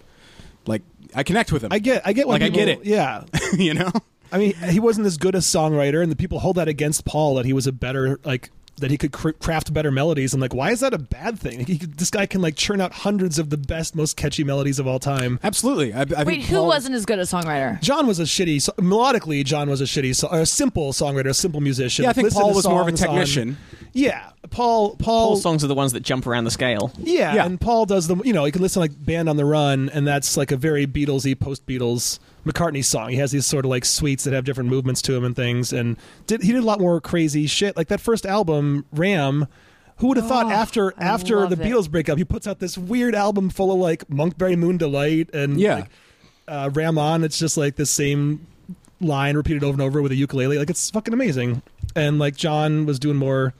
S3: like I connect with him.
S2: I get, I get. why
S3: Like, I
S2: people-
S3: get it.
S2: Yeah.
S3: you know.
S2: I mean, he wasn't as good a songwriter, and the people hold that against Paul that he was a better like that he could cr- craft better melodies. And like, why is that a bad thing? He, could- this guy can like churn out hundreds of the best, most catchy melodies of all time.
S3: Absolutely. I, I think
S5: Wait, who
S3: Paul-
S5: wasn't as good a songwriter?
S2: John was a shitty so- melodically. John was a shitty, so- or a simple songwriter, a simple musician.
S3: Yeah, I think
S2: Listen
S3: Paul
S2: to
S3: was more of a
S2: songs on-
S3: technician.
S2: yeah, Paul, Paul,
S4: All songs are the ones that jump around the scale.
S2: Yeah,
S3: Yeah.
S2: and Paul does the you know you can listen to like Band on the Run, and that's like a very Beatlesy post Beatles McCartney song. He has these sort of like suites that have different movements to him and things, and did he did a lot more crazy shit like that first album Ram. Who would have thought after after
S5: Oh, love
S2: the
S5: it.
S2: Beatles breakup, he puts out this weird album full of like Monkberry Moon Delight and
S3: Yeah.
S2: like, uh, Ram on. It's just like the same line repeated over and over with a ukulele. Like it's fucking amazing. And like John was doing more.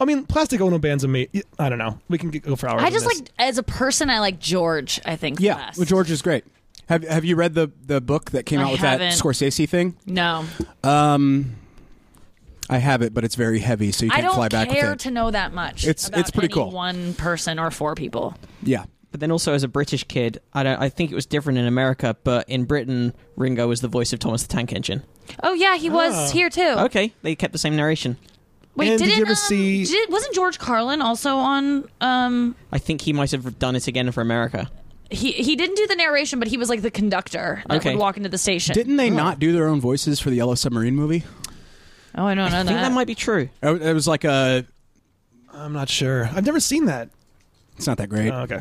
S2: I mean, Plastic Ono Band's amazing. I don't know. We can get, go for hours.
S5: I
S2: on
S5: just
S2: this.
S5: like as a person, I like George. I think.
S3: Yeah,
S5: less.
S3: well, George is great. Have Have you read the the book that came
S5: I
S3: out with that
S5: haven't.
S3: Scorsese thing?
S5: No,
S3: Um, I have it, but it's very heavy, so you
S5: I
S3: can't
S5: don't
S3: fly back
S5: care
S3: with
S5: to
S3: it.
S5: know that much.
S3: It's-
S5: about
S3: it's pretty
S5: any
S3: cool.
S5: One person or four people.
S3: yeah,
S4: But then also as a British kid, I don't. I think it was different in America, but in Britain, Ringo was the voice of Thomas the Tank Engine.
S7: Oh yeah, he was
S3: Ah.
S7: here too.
S4: Okay, they kept the same narration.
S7: Wait,
S2: And did
S7: didn't,
S2: you ever
S7: um,
S2: see-
S7: did- wasn't George Carlin also on? Um,
S4: I think he might have done it again for America.
S5: He he didn't do the narration, but he was like the conductor that
S4: Okay.
S5: would walk into the station.
S3: didn't they not do their own voices for the Yellow Submarine movie?
S5: oh, I don't know
S4: I think that might be true.
S3: Oh, It was like a.
S2: I'm not sure. I've never seen that.
S3: It's not that great.
S2: Oh, okay.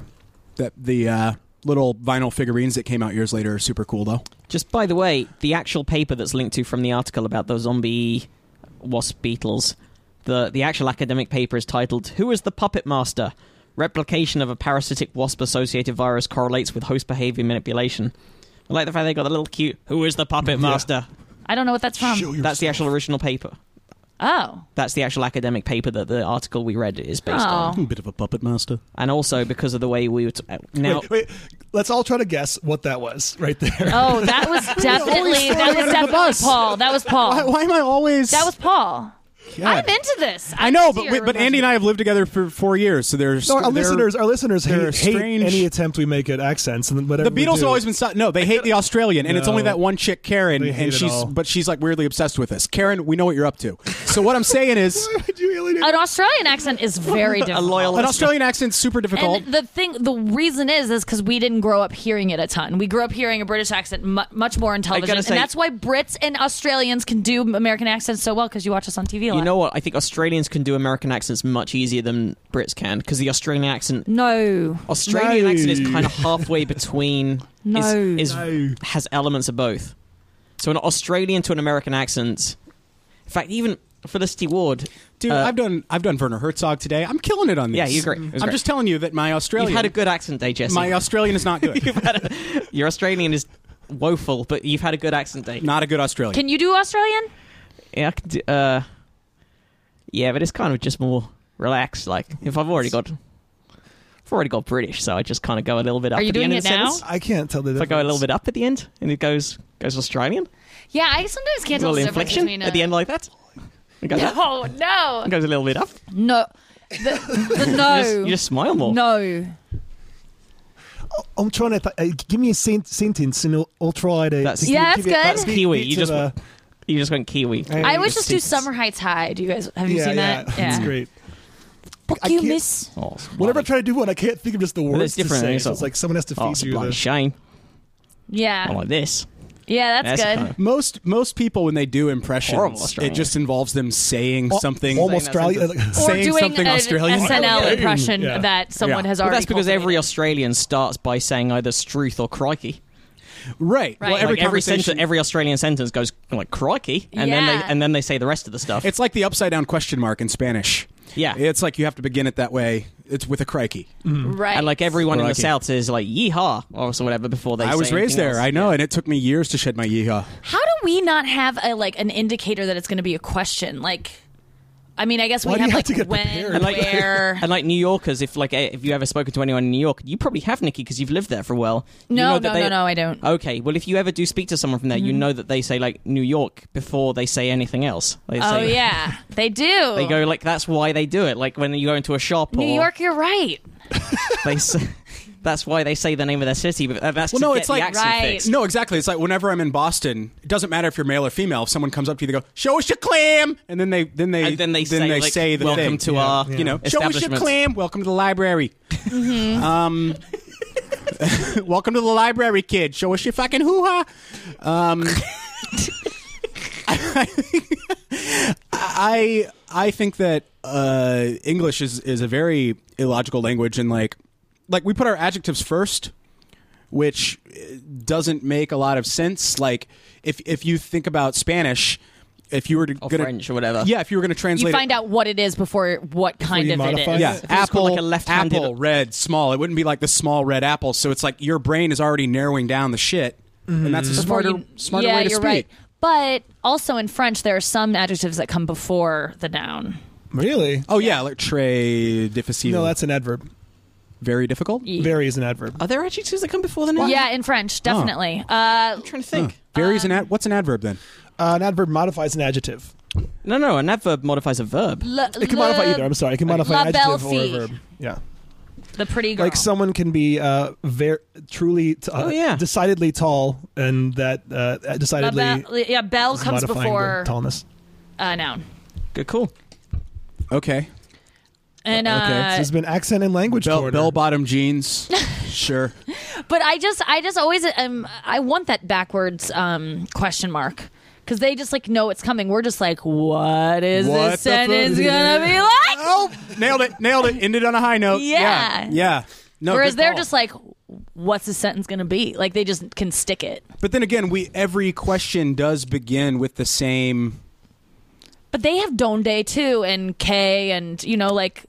S3: that the uh, little vinyl figurines that came out years later are super cool though.
S4: Just by the way, the actual paper that's linked to from the article about the zombie wasp beetles, the the actual academic paper is titled "Who is the Puppet Master?" Replication of a parasitic wasp-associated virus correlates with host behavior manipulation. I like the fact they got the little cute "Who is the Puppet Master?"
S5: I don't know what Um, that's from.
S4: That's the actual original paper.
S5: Oh,
S4: That's the actual academic paper that the article we read is based
S5: Oh.
S4: on.
S3: Bit of a puppet master.
S4: And also because of the way we were t- uh, now.
S2: Wait, wait. Let's all try to guess what that was right there.
S5: oh, that was definitely that was definitely Paul. That was
S3: Why,
S5: Paul.
S3: why am I always?
S5: That was Paul. I'm into this.
S3: I know, but we, but Andy and I have lived together for four years, so there's
S2: No, our listeners, our listeners
S3: they're
S2: hate, hate
S3: strange-
S2: any attempt we make at accents and whatever.
S3: The
S2: we
S3: Beatles
S2: do.
S3: have always been so- no. They hate the Australian, and it's only
S2: No.
S3: that one chick, Karen,
S2: They hate
S3: and
S2: it
S3: she's
S2: all.
S3: but she's like weirdly obsessed with this. Karen, we know what you're up to. So what I'm saying is,
S2: Why would you alienate?
S5: An Australian accent is very difficult.
S4: loyal-
S3: an Australian accent's super difficult.
S5: And the thing, the reason is, is because we didn't grow up hearing it a ton. We grew up hearing a British accent mu- much more in television,
S4: say-
S5: and that's why Brits and Australians can do American accents so well because you watch us on TV. A lot.
S4: You know what? I think Australians can do American accents much easier than Brits can because the Australian accent,
S5: no,
S4: Australian
S2: No.
S4: accent is kind of halfway between.
S5: No.
S4: is, is has elements of both. So an Australian to an American accent. In fact, even Felicity Ward,
S3: Dude,
S4: uh,
S3: I've done I've done Werner Herzog today. I'm killing it on this.
S4: Yeah, you're great. It was
S3: I'm
S4: great.
S3: just telling you that my Australian,
S4: you've had a good accent day, Jesse.
S3: my uh, Australian is not good.
S4: Your Australian is woeful, but you've had a good accent day.
S3: not a good Australian.
S5: can you do Australian?
S4: Yeah, I can do, uh, yeah, but it's kind of just more relaxed. Like if I've already got, I've already got British, so I just kind of go a little bit up.
S5: Are you
S4: at the end
S5: doing
S4: of the
S5: it now?
S4: Sentence.
S2: I can't tell the
S4: If I
S2: difference.
S4: go a little bit up at the end, and it goes goes Australian,
S7: yeah, I sometimes can't
S4: a
S7: tell
S4: little
S7: the difference
S4: inflection
S7: between
S4: at the end like that. It goes, up,
S5: uh,
S7: Oh no,
S4: it goes a little bit up.
S7: no, the, the no,
S4: You just smile more.
S7: Oh. no.
S2: I'm trying to th- uh, give me a sen- sentence, and I'll, I'll try to.
S4: That's-
S2: uh, to give-
S7: Yeah,
S2: give
S7: that's
S2: it-
S7: good.
S2: uh, speak-
S4: Kiwi.
S2: speak
S4: You
S2: to
S4: just
S2: the-
S4: you just went Kiwi.
S7: I always just do
S2: sentence.
S7: Summer Heights High. Do you guys have you
S2: Yeah,
S7: seen
S2: yeah,
S7: that?
S2: it's great.
S7: Fuck
S2: I
S7: you,
S2: can't-
S7: miss.
S4: Oh,
S2: Whenever I try to do one, I can't think of just the words
S4: it's different,
S2: to say.
S4: it's
S2: So it's
S4: all-
S2: like someone has to feed
S4: oh, it's a
S2: you.
S4: blind
S2: The,
S4: shame.
S5: Yeah,
S4: I like this.
S5: yeah, that's,
S4: Oh That's
S5: good.
S4: kind
S3: Most most people when they do impressions,
S4: Horrible
S3: it
S4: Australian.
S3: just involves them saying something,
S2: almost
S4: Saying that
S2: Australian.
S5: or
S3: saying
S5: doing
S3: something
S5: an
S3: Australian.
S5: SNL
S2: Yeah.
S5: impression
S2: Yeah.
S5: that someone
S3: Yeah.
S5: has
S4: Well,
S5: already.
S4: that's because every
S5: cultivated.
S4: Australian starts by saying either struth or crikey.
S3: right. Well,
S5: Right.
S3: every
S4: like every
S3: conversation,
S4: sentence, every Australian sentence goes like crikey, and then
S5: Yeah.
S4: they and then they say the rest of the stuff.
S3: it's like the upside down question mark in Spanish.
S4: Yeah.
S3: it's like you have to begin it that way. It's with a crikey.
S5: right.
S4: and like everyone in the
S3: Crikey.
S4: south is like yeehaw or so whatever before they.
S3: I
S4: say
S3: was raised
S4: anything
S3: there,
S4: else.
S3: I know, and it took me years to shed my yeehaw.
S5: How do we not have a like an indicator that it's going to be a question? Like, I mean, I guess
S2: Why
S5: we
S2: do you
S5: have
S2: have
S5: like
S2: to get
S5: when,
S2: prepared?
S4: And like,
S5: where.
S4: and like New Yorkers, if like eh, if you ever spoken to anyone in New York, you probably have Nikki because you've lived there for a while. You
S5: No,
S4: know that
S5: no,
S4: they-
S5: no, no, I don't. Mm-hmm.
S4: Okay, well, if you ever do speak to someone from there, you know that they say like New York before they say anything else. They
S5: Oh
S4: say,
S5: yeah, they do.
S4: They go like that's why they do it. Like when you go into a shop,
S5: New
S4: or
S5: York, you're right.
S4: They say, that's why they say the name of their city. But uh, that's
S3: Well,
S4: to
S3: no,
S4: get
S3: it's
S4: the
S3: like-
S4: accent
S5: Right.
S4: fixed.
S3: No, exactly. It's like whenever I'm in Boston, it doesn't matter if you're male or female. If someone comes up to you, they go, "Show us your clam," and then they then they
S4: And then they say, like,
S3: the
S4: "Welcome
S3: thing."
S4: to our,
S3: you know, show us your
S4: establishments."
S3: clam. Welcome to the library. Um, welcome to the library, kid. Show us your fucking hoo ha. Um, I I think that uh, English is is a very illogical language, and like like we put our adjectives first, which uh, doesn't make a lot of sense. Like if if you think about Spanish, if you were to
S4: Or
S3: gonna-
S4: French or whatever.
S3: yeah, if you were going to
S5: You
S3: translate,
S5: find out what it is before what kind
S2: you
S5: of it
S2: modify
S5: is.
S2: it.
S3: yeah,
S2: If
S4: was called,
S3: apple,
S4: like, a left-handed-
S3: apple, red, small. It wouldn't be like the small red apple. So it's like your brain is already narrowing down the shit, and that's a
S5: Mm-hmm. Before
S3: smarter
S5: you-
S3: smarter
S5: yeah,
S3: way to
S5: you're
S3: speak.
S5: right. But also in French, there are some adjectives that come before the noun.
S2: really?
S3: Oh yeah, like très difficile.
S2: No, that's an adverb.
S3: very difficult.
S2: Very is an adverb.
S1: Uh,
S4: Are there adjectives that come before the name?
S5: Yeah, in French, definitely. Uh,
S4: I'm trying to think.
S3: Varies an ad- what's an adverb then?
S2: Uh, an adverb modifies an adjective.
S4: No, no, an adverb modifies a verb.
S2: It can modify either. I'm sorry. It can modify
S1: La
S2: an adjective or
S1: Belle
S2: a verb. Yeah.
S1: the pretty girl.
S2: Like someone can be uh, ver- truly, t- uh,
S4: Oh, yeah.
S2: decidedly tall, and that uh,
S1: La
S2: decidedly
S1: Belle- yeah, Belle
S2: is
S1: comes
S2: modifying
S1: before
S2: the Oh, tallness.
S1: uh, noun.
S4: Good call.
S3: Okay.
S1: And
S3: Okay,
S1: uh,
S2: So there's been accent and language corner.
S3: Bell bottom jeans. sure.
S1: but I just I just always um I want that backwards um question mark because they just like know it's coming. We're just like, what is
S3: What the
S1: this sentence
S3: fuck?
S1: gonna be like?
S3: Oh, nailed it. Nailed it. Ended on a high note.
S1: Yeah.
S3: Yeah. yeah. No,
S1: Whereas
S3: good
S1: they're
S3: call.
S1: just like, what's the sentence gonna be? Like they just can stick it.
S3: But then again, we every question does begin with the same
S1: But they have Don Day too and K and you know like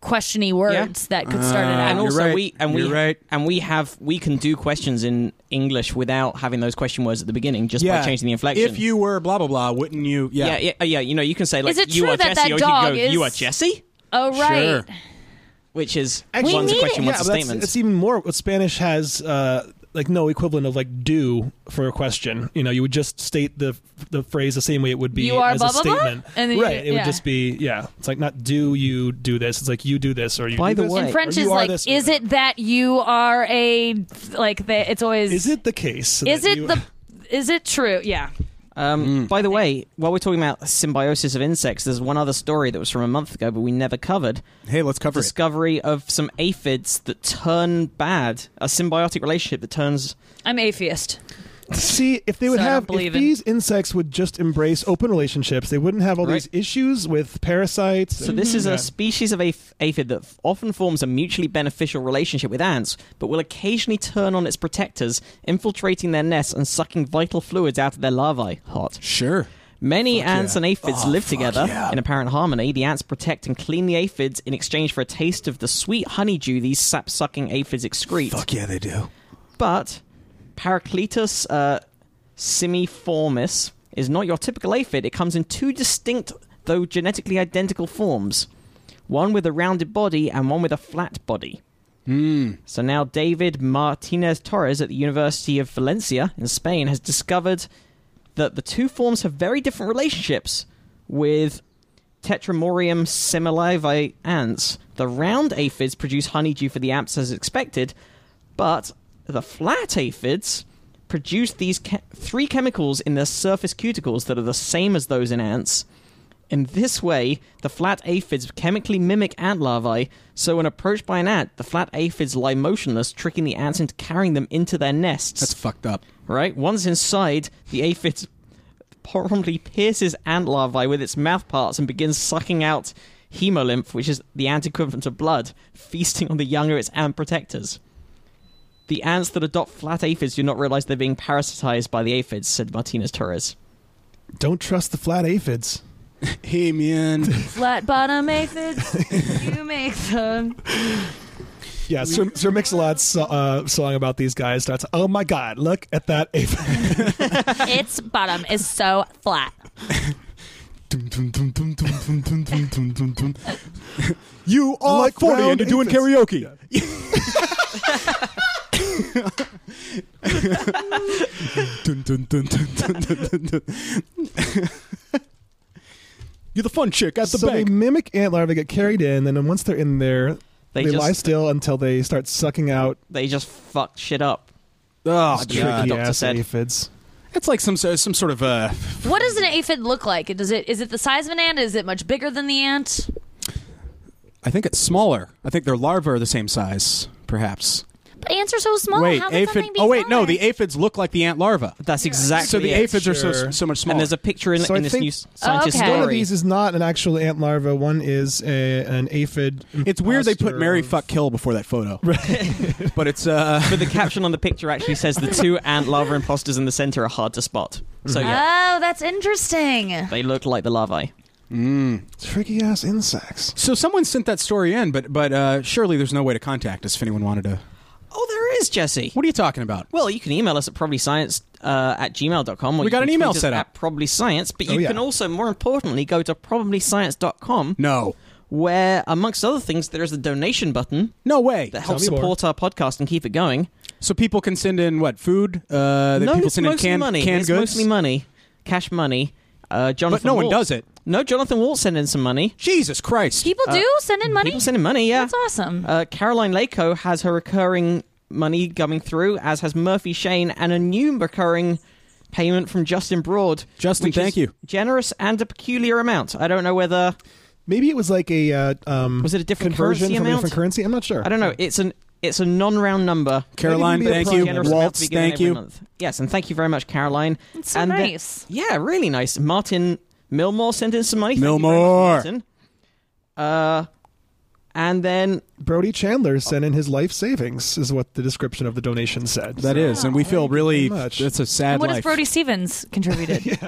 S1: questiony words that could start it out.
S4: And
S3: You're
S4: also
S3: right.
S4: we and we
S3: You're right.
S4: and we have we can do questions in English without having those question words at the beginning just by changing the inflection.
S3: If you were blah blah blah, wouldn't you? Yeah.
S4: yeah, yeah, oh, yeah, You know, you can say like
S1: Is it
S4: you
S1: true
S4: are
S1: that
S4: Jesse,
S1: that
S4: or you can
S1: dog
S4: go
S1: is-
S4: you are Jesse,
S1: Oh right.
S3: Sure.
S4: which is
S2: Actually,
S4: one's a question,
S2: yeah,
S4: one's a
S2: but that's-
S4: statement.
S2: It's even more. What Spanish has uh, like no equivalent of like do for a question. You know, you would just state the the phrase the same way it would be
S1: You are
S2: as
S1: blah,
S2: a
S1: blah, blah?
S2: statement.
S1: And then you-
S2: right, it
S1: yeah.
S2: would just be yeah. It's like not do you do this. It's like you do this or you.
S4: By
S2: do
S4: the
S2: this,
S4: way- In
S2: or
S1: French
S2: you
S1: is
S2: are
S1: like,
S2: this, or
S1: is
S2: that.
S1: it that you are a like? The, it's always
S2: Is it the case?
S1: Is
S2: that
S1: it
S2: you-
S1: the? Is it true? Yeah.
S4: Um, By the way, while we're talking about symbiosis of insects, there's one other story that was from a month ago, but we never covered.
S3: Hey, let's cover it.
S4: Discovery of some aphids that turn bad, a symbiotic relationship that turns.
S1: I'm atheist.
S2: See, if they would
S1: So I don't
S2: have, if
S1: believe in-
S2: these insects would just embrace open relationships, they wouldn't have all these
S4: Right.
S2: issues with parasites.
S4: So this
S3: Mm-hmm.
S4: is a species of aph- aphid that often forms a mutually beneficial relationship with ants, but will occasionally turn on its protectors, infiltrating their nests and sucking vital fluids out of their larvae. Hot.
S3: Sure.
S4: Many ants and aphids live together
S3: Oh, yeah.
S4: in apparent harmony. The ants protect and clean the aphids in exchange for a taste of the sweet honeydew these sap sucking aphids excrete.
S3: Fuck yeah, they do.
S4: But Paracletus uh, simiformis is not your typical aphid. It comes in two distinct, though genetically identical forms one with a rounded body and one with a flat body. So now David Martinez Torres at the University of Valencia in Spain has discovered that the two forms have very different relationships with Tetramorium semilavi ants. The round aphids produce honeydew for the ants as expected, but the flat aphids produce these che- three chemicals in their surface cuticles that are the same as those in ants. In this way, the flat aphids chemically mimic ant larvae, so when approached by an ant, the flat aphids lie motionless, tricking the ants into carrying them into their nests.
S3: That's fucked up.
S4: right? Once inside, the aphid promptly pierces ant larvae with its mouth parts and begins sucking out hemolymph, which is the ant equivalent of blood, feasting on the young of its ant protectors. The ants that adopt flat aphids do not realize they're being parasitized by the aphids, said Martinez Torres.
S2: Don't trust the flat aphids.
S3: Hey man.
S7: Flat bottom aphids, you make them.
S2: Yeah, Sir, Sir Mix-a-Lot's so- uh, song about these guys starts. Oh my God, look at that aphid!
S5: its bottom is so flat.
S3: you are
S2: Like
S3: like 40
S2: round
S3: and you're doing
S2: aphids.
S3: karaoke. Dun, dun, dun, dun, dun, dun, dun, dun. You're the fun chick at the
S2: so they
S3: bank.
S2: mimic ant larvae, get carried in, and then once they're in there, they,
S4: They just-
S2: lie still until they start sucking out
S4: They just fuck shit up.
S3: Oh,
S4: Yeah, the
S2: tricky
S4: doctor
S2: ass
S4: said.
S2: aphids.
S3: It's like some so- some sort of uh,
S5: What does an aphid look like? Does it is it the size of an ant? Is it much bigger than the ant?
S3: I think it's smaller. I think their larvae are the same size, perhaps.
S5: But ants are so small.
S3: wait,
S5: How can
S3: aphid.
S5: something be
S3: Oh wait, no,
S5: smaller?
S3: the aphids look like the ant larva.
S4: That's exactly
S3: So the
S4: it.
S3: aphids are so
S2: sure.
S3: so much smaller.
S4: And there's a picture in,
S2: So
S4: in
S2: I
S4: this
S2: think-
S4: new scientist
S5: Oh, okay.
S2: One of
S4: story.
S2: these is not an actual ant larva. One is a, an aphid.
S3: It's weird they put
S2: imposter
S3: Mary
S2: of-
S3: fuck kill before that photo. but it's uh
S4: But the caption on the picture actually says the two ant larva imposters in the center are hard to spot. So yeah,
S5: Oh, that's interesting.
S4: they look like the larvae.
S2: tricky ass insects.
S3: so someone sent that story in, but but uh surely there's no way to contact us if anyone wanted to.
S4: Oh, there is, Jesse.
S3: What are you talking about?
S4: Well, you can email us at probablyscience uh, at gmail.com. Or
S3: We
S4: you
S3: got
S4: can
S3: an email
S4: tweet us
S3: set
S4: At
S3: up.
S4: probablyscience, but you
S2: Oh, yeah.
S4: can also, more importantly, go to probablyscience.com.
S3: No.
S4: Where, amongst other things, there is a donation button
S3: No way.
S4: that helps
S2: me more.
S4: support our podcast and keep it going.
S3: So people can send in what food? Uh that
S4: no,
S3: people
S4: it's
S3: send in
S4: mostly
S3: canned
S4: money.
S3: canned
S4: it's
S3: goods.
S4: mostly money, cash money. Uh, Jonathan
S3: But no one
S4: Waltz-
S3: does it.
S4: No, Jonathan Walt sent in some money.
S3: Jesus Christ.
S5: People do send in money.
S4: People send in money, yeah.
S5: That's awesome.
S4: Uh, Caroline Lako has her recurring money coming through, as has Murphy Shane, and a new recurring payment from Justin Broad.
S3: Justin,
S4: which is
S3: thank you.
S4: Generous and a peculiar amount. I don't know whether
S2: Maybe it was like a uh, um,
S4: Was it a different
S2: conversion
S4: currency
S2: from a
S4: amount?
S2: different currency? I'm not sure.
S4: I don't know. It's an it's a non-round number.
S3: Caroline,
S2: Maybe
S3: thank
S2: it'll be a
S3: you.
S2: Generous
S4: amount to
S3: Waltz,
S4: be given
S3: thank
S4: every
S3: you.
S4: month. Yes, and thank you very much, Caroline. It's
S5: so nice.
S4: yeah, really nice. Martin Milmore sent in some money. Thank you very much,
S3: Milmore.
S4: Martin. Uh, and then
S2: Brody Chandler sent in his life savings, is what the description of the donation said.
S3: That is, and we feel really.
S2: very much.
S3: That's a sad
S5: What
S3: life.
S5: has Brody Stevens contributed?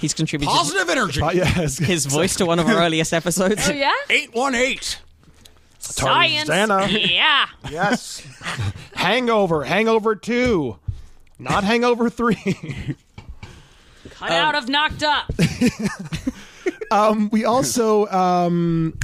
S4: he's contributed
S3: energy.
S2: Uh, yes.
S4: his voice to one of our earliest episodes.
S5: oh yeah.
S3: Eight one eight.
S9: Science. Yeah.
S2: yes. Hangover. Hangover 2. Not Hangover 3.
S9: Cut out of knocked up.
S2: we also um,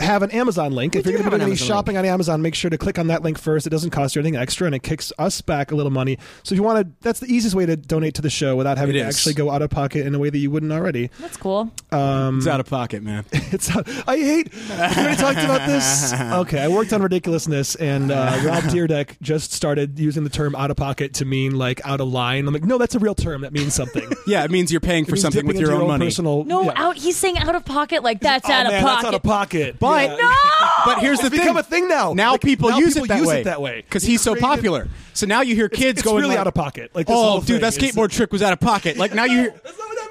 S2: have an Amazon link. if
S4: do
S2: you're going to be
S4: have an
S2: doing any
S4: Amazon
S2: shopping on Amazon, make sure to click on that link first. It doesn't cost you anything extra, and it kicks us back a little money. So if you want to, that's the easiest way to donate to the show without having
S3: It
S2: to
S3: is.
S2: actually go out of pocket in a way that you wouldn't already.
S5: That's cool.
S2: Mm.
S3: It's out of pocket, man.
S2: It's I hate. We already talked about this. Okay, I worked on ridiculousness, and uh, Rob Deerdeck just started using the term "out of pocket" to mean like out of line. I'm like, no, that's a real term. That means something.
S3: Yeah, it means you're paying
S2: It
S3: for
S2: means
S3: something
S2: dipping
S3: with
S2: into
S3: your own, money.
S2: Personal,
S5: No,
S2: yeah.
S5: out. He's saying out of pocket. Like that's
S2: Oh,
S5: out
S2: man,
S5: of pocket.
S2: That's out of pocket.
S3: But
S2: Yeah.
S3: but here's the
S2: It's
S3: thing.
S2: become a thing now.
S3: Now
S2: Like,
S3: people
S2: now
S3: use
S2: people
S3: it that
S2: use
S3: way.
S2: it that way.
S3: because
S2: He
S3: he's so
S2: created-
S3: popular. So now you hear kids
S2: it's
S3: going
S2: really
S3: like,
S2: out of pocket. Like this
S3: Oh,
S2: whole
S3: dude, that
S2: thing is-
S3: skateboard trick was out of pocket. Like now you. hear-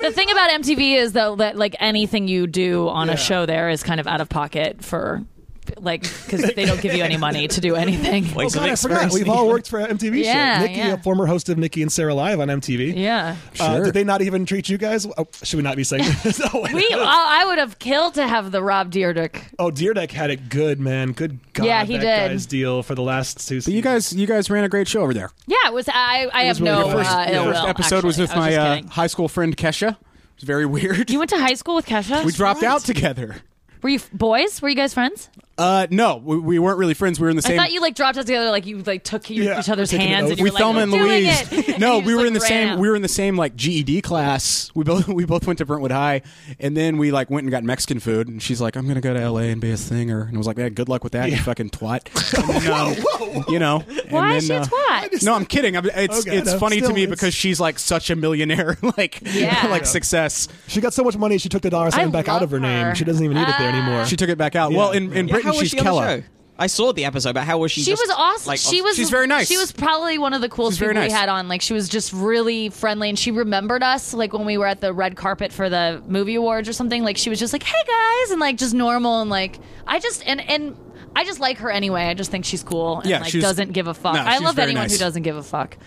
S5: The thing about MTV is though that like anything you do on a show there is kind of out of pocket for like because they don't give you any money to do anything.
S2: Oh, God, I forgot. We've all worked for MTV show.
S5: Yeah,
S2: Nikki,
S5: yeah.
S2: a former host of Nikki and Sarah Live on MTV.
S5: Yeah.
S2: Uh,
S3: Sure.
S2: did they not even treat you guys? Oh, should we not be saying this? oh,
S5: We, uh, I I would have killed to have the Rob Dyrdek.
S2: oh, Deerdeck had it good, man. Good God.
S5: Yeah, he
S2: that
S5: did.
S2: Guy's deal for the last two.
S3: But you guys, you guys ran a great show over there.
S5: Yeah, it was. I, I have
S2: really
S5: no
S2: good. First-
S5: uh, ill
S2: yeah.
S5: will,
S2: First
S3: Episode was with
S5: actually. I was
S3: my
S5: just
S3: uh,
S5: kidding.
S3: high school friend Kesha. It was very weird.
S5: you went to high school with Kesha.
S3: we dropped out together.
S5: Were you f- boys? Were you guys friends?
S3: Uh, no, we, we weren't really friends. We were in the
S5: I
S3: same.
S5: thought you like dropped out together, like you like took your,
S2: Yeah,
S5: each other's
S2: taking an
S5: hands.
S2: oath.
S5: And you
S3: we
S5: were like,
S3: Thelma and
S5: "We're doing
S3: Louise.
S5: it." And
S3: no,
S5: you
S3: we
S5: just,
S3: were
S5: like,
S3: in the same.
S5: ran.
S3: We were in the same like GED class. We both we both went to Brentwood High, and then we like went and got Mexican food. And she's like, "I'm gonna go to LA and be a singer," and I was like, "Yeah, good luck with that, you fucking twat." And then, um, You know? and
S5: Why
S3: then,
S5: is she a
S3: uh,
S5: twat?
S3: No, I'm kidding. I'm, it's
S2: Okay,
S3: it's
S2: no,
S3: funny to
S2: still,
S3: me
S2: it's-
S3: because she's like such a millionaire, like
S5: Yeah.
S3: like success.
S2: She got so much money, she took the dollar sign
S5: I
S2: back out of her,
S5: love
S2: name.
S5: her. Ah.
S2: She doesn't even need it there anymore.
S3: She took it back out. Well, in in
S4: Yeah,
S3: Britain,
S4: how was
S3: she's
S4: she on
S3: Kella.
S4: the show? I saw the episode, but how was she?
S5: She
S4: just,
S5: was awesome.
S4: like,
S5: she was.
S3: She's very nice.
S5: She was probably one of the coolest
S3: She's very
S5: people we
S3: nice.
S5: had on. Like she was just really friendly, and she remembered us. Like when we were at the red carpet for the movie awards or something. Like she was just like, "Hey guys," and like just normal and like I just and and. I just like her anyway. I just think she's cool and
S3: Yeah,
S5: like
S3: she was-
S5: doesn't give a fuck.
S3: No,
S5: I
S3: she was
S5: love
S3: very
S5: anyone
S3: nice.
S5: who doesn't give a fuck.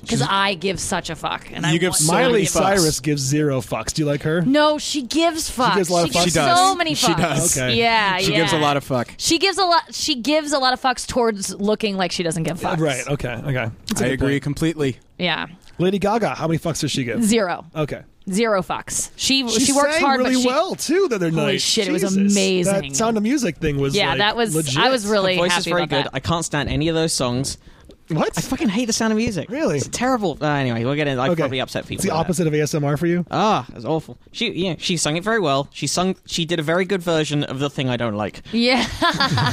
S5: Because I give such a fuck, and I
S3: You give
S5: want
S3: so
S5: someone to
S2: Miley
S3: many
S5: give a fuck.
S3: fucks.
S2: Cyrus gives zero fucks. Do you like her?
S5: No, she gives fuck. She
S2: gives a lot of fucks?
S5: gives
S3: She does.
S5: so many
S3: She
S5: fucks.
S3: does.
S2: Okay.
S5: Yeah,
S3: She
S5: yeah.
S3: gives a lot of fuck.
S5: She gives a lot. She gives a lot of fucks towards looking like she doesn't give fucks.
S2: Right. Okay. Okay. That's a
S3: I
S2: good
S3: agree
S2: point.
S3: completely.
S5: Yeah.
S2: Lady Gaga, how many fucks does she give?
S5: Zero.
S2: Okay.
S5: Zero fucks. She
S2: She,
S5: she, works
S2: sang
S5: hard,
S2: really
S5: but she.
S2: well too the other night.
S5: shit, it was
S2: Jesus.
S5: amazing.
S2: That Sound of Music thing was
S5: Yeah,
S2: like,
S5: that was.
S2: legit.
S5: I was really
S4: Her voice
S5: happy
S4: is very
S5: about
S4: good.
S5: that.
S4: I can't stand any of those songs.
S2: what?
S4: I fucking hate the sound of music.
S2: Really?
S4: it's terrible. Uh, anyway, we'll get in. I
S2: Okay.
S4: probably upset people.
S2: It's the
S4: with
S2: opposite
S4: that.
S2: of ASMR for
S3: Oh,
S2: you.
S4: Ah, it was awful. She yeah, she sung it very well. She sung. She did a very good version of the thing I don't like.
S5: Yeah.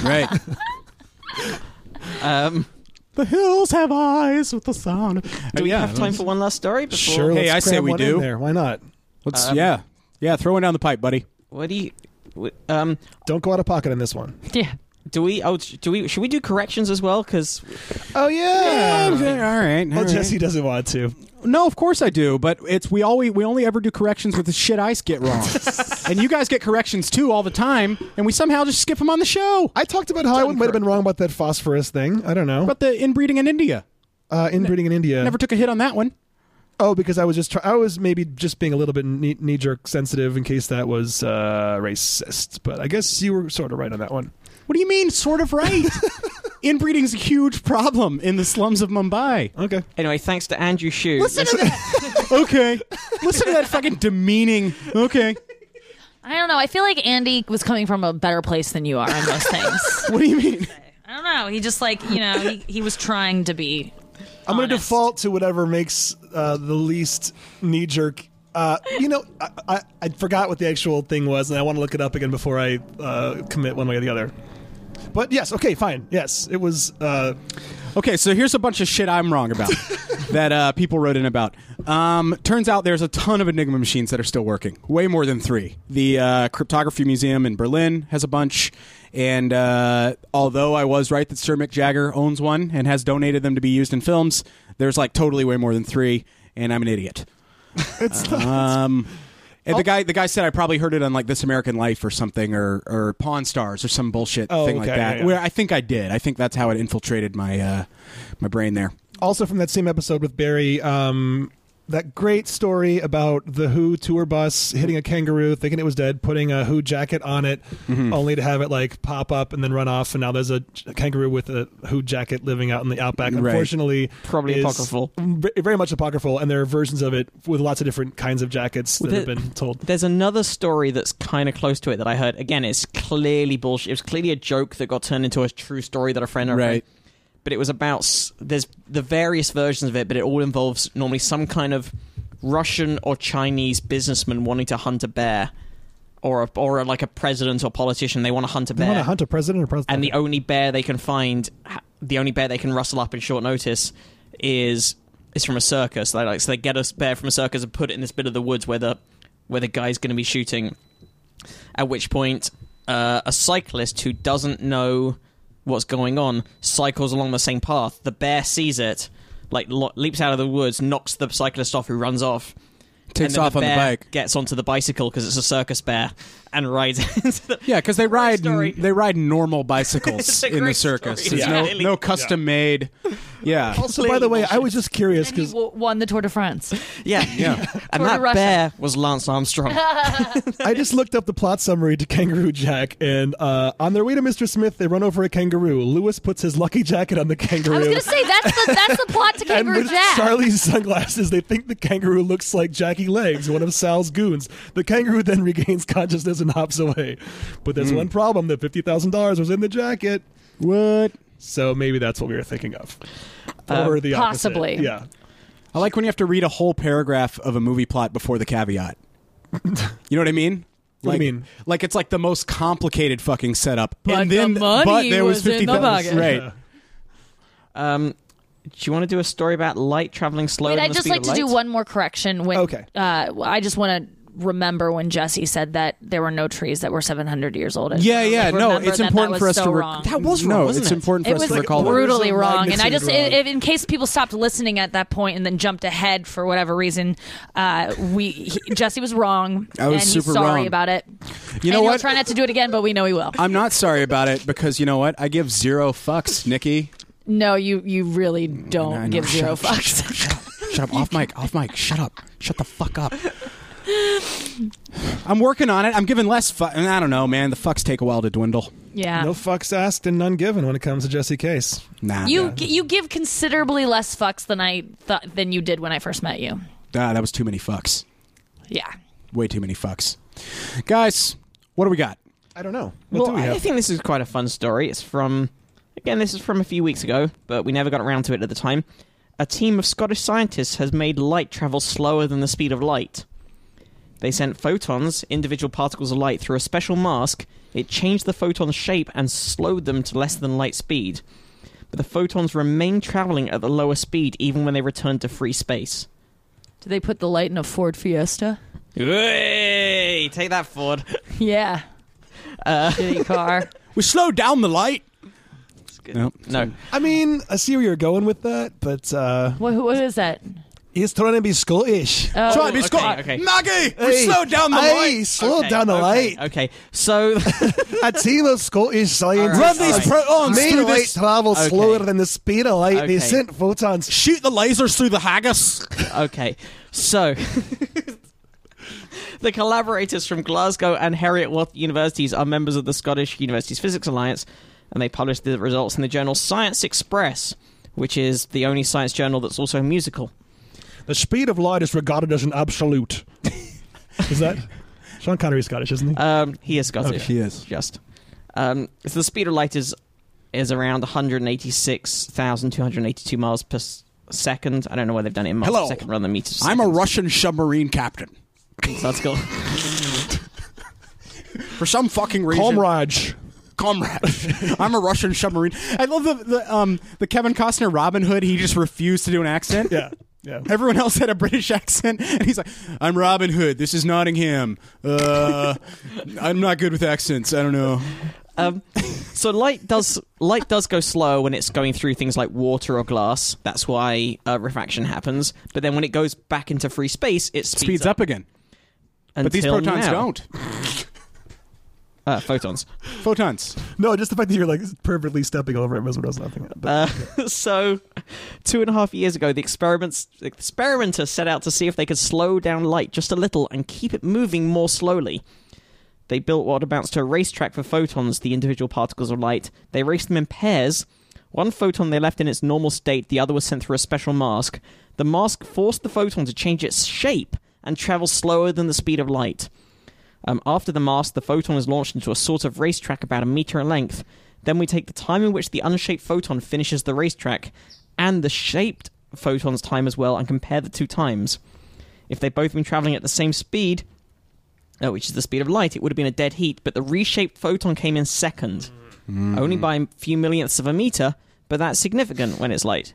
S3: Right.
S4: Um,
S3: the hills have eyes with the sound.
S4: do we have time for one last story before?
S2: Oh, Sure.
S3: Hey,
S2: let's
S3: I say
S2: cram
S3: we
S2: one
S3: do.
S2: in There. Why not?
S3: Let's yeah, yeah. Throw it down the pipe, buddy.
S4: What do you? w- Um,
S2: Don't go out of pocket on this one.
S5: yeah.
S4: do we? Oh, do we? Should we do corrections as well? Because
S2: Oh yeah.
S3: Okay, all right. all
S2: Well,
S3: right.
S2: Jesse doesn't want to.
S3: No, of course I do, but it's we always we only ever do corrections with the shit I get wrong, and you guys get corrections too all the time, and we somehow just skip them on the show.
S2: I talked about how I might have been wrong about that phosphorus thing. I don't know.
S3: But the inbreeding in India
S2: uh, inbreeding in India.
S3: never took a hit on that one.
S2: oh, because I was just try- I was maybe just being a little bit knee jerk sensitive in case that was uh, racist. But I guess you were sort of right on that one.
S3: What do you mean, sort of right? Inbreeding's a huge problem in the slums of Mumbai.
S2: Okay.
S4: anyway, thanks to Andrew Shue.
S3: Listen to that. okay, listen to that fucking demeaning. Okay,
S5: I don't know. I feel like Andy was coming from a better place than you are on those things.
S3: what do you mean?
S9: I don't know. He just like you know he, he was trying to be.
S2: I'm going to
S9: honest.
S2: default to whatever makes uh, the least knee jerk uh, Uh, you know, I, I, I forgot what the actual thing was, and I want to look it up again before I uh, commit one way or the other. But yes, okay, fine. Yes, it was. Uh,
S3: Okay, so here's a bunch of shit I'm wrong about that uh, people wrote in about. Um, turns out there's a ton of Enigma machines that are still working, way more than three. The uh, Cryptography Museum in Berlin has a bunch, and uh, although I was right that Sir Mick Jagger owns one and has donated them to be used in films, there's like totally way more than three, and I'm an idiot. um, and
S2: Oh.
S3: the guy, the guy said I probably heard it on like This American Life or something, or or Pawn Stars or some bullshit
S2: Oh,
S3: thing
S2: okay,
S3: like that.
S2: yeah, yeah.
S3: Where I think I did. I think that's how it infiltrated my uh, my brain there.
S2: also from that same episode with Barry, um, that great story about the Who tour bus hitting a kangaroo, thinking it was dead, putting a Who jacket on it,
S4: Mm-hmm.
S2: only to have it like pop up and then run off, and now there's a j- kangaroo with a Who jacket living out in the outback.
S3: Right.
S2: Unfortunately,
S4: Probably
S2: is
S4: apocryphal.
S2: v- very much apocryphal, and there are versions of it with lots of different kinds of jackets that
S4: With
S2: have
S4: it-
S2: been told.
S4: There's another story that's kind of close to it that I heard. Again, it's clearly bullshit. It was clearly a joke that got turned into a true story that a friend heard.
S3: Right.
S4: But it was about s- there's the various versions of it, but it all involves normally some kind of Russian or Chinese businessman wanting to hunt a bear, or a, or a, like a president or politician. They want to hunt a
S2: They
S4: bear.
S2: want to hunt a president or president?
S4: and the only bear they can find, the only bear they can rustle up in short notice, is is from a circus. They like so they get a bear from a circus and put it in this bit of the woods where the where the guy's going to be shooting. At which point, uh, a cyclist who doesn't know what's going on cycles along the same path. The bear sees it, like lo- leaps out of the woods, knocks the cyclist off, who runs off.
S3: Takes
S4: and then
S3: off on the
S4: bear
S3: bike.
S4: gets onto the bicycle because it's a circus bear, and rides into the
S3: Yeah, because they
S4: Great
S3: ride
S4: story.
S3: they ride normal
S4: It's
S3: bicycles
S4: a
S3: in the
S4: great
S3: circus.
S4: story.
S3: There's
S4: Yeah.
S3: no, no custom made. Yeah,
S2: also, by the way, I was just curious
S7: And he
S2: because
S7: w- won the Tour de France.
S4: Yeah,
S3: Yeah.
S4: And
S7: Tour de
S4: that
S7: Russia.
S4: bear was Lance Armstrong.
S2: I just looked up the plot summary to Kangaroo Jack, and uh, on their way to Mr. Smith, they run over a kangaroo. Lewis puts his lucky jacket on the kangaroo.
S7: I was gonna say that's the that's the plot to
S2: and
S7: Kangaroo
S2: with
S7: Jack.
S2: Charlie's sunglasses, they think the kangaroo looks like Jackie Legs, one of Sal's goons. The kangaroo then regains consciousness and hops away. But
S4: Hmm.
S2: there's one problem that $50,000 was in the jacket.
S3: what?
S2: So maybe that's what we were thinking of.
S4: Uh,
S2: or the opposite.
S7: possibly.
S2: Yeah.
S3: I like when you have to read a whole paragraph of a movie plot before the caveat. You know what I mean?
S2: What do
S3: like,
S2: you mean?
S3: Like it's like the most complicated fucking setup,
S1: But
S3: and
S1: the
S3: then
S1: money
S3: but there was,
S1: was in the
S3: fifty thousand.
S1: pocket.
S3: Right.
S4: um, do you want to do a story about light traveling slower?
S7: Wait,
S4: than
S7: I'd
S4: the
S7: just
S4: speed
S7: like
S4: of
S7: to do
S4: light?
S7: one more correction. When,
S2: Okay.
S7: Uh, I just want to remember when Jesse said that there were no trees that were 700 years old. I just
S3: Yeah,
S7: wanna,
S3: yeah.
S7: like,
S3: No,
S7: remember
S3: it's
S7: that
S3: important
S7: that
S3: for
S7: was so
S3: us to. Re-
S7: wrong.
S4: That was
S3: no.
S4: wrong, wasn't
S3: it's
S4: it?
S3: important for
S7: It
S3: us
S7: was
S3: to recall. that.
S7: brutally
S2: Orders of
S7: wrong, and I
S2: magnitude
S7: just,
S2: wrong.
S7: i- i- in case people stopped listening at that point and then jumped ahead for whatever reason, uh, we he, Jesse was wrong.
S3: I
S7: and
S3: was
S7: he's
S3: super
S7: sorry
S3: wrong.
S7: about it.
S3: You know
S7: and he'll
S3: what?
S7: Try not to do it again, but we know he will.
S3: I'm not sorry about it because you know what? I give zero fucks, Nikki.
S7: No, you you really don't
S3: I know.
S7: give zero
S3: Shut up,
S7: fucks.
S3: Shut up. Off mic. Off mic. Shut up. Shut the fuck up. I'm working on it. I'm giving less fuck. I don't know, man. The fucks take a while to dwindle.
S4: Uh.
S7: yeah.
S2: No fucks asked and none given when it comes to Jesse Case.
S3: Nah.
S7: You
S3: nah.
S7: gi- you give considerably less fucks than I thought than you did when I first met you.
S3: Ah, that was too many fucks.
S7: Yeah.
S3: Way too many fucks. Guys, what do we got?
S2: I don't know. What
S4: Well,
S2: do we
S4: I
S2: have?
S4: think this is quite a fun story. It's from, again, this is from a few weeks ago, but we never got around to it at the time. A team of Scottish scientists has made light travel slower than the speed of light. They sent photons, individual particles of light, through a special mask. It changed the photon's shape and slowed them to less than light speed. But the photons remained traveling at the lower speed even when they returned to free space.
S7: Did they put the light in a Ford Fiesta?
S4: Hey, take that, Ford.
S7: Yeah. Shitty car.
S3: We slowed down the light. Nope.
S4: No.
S2: I mean, I see where you're going with that, but uh,
S7: what, what is that?
S2: he's trying to be Scottish.
S7: Oh,
S3: Try to be
S4: okay,
S3: Scott.
S4: okay.
S3: Maggie, we slowed down the
S2: hey,
S3: light.
S2: slow
S4: Okay,
S2: down the
S4: okay,
S2: light.
S4: Okay, so
S2: A team of Scottish scientists
S3: Run these protons
S2: made
S3: through
S2: light
S3: this.
S2: travel
S4: Okay.
S2: slower than the speed of light. They
S4: Okay.
S2: sent photons.
S3: Shoot the lasers through the haggis.
S4: okay, so the collaborators from Glasgow and Heriot-Watt universities are members of the Scottish Universities Physics Alliance, and they published the results in the journal Science Express, which is the only science journal that's also musical.
S2: The speed of light is regarded as an absolute. is that Sean Connery's Scottish, isn't he?
S4: Um, he is Scottish.
S3: Okay, he is.
S4: just. Um, so the speed of light is is around 186,282 miles per s- second. I don't know why they've done it in miles
S3: Hello.
S4: per second rather than meters. per
S3: I'm a
S4: second.
S3: Russian submarine captain.
S4: So that's cool.
S3: For some fucking reason,
S2: Comrade.
S3: comrade. I'm a Russian submarine. I love the the, um, the Kevin Costner Robin Hood. He just refused to do an accent.
S2: Yeah. Yeah.
S3: Everyone else had a British accent, and he's like, "I'm Robin Hood. This is Nottingham. Uh, I'm not good with accents. I don't know."
S4: Um, so light does light does go slow when it's going through things like water or glass. That's why uh, refraction happens. But then when it goes back into free space, it speeds,
S3: Speeds up again, but these
S4: until
S3: protons
S4: now.
S3: don't.
S4: Uh, photons.
S3: Photons.
S2: No, just the fact that you're like perfectly stepping over it was what I was laughing at. But
S4: Uh, so, two and a half years ago, the experiments the experimenter set out to see if they could slow down light just a little and keep it moving more slowly. They built what amounts to a racetrack for photons, the individual particles of light. They raced them in pairs. One photon they left in its normal state, the other was sent through a special mask. The mask forced the photon to change its shape and travel slower than the speed of light. Um, after the mask, the photon is launched into a sort of racetrack about a meter in length. Then we take the time in which the unshaped photon finishes the racetrack and the shaped photon's time as well and compare the two times. If they'd both been traveling at the same speed, uh, which is the speed of light, it would have been a dead heat, but the reshaped photon came in second, only by a few millionths of a meter, but that's significant when it's light.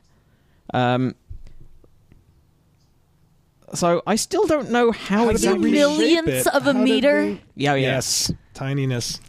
S4: Um, so I still don't know how,
S2: How did
S4: exactly.
S2: they reshape
S5: Millionths
S2: it?
S5: of
S2: How
S5: a
S2: did
S5: meter?
S2: they-
S4: yeah, yeah.
S2: Yes, tininess,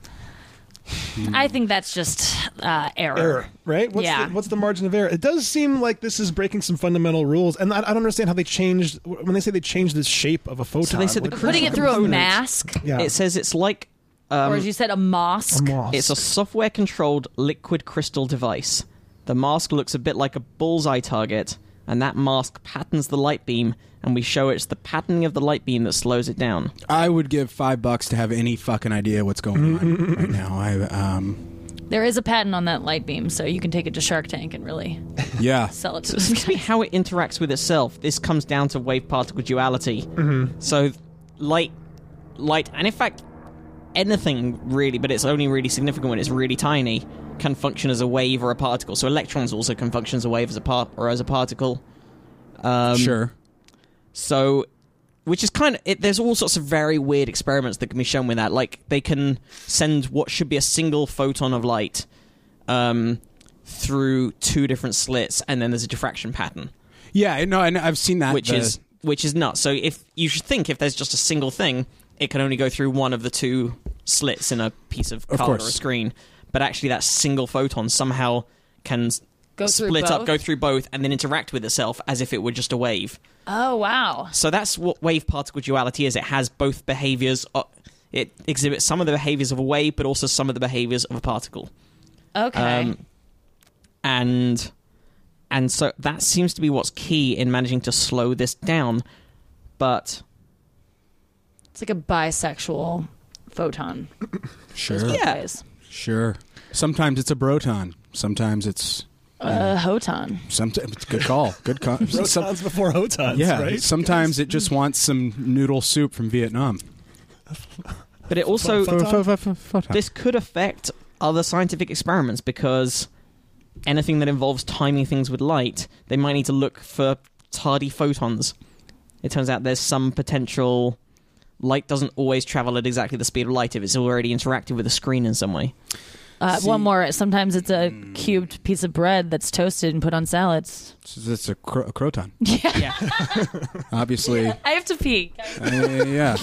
S5: I think that's just uh, error.
S2: error, right? What's
S5: Yeah.
S2: The, what's the margin of error? It does seem like this is breaking some fundamental rules, and I, I don't understand how they changed when they say they changed the shape of a photon.
S4: So they said the
S2: what-
S5: Putting
S4: crucial
S5: it through a
S4: component-
S5: mask,
S2: yeah.
S4: It says it's like
S7: Um,
S5: or as you said, a
S2: a
S5: mosque.
S2: moss.
S4: it's a software controlled liquid crystal device. The mask looks a bit like a bullseye target, and that mask patterns the light beam, and we show it's the patterning of the light beam that slows it down.
S3: I would give five bucks to have any fucking idea what's going on right now. I um,
S5: There is a patent on that light beam, so you can take it to Shark Tank and really
S3: yeah.
S5: sell it to
S4: It's
S5: them.
S4: really how it interacts with itself. This comes down to wave particle duality. Mm-hmm. So, light, light, and in fact, anything really, but it's only really significant when it's really tiny, can function as a wave or a particle. So, electrons also can function as a wave as a part or as a particle.
S3: sure.
S4: So, which is kind of it, there's all sorts of very weird experiments that can be shown with that. Like they can send what should be a single photon of light um, through two different slits, and then there's a diffraction pattern,
S3: Yeah, no, I know, I've seen that.
S4: which
S3: the-
S4: is which is nuts. So if you should think if there's just a single thing, it can only go through one of the two slits in a piece of
S3: Of
S4: card or a
S3: course.
S4: screen. But actually, that single photon somehow can s-
S7: Go through
S4: split up,
S7: both?
S4: go through both, and then interact with itself as if it were just a wave.
S5: oh wow!
S4: So that's what wave particle duality is. It has both behaviors. uh, It exhibits some of the behaviors of a wave, but also some of the behaviors of a particle.
S5: Okay,
S7: Um,
S4: And and so that seems to be what's key in managing to slow this down. But
S7: It's like a bisexual photon.
S3: sure,
S4: yeah,
S7: Guys.
S3: sure. Sometimes it's a broton. Sometimes it's
S7: A hoton.
S3: sometimes it's a good call. Good call.
S2: Protons before hotons,
S3: yeah.
S2: right?
S3: Sometimes it just wants some noodle soup from Vietnam.
S4: but it also
S3: Photon.
S4: this could affect other scientific experiments because anything that involves timing things with light, they might need to look for tardy photons. It turns out there's some potential light doesn't always travel at exactly the speed of light if it's already interacted with a screen in some way.
S5: uh, one more. Sometimes it's a
S4: Hmm.
S5: cubed piece of bread that's toasted and put on salads.
S3: It's a, cro- a croton. Yeah. Obviously.
S5: I have to pee.
S3: Uh, yeah.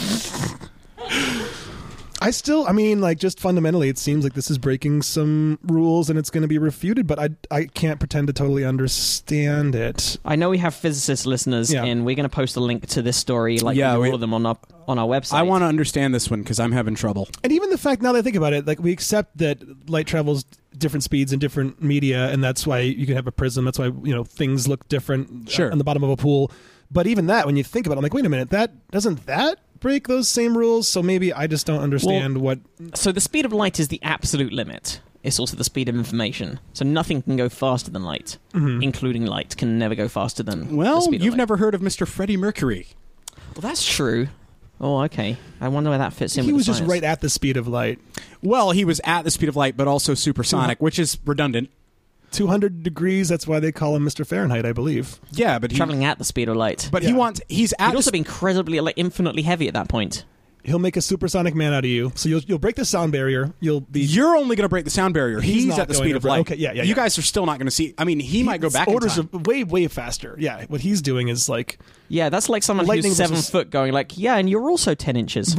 S2: I still, I mean, like just fundamentally, it seems like this is breaking some rules, and it's going to be refuted. But I, I can't pretend to totally understand it.
S4: I know we have physicist listeners
S2: Yeah.
S4: and we're going to post a link to this story like
S3: Yeah,
S4: we do
S3: we-
S4: all of them on our, on our website.
S3: I want to understand this one because I'm having trouble.
S2: And even the fact now that I think about it, like we accept that light travels different speeds in different media, and that's why you can have a prism. That's why you know things look different
S3: Sure.
S2: on the bottom of a pool. But even that, when you think about it, I'm like, wait a minute, that doesn't that break those same rules? So maybe I just don't understand what.
S4: so the speed of light is the absolute limit. It's also the speed of information. So nothing can go faster than light, including light can never go faster than the
S3: Mm-hmm. Well,
S4: speed of
S3: you've
S4: light.
S3: never heard of Mr. Freddie Mercury.
S4: Well, that's true. Oh, okay. I wonder where that fits in.
S2: He
S4: with
S2: was
S4: the
S2: just
S4: science.
S2: right at the speed of light.
S3: Well, he was at the speed of light, but also supersonic, which is redundant.
S2: 200 degrees. That's why they call him Mr. Fahrenheit, I believe.
S3: Yeah, but he,
S4: traveling at the speed of light.
S3: but he wants he's at
S4: he'd also be incredibly, like, infinitely heavy at that point.
S2: He'll make a supersonic man out of you. So you'll you'll break the sound barrier. You'll be
S3: You're only going to break the sound barrier. He's,
S2: He's not
S3: at the
S2: going
S3: speed
S2: to
S3: of
S2: break-
S3: light.
S2: okay, yeah, yeah,
S3: You
S2: yeah.
S3: guys are still not going to see. I mean, he, might go back. in
S2: Orders
S3: time.
S2: of way way faster. Yeah, what he's doing is like
S4: Yeah, that's like someone
S2: Lightning
S4: who's seven
S2: versus-
S4: foot going like, yeah, and you're also ten inches.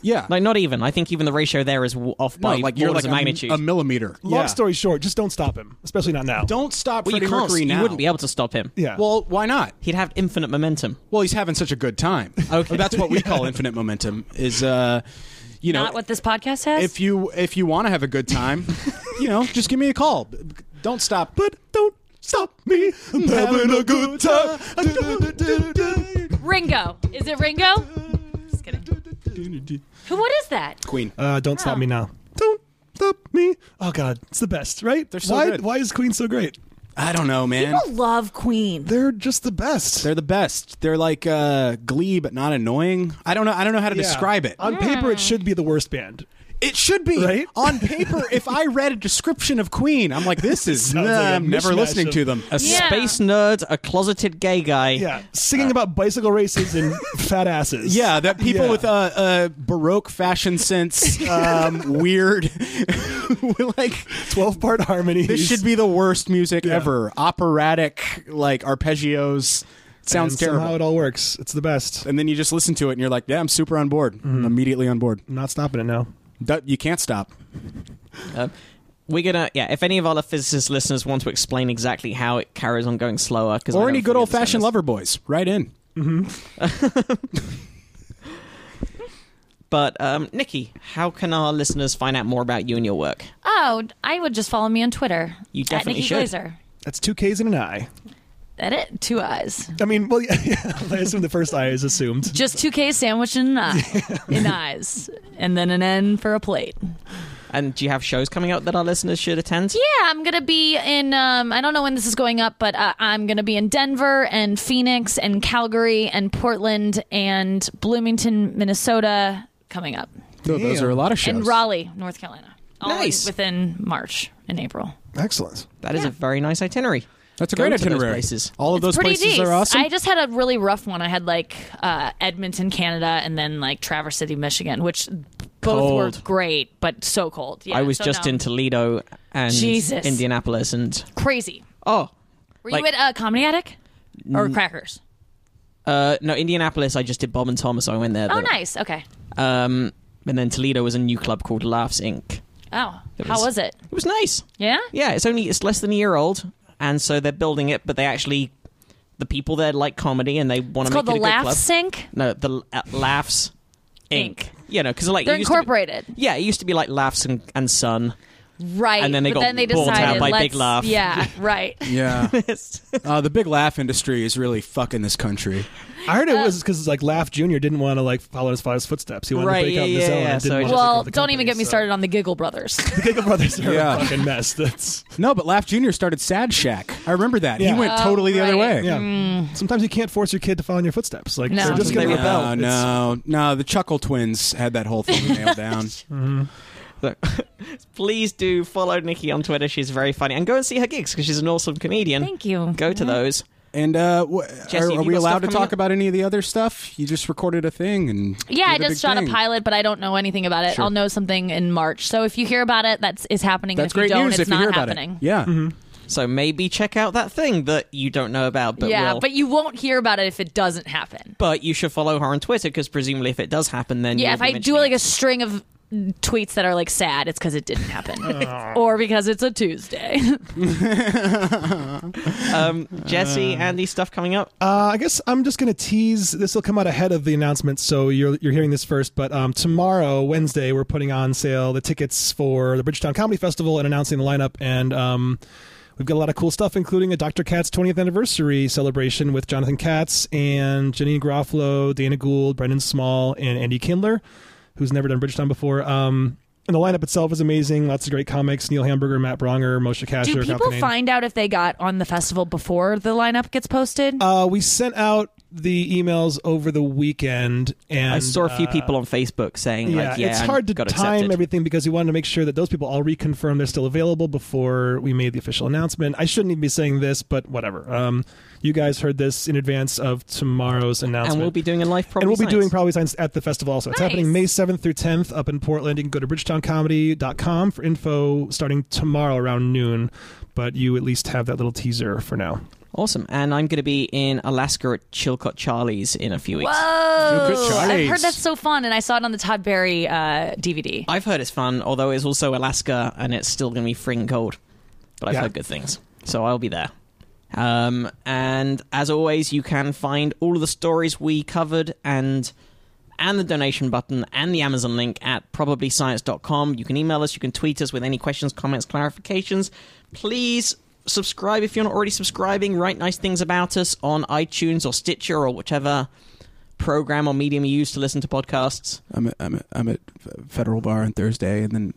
S3: yeah,
S4: Like not even. I think even the ratio there is w- off
S3: No,
S4: by
S3: like you're
S4: orders
S3: like
S4: of
S3: a-
S4: magnitude.
S3: a millimeter.
S2: long
S3: Yeah.
S2: story short, just don't stop him, especially not now.
S3: Don't stop
S4: well, you
S3: Freddie
S4: can't.
S3: Mercury now.
S4: You wouldn't be able to stop him.
S2: Yeah.
S3: Well, why not?
S4: He'd have infinite momentum.
S3: Well, he's having such a good time.
S4: Okay.
S3: that's what we call infinite momentum. Is uh, you know,
S10: Not what this podcast has.
S3: if you if you want to have a good time, you know, just give me a call. B- b- Don't stop. But don't stop me. I'm having a good time.
S10: Ringo. Is it Ringo? Just kidding. Who? What is that?
S3: Queen.
S2: Uh, don't stop me now. Don't stop me. Oh God, it's the best, right?
S3: They're so
S2: why,
S3: good.
S2: why is Queen so great?
S3: I don't know, man.
S10: People love Queen.
S2: They're just the best.
S3: They're the best. They're like uh, Glee, but not annoying. I don't know. I don't know how to
S2: Yeah.
S3: describe it.
S2: On paper, it should be the worst band.
S3: It should be
S2: Right?
S3: on paper. if I read a description of Queen, I'm like, this is.
S2: Sounds
S3: nah,
S2: like a
S3: I'm never
S2: mishmash
S3: listening
S2: of-
S3: to them.
S4: A space nerd, a closeted gay guy.
S2: Yeah, singing about bicycle races and fat asses.
S3: Yeah, that people
S2: Yeah.
S3: with a uh, uh, baroque fashion sense, um, weird, we're like
S2: twelve part harmonies.
S3: this should be the worst music ever. Operatic, like arpeggios, sounds
S2: and Somehow
S3: terrible.
S2: it all works. It's the best.
S3: and then you just listen to it, and you're like, yeah, I'm super on board.
S2: Mm-hmm.
S3: I'm immediately on board.
S2: I'm not stopping it now.
S3: That- you can't stop.
S4: Um, we're gonna yeah. If any of our physicist listeners want to explain exactly how it carries on going slower, because
S3: Or any good old fashioned lover boys, right in.
S4: But um, Nikki, how can our listeners find out more about you and your work?
S5: Oh, I would just follow me on Twitter.
S4: You
S5: at
S4: definitely
S5: Nikki
S4: should.
S5: Glaser.
S2: That's two K's and an I.
S5: That it? Two eyes.
S2: I mean, well, yeah, yeah. I assume the first I is assumed.
S5: Just two K sandwich and an eye. an eyes. And then an N for a plate.
S4: And do you have shows coming out that our listeners should attend?
S5: Yeah, I'm gonna be in. Um, I don't know when this is going up, but uh, I'm gonna be in Denver and Phoenix and Calgary and Portland and Bloomington, Minnesota, coming up,
S3: those are a lot of shows.
S5: and Raleigh, North Carolina. All in-
S4: Nice.
S5: within March and April.
S2: Excellent.
S4: That is a very nice itinerary.
S3: That's a
S4: Go
S3: great
S4: to those
S3: itinerary.
S4: places.
S3: All of those
S5: Pretty
S3: places
S5: decent.
S3: are awesome.
S5: I just had a really rough one. I had like uh, Edmonton, Canada, and then like Traverse City, Michigan, which both were
S4: Cold.
S5: great, but so cold. Yeah,
S4: I was
S5: so
S4: just
S5: no.
S4: in Toledo and
S5: Jesus.
S4: Indianapolis, and
S5: crazy.
S4: oh,
S5: Were you
S4: Like-
S5: at uh, Comedy Attic or Crackers?
S4: uh, no, Indianapolis. I just did Bob and Tom, so I went there.
S5: Oh,
S4: The-
S5: nice. Okay.
S4: Um, and then Toledo was a new club called Laughs Inc.
S5: Oh, how
S4: was-
S5: was it?
S4: It was nice.
S5: Yeah.
S4: Yeah, it's only it's less than a year old, and so they're building it, but they actually the people there like comedy and they want
S5: It's
S4: to make
S5: called the
S4: it a good
S5: Laugh
S4: club.
S5: Sink.
S4: No, the uh, Laughs Inc.
S5: Inc.
S4: You know, because like it
S5: They're
S4: used to be-
S5: incorporated,
S4: yeah, it used to be like Laughs and, and Sun.
S5: right?
S4: And then they got
S5: but then they
S4: bought out
S5: decided,
S4: by
S5: let's,
S4: Big Laugh.
S5: Yeah, right.
S3: yeah. uh, the big laugh industry is really fucking this country.
S2: I heard it
S5: uh,
S2: was because like Laugh Junior didn't want to like follow his father's footsteps. He wanted
S4: Right,
S2: to break
S4: yeah,
S2: out on
S4: yeah,
S2: his own.
S4: yeah.
S2: and didn't
S4: So
S2: want
S4: he
S2: to
S4: just-
S2: break
S5: Well,
S2: up the
S5: don't even
S2: company,
S5: get me
S2: so-
S5: started on the Giggle Brothers.
S2: The Giggle Brothers are
S3: Yeah.
S2: a fucking mess. That's
S3: No, but Laugh Junior started Sad Shack. I remember that.
S2: Yeah. Oh,
S3: He went totally the other way.
S5: right.
S2: yeah. Sometimes you can't force your kid to follow in your footsteps. Like
S5: Mm. No.
S2: they're just gonna
S4: They
S2: rebel.
S3: No, no, no. The Chuckle Twins had that whole thing nailed down.
S4: So, Please do follow Nikki on Twitter. She's very funny, and go and see her gigs because she's an awesome comedian.
S5: Thank you.
S4: Go to those.
S3: And uh, wh-
S4: Jesse,
S3: are,
S4: have
S3: are
S4: you
S3: we
S4: got
S3: allowed
S4: stuff
S3: to
S4: coming
S3: talk
S4: up?
S3: about any of the other stuff? You just recorded a thing, and
S5: Yeah, I
S3: did
S5: just
S3: big
S5: shot
S3: thing.
S5: a pilot, but I don't know anything about it. I'll know something in March. So if you hear about it, that's is happening.
S3: That's
S5: and if
S3: great
S5: you don't,
S3: news
S5: it's
S3: if you
S5: not
S3: hear about
S5: happening. Mm-hmm.
S3: it. Yeah,
S4: So maybe check out that thing that you don't know about, but
S5: yeah,
S4: will.
S5: but you won't hear about it if it doesn't happen.
S4: But you should follow her on Twitter because presumably, if it does happen, then
S5: Yeah,
S4: you'll
S5: if
S4: be
S5: I do
S4: mentioning
S5: like
S4: it.
S5: a string of tweets that are like sad, it's because it didn't happen,
S4: Oh.
S5: or because it's a Tuesday.
S4: um, Jesse, Andy, stuff coming up.
S2: Uh, I guess I'm just going to tease. This will come out ahead of the announcement, so you're you're hearing this first. But um, tomorrow, Wednesday, we're putting on sale the tickets for the Bridgetown Comedy Festival and announcing the lineup. And um, we've got a lot of cool stuff, including a Dr. Katz 20th anniversary celebration with Jonathan Katz and Janine Garofalo, Dana Gould, Brendan Small, and Andy Kindler, who's never done Bridgetown before. Um, and the lineup itself is amazing. Lots of great comics: Neil Hamburger, Matt Bronger, Moshe Kasher.
S5: Do
S2: Kyle
S5: people
S2: Kinane.
S5: find out if they got on the festival before the lineup gets posted?
S2: Uh, we sent out the emails over the weekend, and
S4: I saw a few
S2: uh,
S4: people on Facebook saying,
S2: Yeah,
S4: like, yeah,
S2: it's
S4: I
S2: hard to
S4: got
S2: time
S4: accepted.
S2: everything because we wanted to make sure that those people all reconfirm they're still available before we made the official announcement. I shouldn't even be saying this, but whatever. Um, you guys heard this in advance of tomorrow's announcement.
S4: And we'll be doing a live probably
S2: And we'll be
S4: science.
S2: doing probably signs at the festival also. It's
S7: Nice.
S2: happening May 7th through 10th up in Portland. You can go to bridgetowncomedy.com for info starting tomorrow around noon, but you at least have that little teaser for now.
S4: Awesome. And I'm going to be in Alaska at Chilcot Charlie's in a few weeks.
S7: Oh, I've heard
S3: choice.
S7: that's so fun, and I saw it on the Todd Berry uh, DVD.
S4: I've heard it's fun, although it's also Alaska and it's still going to be freaking cold. But I've
S2: Yeah.
S4: heard good things. So I'll be there. Um, and as always, you can find all of the stories we covered and and the donation button and the Amazon link at probablyscience.com. You can email us, you can tweet us with any questions, comments, clarifications. Please subscribe if you're not already subscribing. Write nice things about us on iTunes or Stitcher or whichever program or medium you use to listen to podcasts.
S3: I'm at, I'm at, I'm at F- Federal Bar on Thursday, and then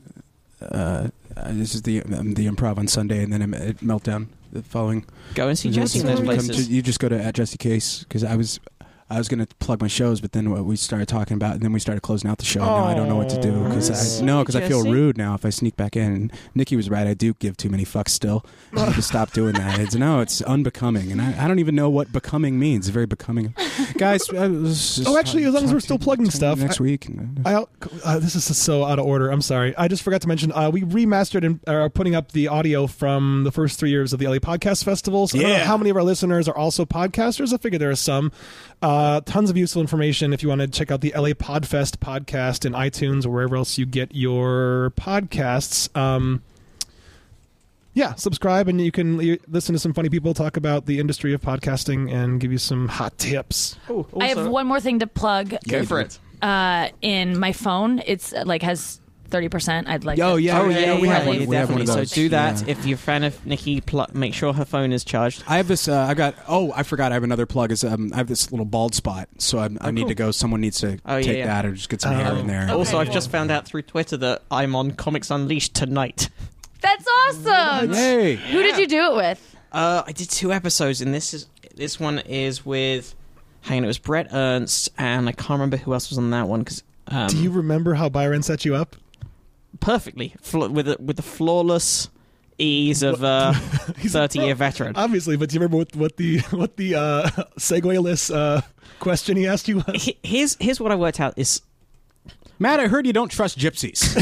S3: uh, uh, this is the um, the Improv on Sunday, and then I'm at Meltdown the following.
S4: Go and see Jesse in those
S3: Come
S4: places.
S3: to- you just go to at Jesse Case because I was I was going to plug my shows, but then what we started talking about, and then we started closing out the show. and now I don't know what to do because I
S2: Oh,
S4: Sorry,
S3: no because I feel
S4: Jesse.
S3: rude now if I sneak back in. And Nikki was right; I do give too many fucks still. I need to stop doing that. It's no, it's unbecoming, and I, I don't even know what becoming means. Very becoming, guys. I was just
S2: Oh, actually,
S3: talk-
S2: as long as
S3: talk
S2: we're
S3: to
S2: still
S3: you
S2: plugging stuff,
S3: next
S2: I-
S3: week.
S2: I, uh, this is so out of order. I'm sorry. I just forgot to mention uh, we remastered and are putting up the audio from the first three years of the LA Podcast Festival. So I don't know
S3: Yeah.
S2: how many of our listeners are also podcasters. I figure there are some. Uh, tons of useful information if you want to check out the LA Podfest podcast in iTunes or wherever else you get your podcasts. Um, yeah, subscribe and you can l- listen to some funny people talk about the industry of podcasting and give you some hot tips.
S4: Oh,
S5: I have one more thing to plug
S3: Go for it.
S5: uh, in my phone. It's uh, like has thirty percent. I'd like.
S3: Oh
S5: to-
S3: yeah,
S4: Oh
S3: yeah,
S4: yeah,
S3: we have
S4: yeah,
S3: one.
S4: yeah,
S3: We have one
S4: definitely.
S3: of
S4: So
S3: those.
S4: do that
S3: Yeah.
S4: if you're a fan of Nikki. Pl- make sure her phone is charged.
S3: I have this. Uh, I've got. Oh, I forgot. I have another plug. Is um, I have this little bald spot, so I'm, I need to go. Someone needs to
S4: Oh, yeah,
S3: take
S4: yeah. Oh,
S3: that or just get some
S2: Oh.
S3: hair in there.
S4: Also, I've just found out through Twitter that I'm on Comics Unleashed tonight.
S7: That's awesome.
S3: Hey,
S7: Who did you do it with?
S4: Uh, I did two episodes, and this is this one is with. Hang on, it was Brett Ernst, and I can't remember who else was on that one because um,
S2: Do you remember how Byron set you up?
S4: perfectly fl- with the, with the flawless ease of a thirty-year veteran.
S2: Obviously, but do you remember what, what the what the uh, segue-less uh, question he asked you was?
S4: He- Here's here's what I worked out is
S3: Matt. I heard you don't trust gypsies.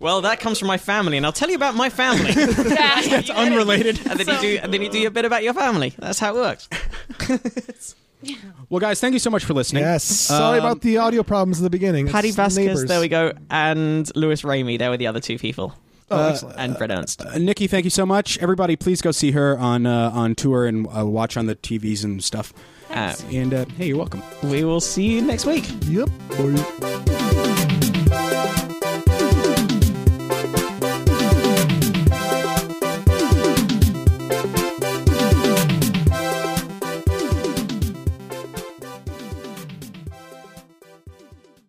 S4: Well, that comes from my family, and I'll tell you about my family. That's
S3: unrelated.
S4: And then, you do, and then you do a bit about your family. That's how it works.
S3: well, guys, thank you so much for listening. Uh,
S2: Yes. Sorry about the audio problems in the beginning.
S4: Paddy
S2: It's
S4: Um, Vasquez,
S2: neighbors.
S4: there we go, and Lewis Ramey, there were the other two people.
S2: Oh, excellent.
S4: And Brett Ernst.
S3: Uh, Nikki, thank you so much. Everybody, please go see her on uh, on tour and uh, watch on the TVs and stuff.
S4: Uh,
S3: And uh, hey, you're welcome.
S4: we will see you next week.
S2: Yep. Or-